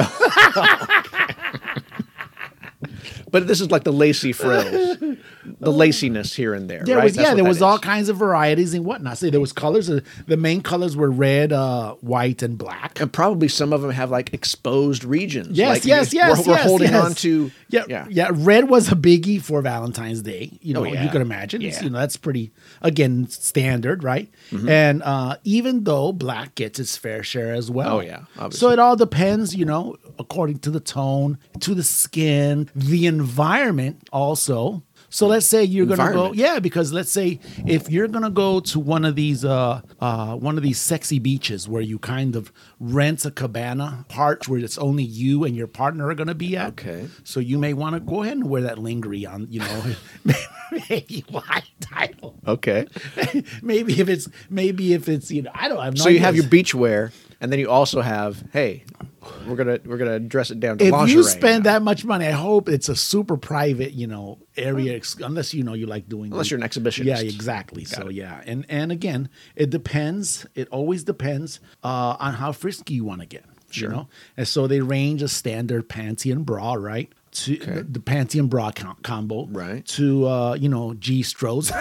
but this is like the lacy frills, the laciness here and there.
There
right?
was
That's
yeah,
what
there
that
was
is.
all kinds of varieties and whatnot. So there was colors. uh, The main colors were red, uh, white, and black.
and probably some of them have like exposed regions.
Yes,
like,
yes,
we're-
yes.
We're,
yes,
holding
yes.
on to
yeah, yeah, Red was a biggie for Valentine's Day. You know,
Oh, yeah.
you can imagine. It's,
Yeah. Mm-hmm.
You know, that's pretty again standard, right? And uh, even though black gets its fair share as well.
Oh, yeah,
So
obviously.
it all depends, you know, according to the tone, to the skin, the environment also. So let's say you're gonna go,
Environment.
yeah, because let's say if you're gonna go to one of these, uh, uh, one of these sexy beaches where you kind of rent a cabana part where it's only you and your partner are gonna be at.
Okay.
So you may want to go ahead and wear that lingerie on, you know, maybe white title.
Okay.
maybe if it's maybe if it's you know I don't I have no
So you have
idea.
your beach wear, and then you also have hey, we're gonna we're gonna dress it down to
if
lingerie.
you spend
now.
that much money, I hope it's a super private, you know, area. Ex- unless you know you like doing,
Unless
the-
you're an exhibitionist.
Yeah, exactly. so yeah, and and again, it depends. It always depends uh, on how frisky you want to get.
Sure.
You know, and so they range a standard panty and bra, right? To the, the panty and bra com- combo,
Right.
To uh, you know, g stros.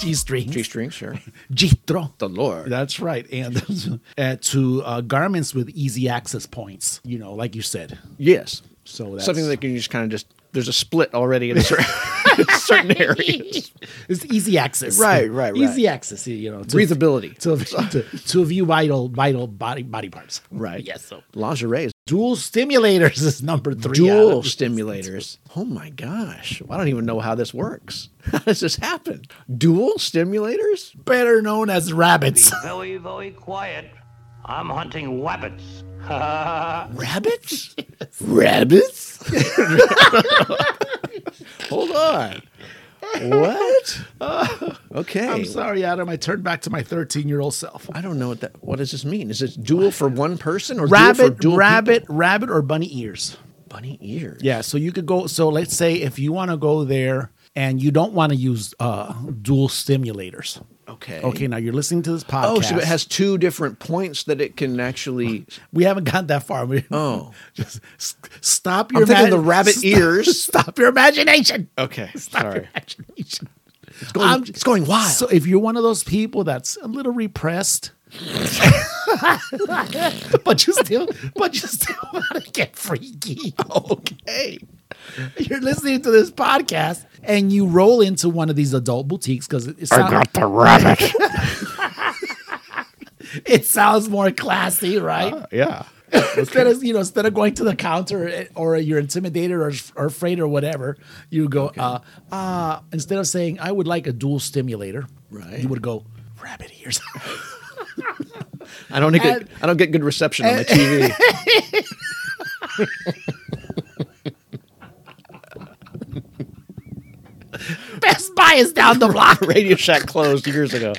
G string,
G string, sure.
Gitro.
The Oh, Lord.
That's right. And uh, to uh, garments with easy access points, you know, like you said.
Yes.
So that's
Something that can just kind of just there's a split already in a certain, certain areas.
it's easy access.
Right, right, right.
Easy access, you know. To,
Breathability.
To, to, to view vital vital body body parts.
Right.
Yes. So
Lingerie is
dual stimulators is number three.
dual
Adam.
stimulators. Oh my gosh. I don't even know how this works. How does this happen? Dual stimulators?
Better known as rabbits.
Very, very quiet. I'm hunting rabbits.
Rabbits? Rabbits? Hold on. Uh, What? Okay.
I'm sorry, Adam. I turned back to my 13 year old self.
I don't know what that what does this mean? Is it dual for one person or dual for
Rabbit,
dual
rabbit,
people?
rabbit, or bunny ears.
bunny ears?
Yeah, so you could go. So let's say if you want to go there and you don't want to use uh, dual stimulators.
Okay.
Okay, now you're listening to this podcast.
Oh, so it has two different points that it can actually.
We haven't gotten that far. We,
Oh,
just s- stop
I'm
your.
thinking the rabbit ears.
Stop your imagination.
okay.
Stop your
Sorry.
imagination. It's
going- it's going wild.
So if you're one of those people that's a little repressed, but you still, but you still want to get freaky. Okay. You're listening to this podcast and you roll into one of these adult boutiques because it, it sounds
the rabbit.
it sounds more classy, right?
Yeah.
instead of you know instead of going to the counter eh, or you're intimidated or, or afraid or whatever, you go uh, uh, instead of saying I would like a dual stimulator, right? You would go rabbit ears.
I don't get
And-
I don't get good reception on the
and-
TV.
Best Buy is down the block.
Radio Shack closed years ago.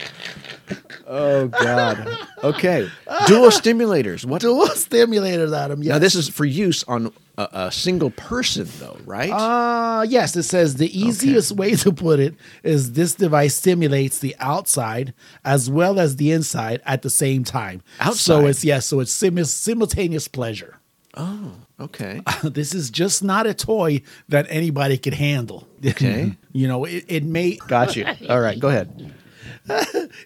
Oh God. Okay. Dual stimulators. What?
dual stimulators, Adam. Yes.
Now this is for use on a, a single person, though, right?
Uh, yes, it says the easiest way to put it is this device stimulates the outside as well as the inside at the same time. So
Outside?
it's yes, so it's simu- simultaneous pleasure.
oh, okay.
this is just not a toy that anybody could handle.
Okay.
you know, it, it may
Got you. All right, go ahead.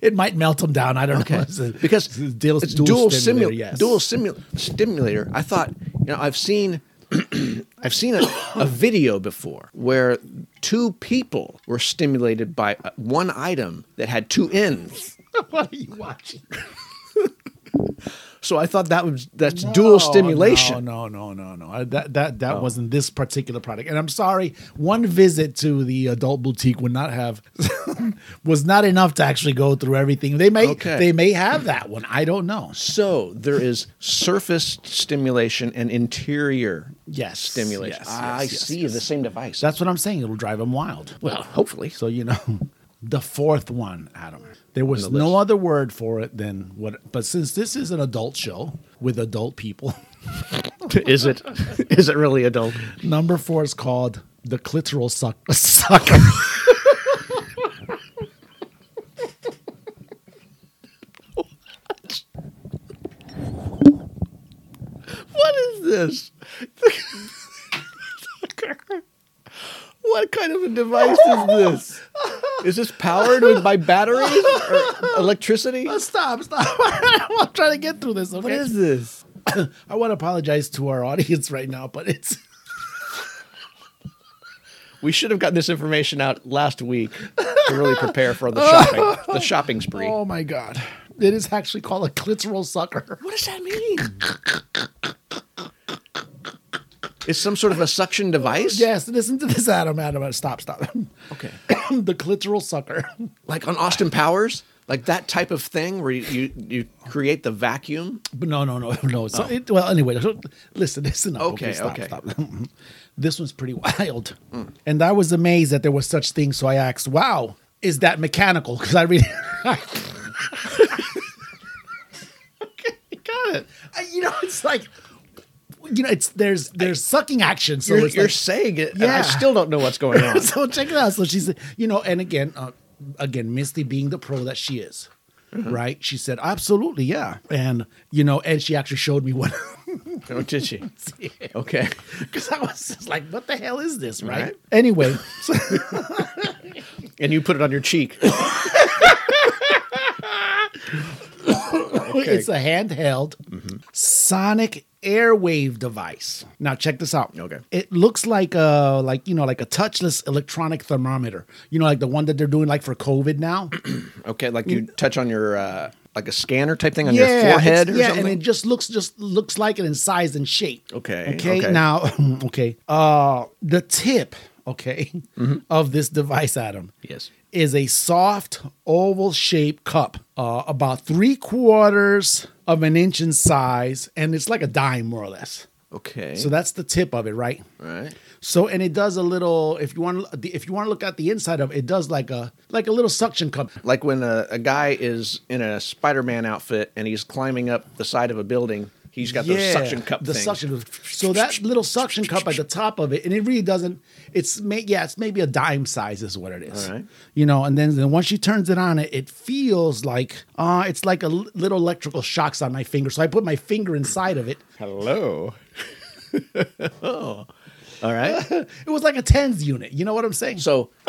it might melt them down. I don't know. It's a-
Because
it's a dual,
It's dual
stimulator,
stimu-
yes.
dual simu- stimulator. I thought, you know, I've seen, I've seen a, a video before where two people were stimulated by uh, one item that had two ends.
what are you watching?
So I thought that was that's
No,
dual stimulation. Oh.
No, no, no, no, no. I- That that that wasn't this particular product. And I'm sorry, one visit to the adult boutique would not have was not enough to actually go through everything. They may
Okay.
they may have that one. I don't know.
So there is surface stimulation and interior
Yes,
stimulation.
yes,
I
yes, yes,
see
yes.
the same device.
That's what I'm saying. It'll drive them wild.
well, hopefully.
So you know, the fourth one, Adam. There was
the
no other word for it than what. But since this is an adult show with adult people,
is it is it really adult?
number four is called the clitoral suck- sucker.
What is this? what kind of a device is this? Is this powered with by batteries or electricity?
stop, stop. I'm trying to get through this. Okay?
What is this?
I want to apologize to our audience right now, but it's
We should have gotten this information out last week to really prepare for the shopping, the shopping spree.
oh my god. It is actually called a clitoral sucker.
What does that mean? It's some sort of a suction device?
Yes, listen to this, Adam. Adam, stop, stop.
Okay.
the clitoral sucker.
Like on Austin Powers? Like that type of thing where you, you, you create the vacuum?
But no, no, no, no. So it, well, anyway, so- listen, listen up.
Oh. Okay,
stop,
okay. Mm.
Stop. this one's pretty wild, and I was amazed that there was such thing. So I asked, "Wow, is that mechanical?" Because I read.
Got it.
you know, it's like, you know, it's there's there's sucking action. So
you're
it's
you're
like,
saying it, and I
Yeah.
still don't know what's going on.
so check it out. So she's, you know, and again, uh, again, Misty being the pro that she is,
Mm-hmm.
right? She said, absolutely, yeah, and you know, and she actually showed me one
oh, did she? Okay.
because I was just like, what the hell is this, right?
Right.
Anyway,
And you put it on your cheek.
it's a handheld
Mm-hmm.
sonic airwave device. Now check this out.
Okay.
It looks like a like you know like a touchless electronic thermometer. You know like the one that they're doing like for COVID now.
Okay, like you touch on your, uh, like a scanner type thing on your
it's-
forehead or
Mm. yeah,
something?
and it just looks just looks like it in size and shape.
Okay,
Okay.
okay.
Now, okay. Uh, the tip, okay, of this device, Adam,
Mm-hmm. yes.
is a soft oval shaped cup, uh, about three quarters of an inch in size, and it's like a dime, more or less.
Okay.
So that's the tip of it, right?
All right.
So and it does a little. If you want to, if you want to look at the inside of it, it does like a like a little suction cup.
Like when a, a guy is in a Spider-Man outfit and he's climbing up the side of a building, he's got those suction cup
the
things.
suction. So that little suction cup at the top of it, and it really doesn't. It's may, yeah, it's maybe a dime size is what it is.
All right.
You know, and then, then once she turns it on, it, it feels like uh it's like a l- little electrical shocks on my finger. So I put my finger inside of it.
Hello. Oh. All right.
It was like a tens unit. You know what I'm saying?
So,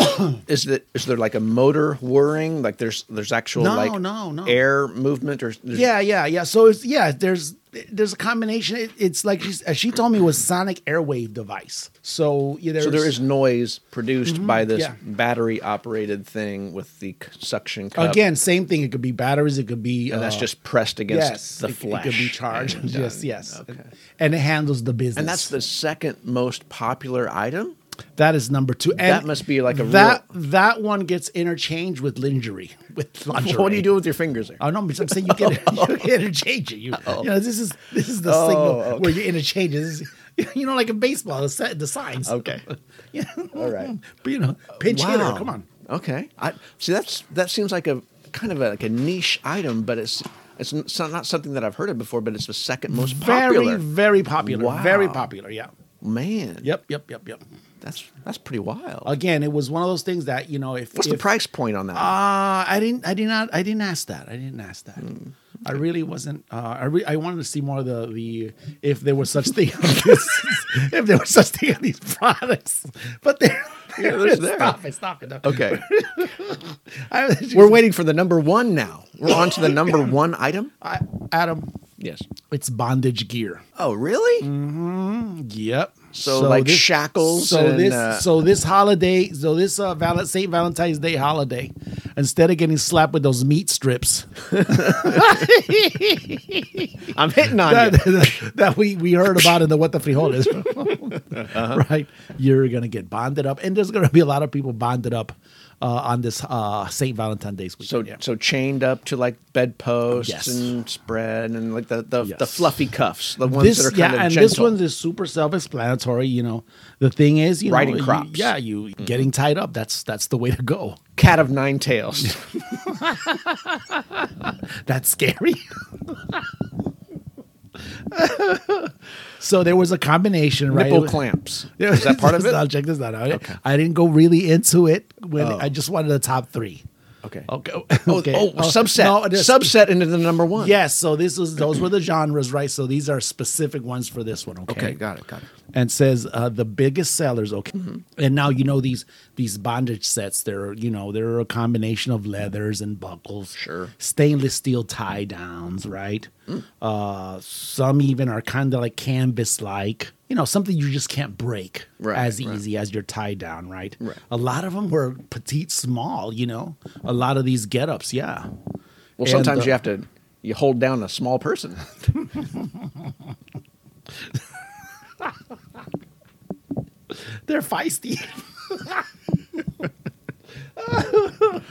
is that is there like a motor whirring? Like there's there's actual
No,
like
no, no.
air movement or there's-
yeah, yeah, yeah. So it's yeah. There's there's a combination. It, it's like she's, as she told me, it was sonic airwave device. So yeah, there's,
so there is noise produced
Mhm,
by this
yeah.
battery operated thing with the c- suction cup.
again same thing. It could be batteries. It could be
And that's
uh,
just pressed against the
it,
flesh.
It could be charged.
and, uh,
yes, yes. And, and it handles the business.
And that's the second most popular item.
that is number two. And
that must be like a
that that one gets interchanged with lingerie. With
What do
lingerie.
you do with your fingers there?
Oh no, I'm just- I'm saying you get you get interchange it. You,
Uh-oh.
you know this is this is the
Oh,
signal
okay.
where you interchange it. This is- You know, like in baseball, the, set, the signs.
Okay.
yeah.
Oh, All right.
But you know, pinch hitter. Come on.
Okay. I see. That's that seems like a kind of a, like a niche item, but it's it's n- so- not something that I've heard of before. But it's the second most popular.
Very, very popular.
Wow.
Very popular. Yeah.
Man.
Yep. Yep. Yep. Yep.
That's that's pretty wild.
Again, it was one of those things that you know. If
What's the
if-
price point on that?
Uh, I didn't. I did not. I didn't ask that. I didn't ask that.
Mm.
I really wasn't. Uh, I re- I wanted to see more of the the if there was such thing. on this- if there was such thing on these products, but there.
Yeah, there's there.
Stop it! Stop it! no.
okay.
I,
We're waiting for the number one now. We're on to the number one item.
I, Adam,
Yes.
it's bondage gear.
Oh, really?
Yep.
So, like shackles
So
and,
this
uh,
so this holiday so this uh Val- Saint Valentine's Day holiday, instead of getting slapped with those meat strips,
I'm hitting on
that,
you.
that- that we we heard about in the What the Frijol is,
Uh-huh.
right? You're gonna get bonded up, and there's gonna be a lot of people bonded up uh, on this uh Saint Valentine's Day weekend.
So
yeah.
so chained up to like bedposts
Yes.
and spread and like the the, the fluffy cuffs, the ones
this,
that are kind
yeah,
of
and
gentle.
this one is super self-explanatory. You know, the thing is, you
Riding
know, you-
crops. Mm-hmm.
yeah, you getting tied up. That's that's the way to go.
cat of nine tails.
That's scary. so there was a combination, right?
Nipple clamps.
Yeah,
Is that part of
this-
it?
I'll check this out. I, I didn't go really into it when
Oh.
I just wanted the top three.
Okay.
Okay.
Oh,
okay.
oh, subset.
it is-
subset into the number one.
Yes. So this was those were the genres, right? So these are specific ones for this one. Okay.
Okay, got it, got it.
And says uh, the biggest sellers. Okay. And now you know these these bondage sets. They're you know they're a combination of leathers and buckles. Sure. Stainless steel tie downs, right? Uh, some even are kind of like canvas like. You know something you just can't break
Right,
as
right.
easy as your tie down, right?
Right.
A lot of them were petite, small. You know, a lot of these get-ups, yeah.
Well,
And,
sometimes
uh,
you have to you hold down a small person.
They're feisty.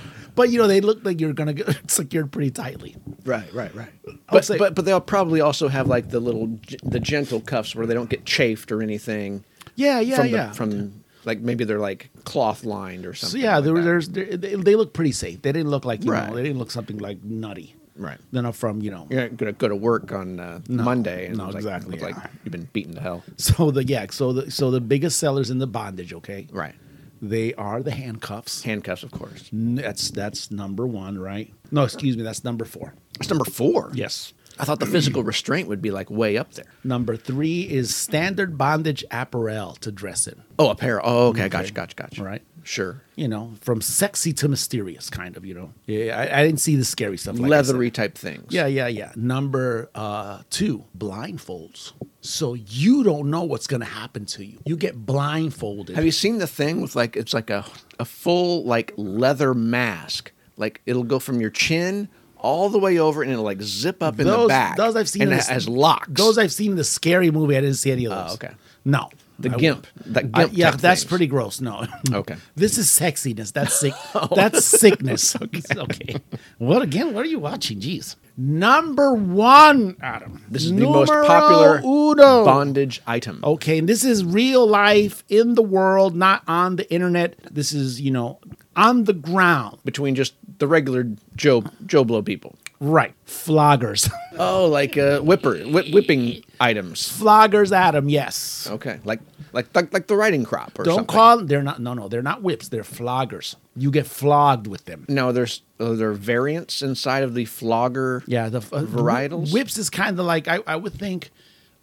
but you know, they look like you're gonna get secured pretty tightly.
right, right, right.
I'll
But,
say-
but but they'll probably also have like the little g- the gentle cuffs where they don't get chafed or anything.
Yeah, yeah,
from
yeah.
The, from like maybe they're like cloth lined or
So
something.
yeah,
like
there,
that.
there's there, they, they look pretty safe. They didn't look like you
Right.
know, they didn't look something like nutty.
right.
They're not from you know.
You're not gonna go to work on uh,
No,
Monday and
no,
it's like,
exactly,
look like
yeah.
you've been beaten to hell.
So the yeah, so the so the biggest sellers in the bondage, okay,
Right.
they are the handcuffs.
Handcuffs, of course.
N- That's that's number one, right? No, excuse me, that's number four.
That's number four.
Yes.
I thought the physical restraint would be like way up there.
Number three is standard bondage apparel to dress in.
Oh, apparel. Oh, okay. Gotcha, gotcha, gotcha.
All right.
Sure.
you know, from sexy to mysterious, kind of, you know. Yeah, I, I didn't see the scary stuff. Like I said.
Leathery type things.
Yeah, yeah, yeah. Number uh, two, blindfolds. So you don't know what's going to happen to you. You get blindfolded.
Have you seen the thing with like it's like a a full like leather mask? Like it'll go from your chin all the way over and it'll like zip up in the
Those-
back.
those I've seen
and
in
it
the-
has locks.
Those I've seen in the scary movie. I didn't see any of
Oh,
those.
okay.
No.
The
I-
gimp. That
I-
gimp
yeah,
type
that's
things.
pretty gross. No.
Okay.
This is sexiness. That's sick.
Oh,
That's sickness. okay. okay. What again? What are you watching? Jeez. Number one, Adam.
This is the most popular bondage item.
Okay, and this is real life in the world, not on the internet. This is, you know, on the ground.
between just the regular Joe Joe Blow people.
Right. Floggers.
Oh, like uh, whipper whip, whipping items.
Floggers, Adam, yes.
Okay, like like like, like the riding crop or
Don't
something.
call they're not no no, they're not whips, they're floggers. You get flogged with them.
No, there's uh, there are variants inside of the flogger.
Yeah, the uh,
Varietals?
Whips is kind of like I, I would think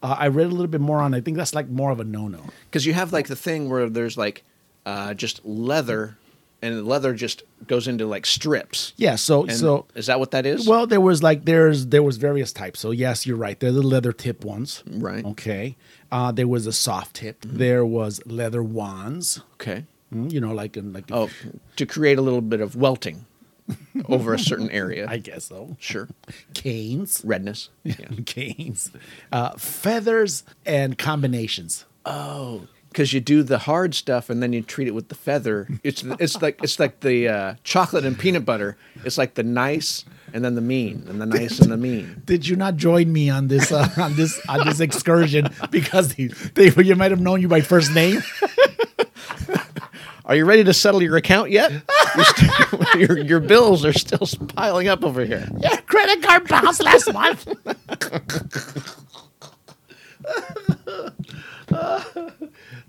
uh, I read a little bit more on. it. I think that's like more of a no-no.
because you have like the thing where there's like uh, just leather and the leather just goes into like strips.
Yeah, so-
And
so-
is that what that is?
Well, there was like there's there was various types. So yes, you're right. They're the leather tip ones.
Right.
Okay. Uh, there was a soft tip.
Mm-hmm.
There was leather wands.
Okay.
You know, like in like
oh, to create a little bit of welting over a certain area. I
guess so.
Sure.
Canes.
Redness. Yeah.
canes, uh, feathers, and combinations.
Oh, because you do the hard stuff and then you treat it with the feather. It's it's like it's like the uh, chocolate and peanut butter. It's like the nice and then the mean and the nice and the mean.
Did you not join me on this uh, on this on this excursion because they, they you might have known you by first name?
Are you ready to settle your account yet? You're still- your your bills are still piling up over here.
Your credit card bounced last month.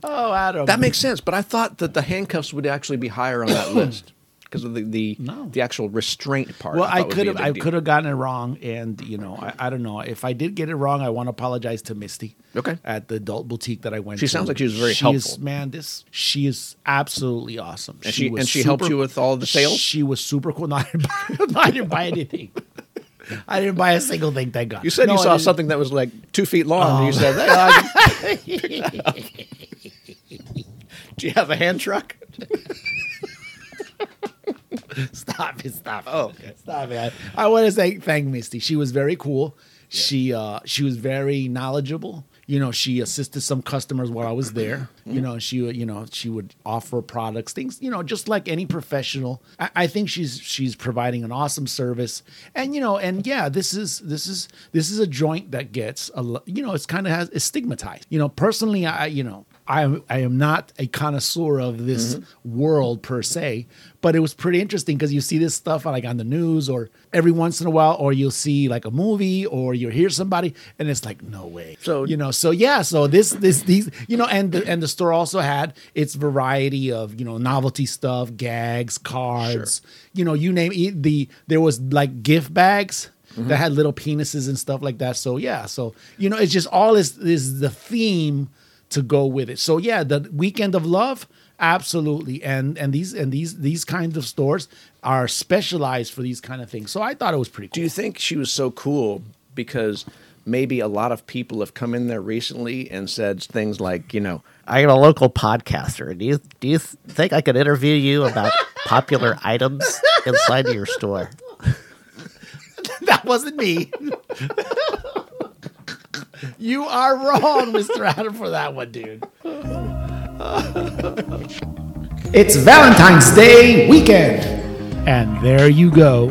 oh, Adam.
That makes sense, but I thought that the handcuffs would actually be higher on that list because of the the, the actual restraint part.
Well, I
thought would be
could
a
have
big
I
deal.
could have gotten it wrong, and you know, I, I don't know if I did get it wrong. I want to apologize to Misty. Okay. At the adult boutique that I went,
She
to.
sounds like she was very
She Is,
helpful.
man, this she is absolutely awesome.
And she- and she helped you with all the sales?
She was super cool. No, I didn't buy, I didn't buy anything. I didn't buy a single thing. Thank God.
You said
No,
you
I
saw
didn't.
something that was like two feet long. and you
Oh.
said, "Hey, I can pick that up." Do you have a hand truck?
stop it, stop it. Oh, stop it. I, want to say thank Misty. She was very cool. She uh she was very knowledgeable. You know, she assisted some customers while I was there. You know, she would- you know she would offer products, things you know, just like any professional. I, I think she's she's providing an awesome service, and you know, and yeah, this is this is this is a joint that gets a lo- you know it's kind of has it's stigmatized. You know, personally, I I- you know I am, I am not a connoisseur of this world per se, but it was pretty interesting because you see this stuff like on the news or every once in a while, or you'll see like a movie or you hear somebody, and it's like no way. So you know, so yeah, so this this these you know, and the, and the store also had its variety of you know novelty stuff, gags, cards, you know, you name it. The there was like gift bags. That
Mhm.
had little penises and stuff like that. So yeah, so you know, it's just all is is the theme to go with it. So yeah, the weekend of love, absolutely. And and these and these these kinds of stores are specialized for these kind of things. So I thought it was pretty cool.
Do you think she was so cool because maybe a lot of people have come in there recently and said things like, you know,
I am a local podcaster. Do you do you th- think I could interview you about popular items inside your store?
that wasn't me. you are wrong, Mr. Adam, for that one, dude. It's Valentine's Day weekend. And there you go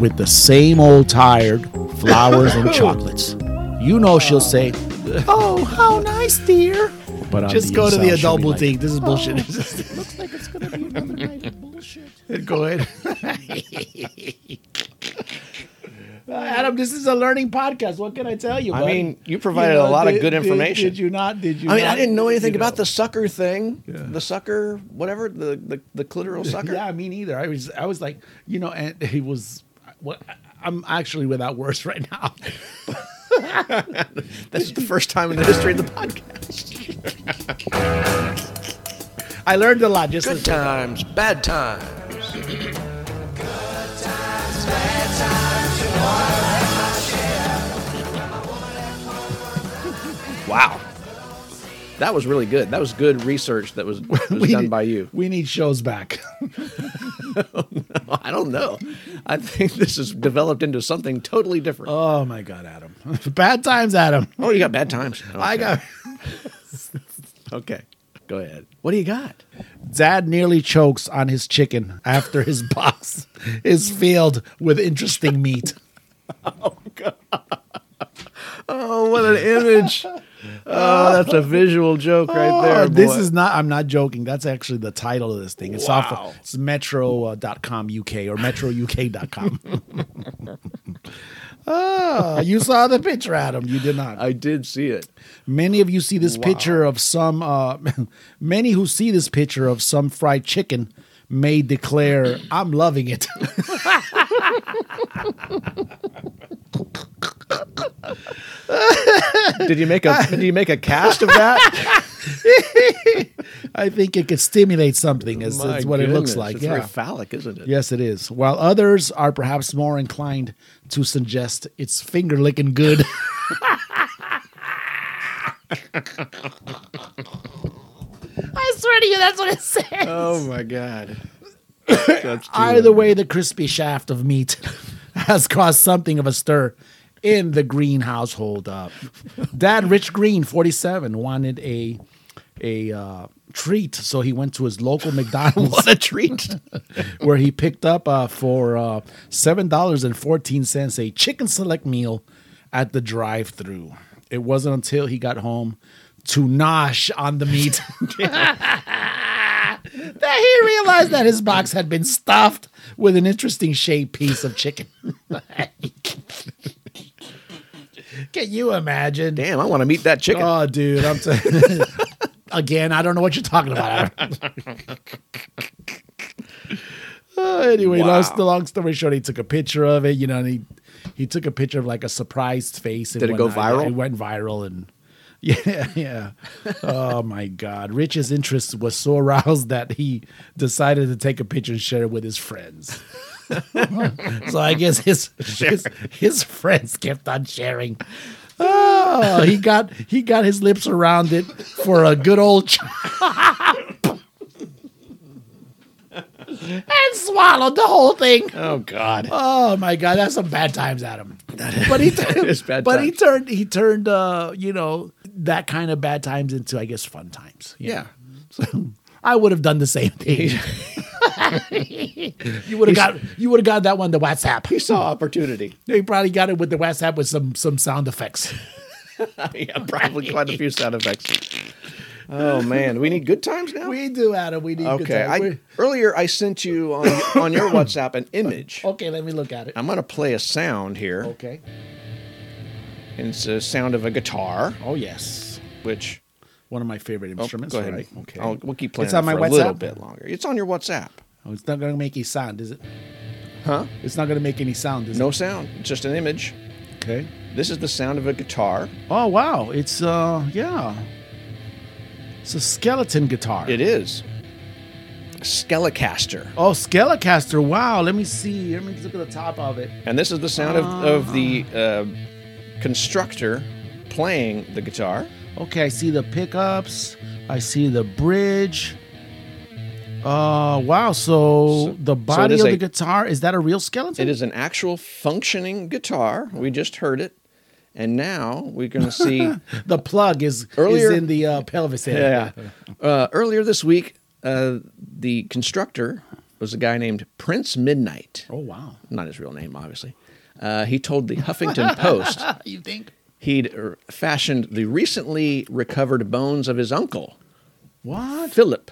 with the same old tired flowers and chocolates. You know she'll say, Oh, how nice, dear. but on
Just go to the
inside she'll
adult
be like,
boutique. This is bullshit.
"Oh, looks like it's gonna be another night of bullshit. Go ahead. Adam, this is a learning podcast. What can I tell you?
I
bud?
mean, you provided a lot of good information.
Did, you not? Did you?
I mean,
not?
I didn't know anything
You
about the sucker thing, the sucker, whatever, the, the, the clitoral sucker.
Yeah, me neither. I was, I was like, you know, and he was. Well, I'm actually without words right now.
this is the first time in the history of the
podcast. I learned a lot. Just
Good times, bad times. Wow. That was really good. That was good research that was, was done by you.
We need shows back.
I don't know. I think this has developed into something totally different.
Oh my god, Adam. bad times, Adam.
Oh, you got bad times.
I got.
Okay. Go ahead. What do you got?
Dad nearly chokes on his chicken after his boss is filled with interesting meat.
Oh, what an image. Oh, that's a visual joke right there.
Oh, This
boy.
is not. I'm not joking. That's actually the title of this thing. It's off.
Wow.
Of, it's uh, Metro.com UK or MetroUK.com. oh, you saw the picture, Adam. You did not.
I did see it.
Many of you see this
Wow.
picture of some. Uh, many who see this picture of some fried chicken may declare, "I'm loving it."
did you make a did you make a cast of that?
I think it could stimulate something. Is,
My
is what it looks
goodness,
like.
it's
yeah,
very phallic, isn't it?
Yes, it is. While others are perhaps more inclined to suggest it's finger licking good.
I swear to you, that's what it says.
Oh my god.
Either way, the crispy shaft of meat has caused something of a stir in the Green household. Uh, Dad Rich Green, 47, wanted a a uh, treat, so he went to his local McDonald's. what
a treat!
where he picked up uh, for uh, seven dollars and fourteen cents a chicken select meal at the drive-through. It wasn't until he got home to nosh on the meat. that he realized that his box had been stuffed with an interesting shaped piece of chicken. Can you imagine?
Damn, I want to eat that chicken.
Oh, dude, I'm t- again. I don't know what you're talking about. Uh, anyway,
Wow.
long, the long story short, he took a picture of it. You know, and he he took a picture of like a surprised face. and
Did it go
whatnot.
viral?
It went viral, and yeah, yeah. oh my God, Rich's interest was so aroused that he decided to take a picture and share it with his friends. so I guess his his, his friends kept on sharing. Oh, he got he got his lips around it for a good old chop and swallowed the whole thing.
Oh God.
Oh my God, that's some bad times, Adam. But he
is
turned,
bad
but he turned he turned uh, you know that kind of bad times into I guess fun times. you
Yeah.
know? So I would have done the same thing. you would have got you would have got that one the WhatsApp.
He saw opportunity.
They probably got it with the WhatsApp with some some sound effects.
yeah, probably quite a few sound effects. Oh man, we need good times now.
We do, Adam. We need good
Okay,
times.
I,
We're-
earlier I sent you on on your WhatsApp an image.
okay, let me look at it.
I'm gonna play a sound here.
Oh. Okay.
And it's the sound of a guitar,
Oh yes,
which
one of my favorite instruments.
Oh, go ahead.
Right?
Okay, I'll, we'll keep playing
It's on
it
my
for a little
WhatsApp?
bit longer. It's on your WhatsApp,
Oh, it's not gonna make any sound, is it?
huh?
It's not gonna make any sound, is
No
it?
sound, it's just an image.
Okay.
This is the sound of a guitar.
Oh wow, it's uh yeah. It's a skeleton guitar.
It is Skelecaster,
Oh, Skelecaster. Wow, let me see. Let me look at the top of it.
and this is the sound of of the uh, constructor playing the guitar.
Okay, I see the pickups. I see the bridge. Uh wow, so, the body
is
of
a-
the guitar is that a real skeleton?
It is an actual functioning guitar. We just heard it. And now we're going to see.
the plug is
Earlier-
is in the uh, pelvis
yeah.
area.
Uh, earlier this week, uh, the constructor was a guy named Prince Midnight.
Oh wow.
Not his real name, obviously. Uh, he told the Huffington Post
you think?
he'd er, fashioned the recently recovered bones of his uncle,
What?
Philip,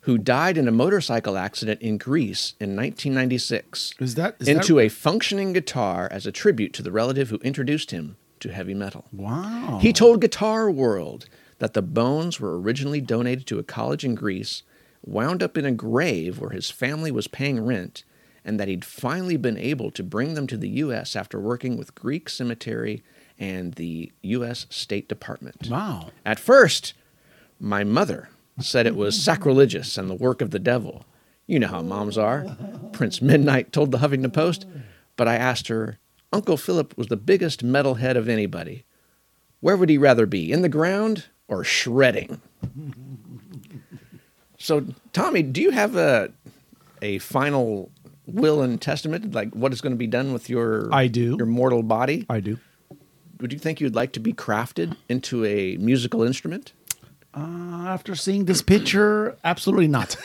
who died in a motorcycle accident in Greece in 1996.
Is that is
into
that,
a functioning guitar as a tribute to the relative who introduced him to heavy metal.
Wow.
He told Guitar World that the bones were originally donated to a college in Greece, wound up in a grave where his family was paying rent, and that he'd finally been able to bring them to the U.S. after working with Greek Cemetery and the U.S. State Department.
Wow.
At first, my mother said it was sacrilegious and the work of the devil. You know how moms are. Prince Midnight told the Huffington Post, but I asked her, Uncle Philip was the biggest metalhead of anybody. Where would he rather be, in the ground or shredding? So, Tommy, do you have a a final will and testament, like what is going to be done with your
I do.
your mortal body?
I do.
Would you think you'd like to be crafted into a musical instrument?
Uh, after seeing this picture, absolutely not.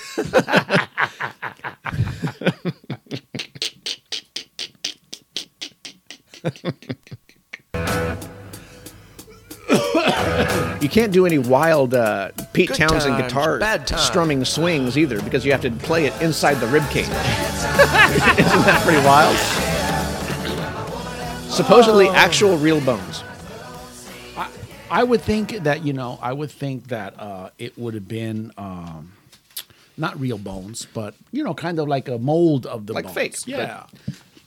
You can't do any wild uh, Pete
Good
Townsend
times,
guitar
bad times.
strumming swings either, because you have to play it inside the rib cage. Isn't that pretty wild? Supposedly
Oh.
actual real bones.
I would think that you know, I would think that uh, it would have been um, not real bones, but you know, kind of like a mold of the
Like
bones.
fake, but-
yeah.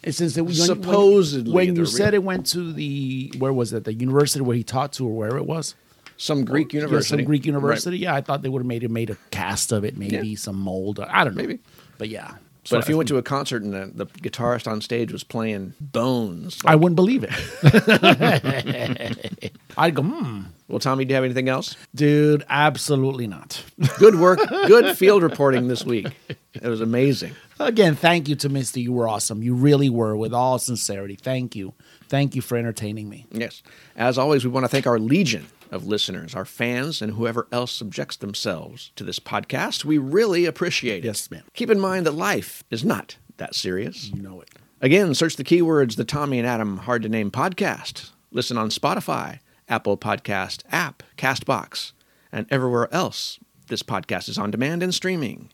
And since it was when- when-
Supposedly
when, you
they're
said
real.
it went to the where was it the university where he taught to or where it was
some Greek
Yeah,
university.
some Greek university. Yeah, I thought they would have made it made a cast of it, maybe some mold. I don't know. Maybe, but yeah.
But if you went to a concert and the, the guitarist on stage was playing Bones,
I wouldn't believe it. I'd go, hmm.
Well, Tommy, do you have anything else?
Dude, absolutely not.
Good work. Good field reporting this week. It was amazing.
Again, thank you to Misty. You were awesome. You really were, with all sincerity. Thank you. Thank you for entertaining me.
Yes. As always, we want to thank our legion of listeners, our fans, and whoever else subjects themselves to this podcast. We really appreciate it. Yes,
ma'am.
Keep in mind that life is not that serious.
You know it.
Again, search the keywords the Tommy and Adam Hard to Name podcast. Listen on Spotify, Apple Podcast app, Castbox, and everywhere else. This podcast is on demand and streaming.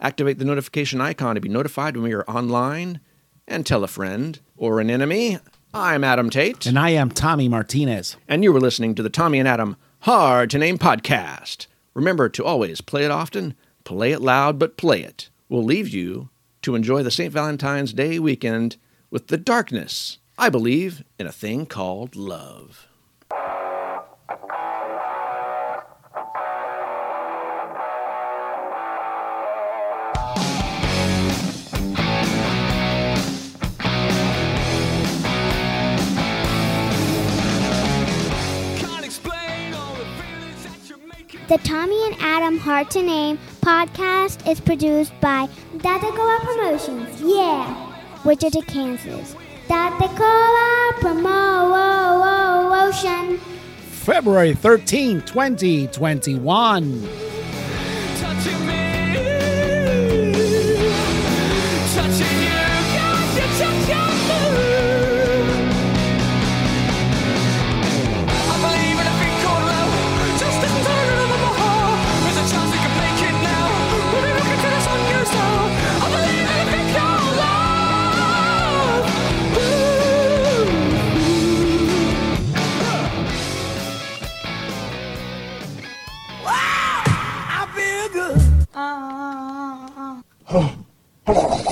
Activate the notification icon to be notified when we are online and tell a friend or an enemy. I'm Adam Tate.
And I am Tommy Martinez.
And you were listening to the Tommy and Adam Hard to Name podcast. Remember to always play it often, play it loud, but play it. We'll leave you to enjoy the St. Valentine's Day weekend with the darkness. I believe in a thing called love.
The Tommy and Adam Hard to Name podcast is produced by Datacola Promotions, yeah, Wichita, Kansas. Datacola Promotion.
February 13, 2021.
I feel good. Ah.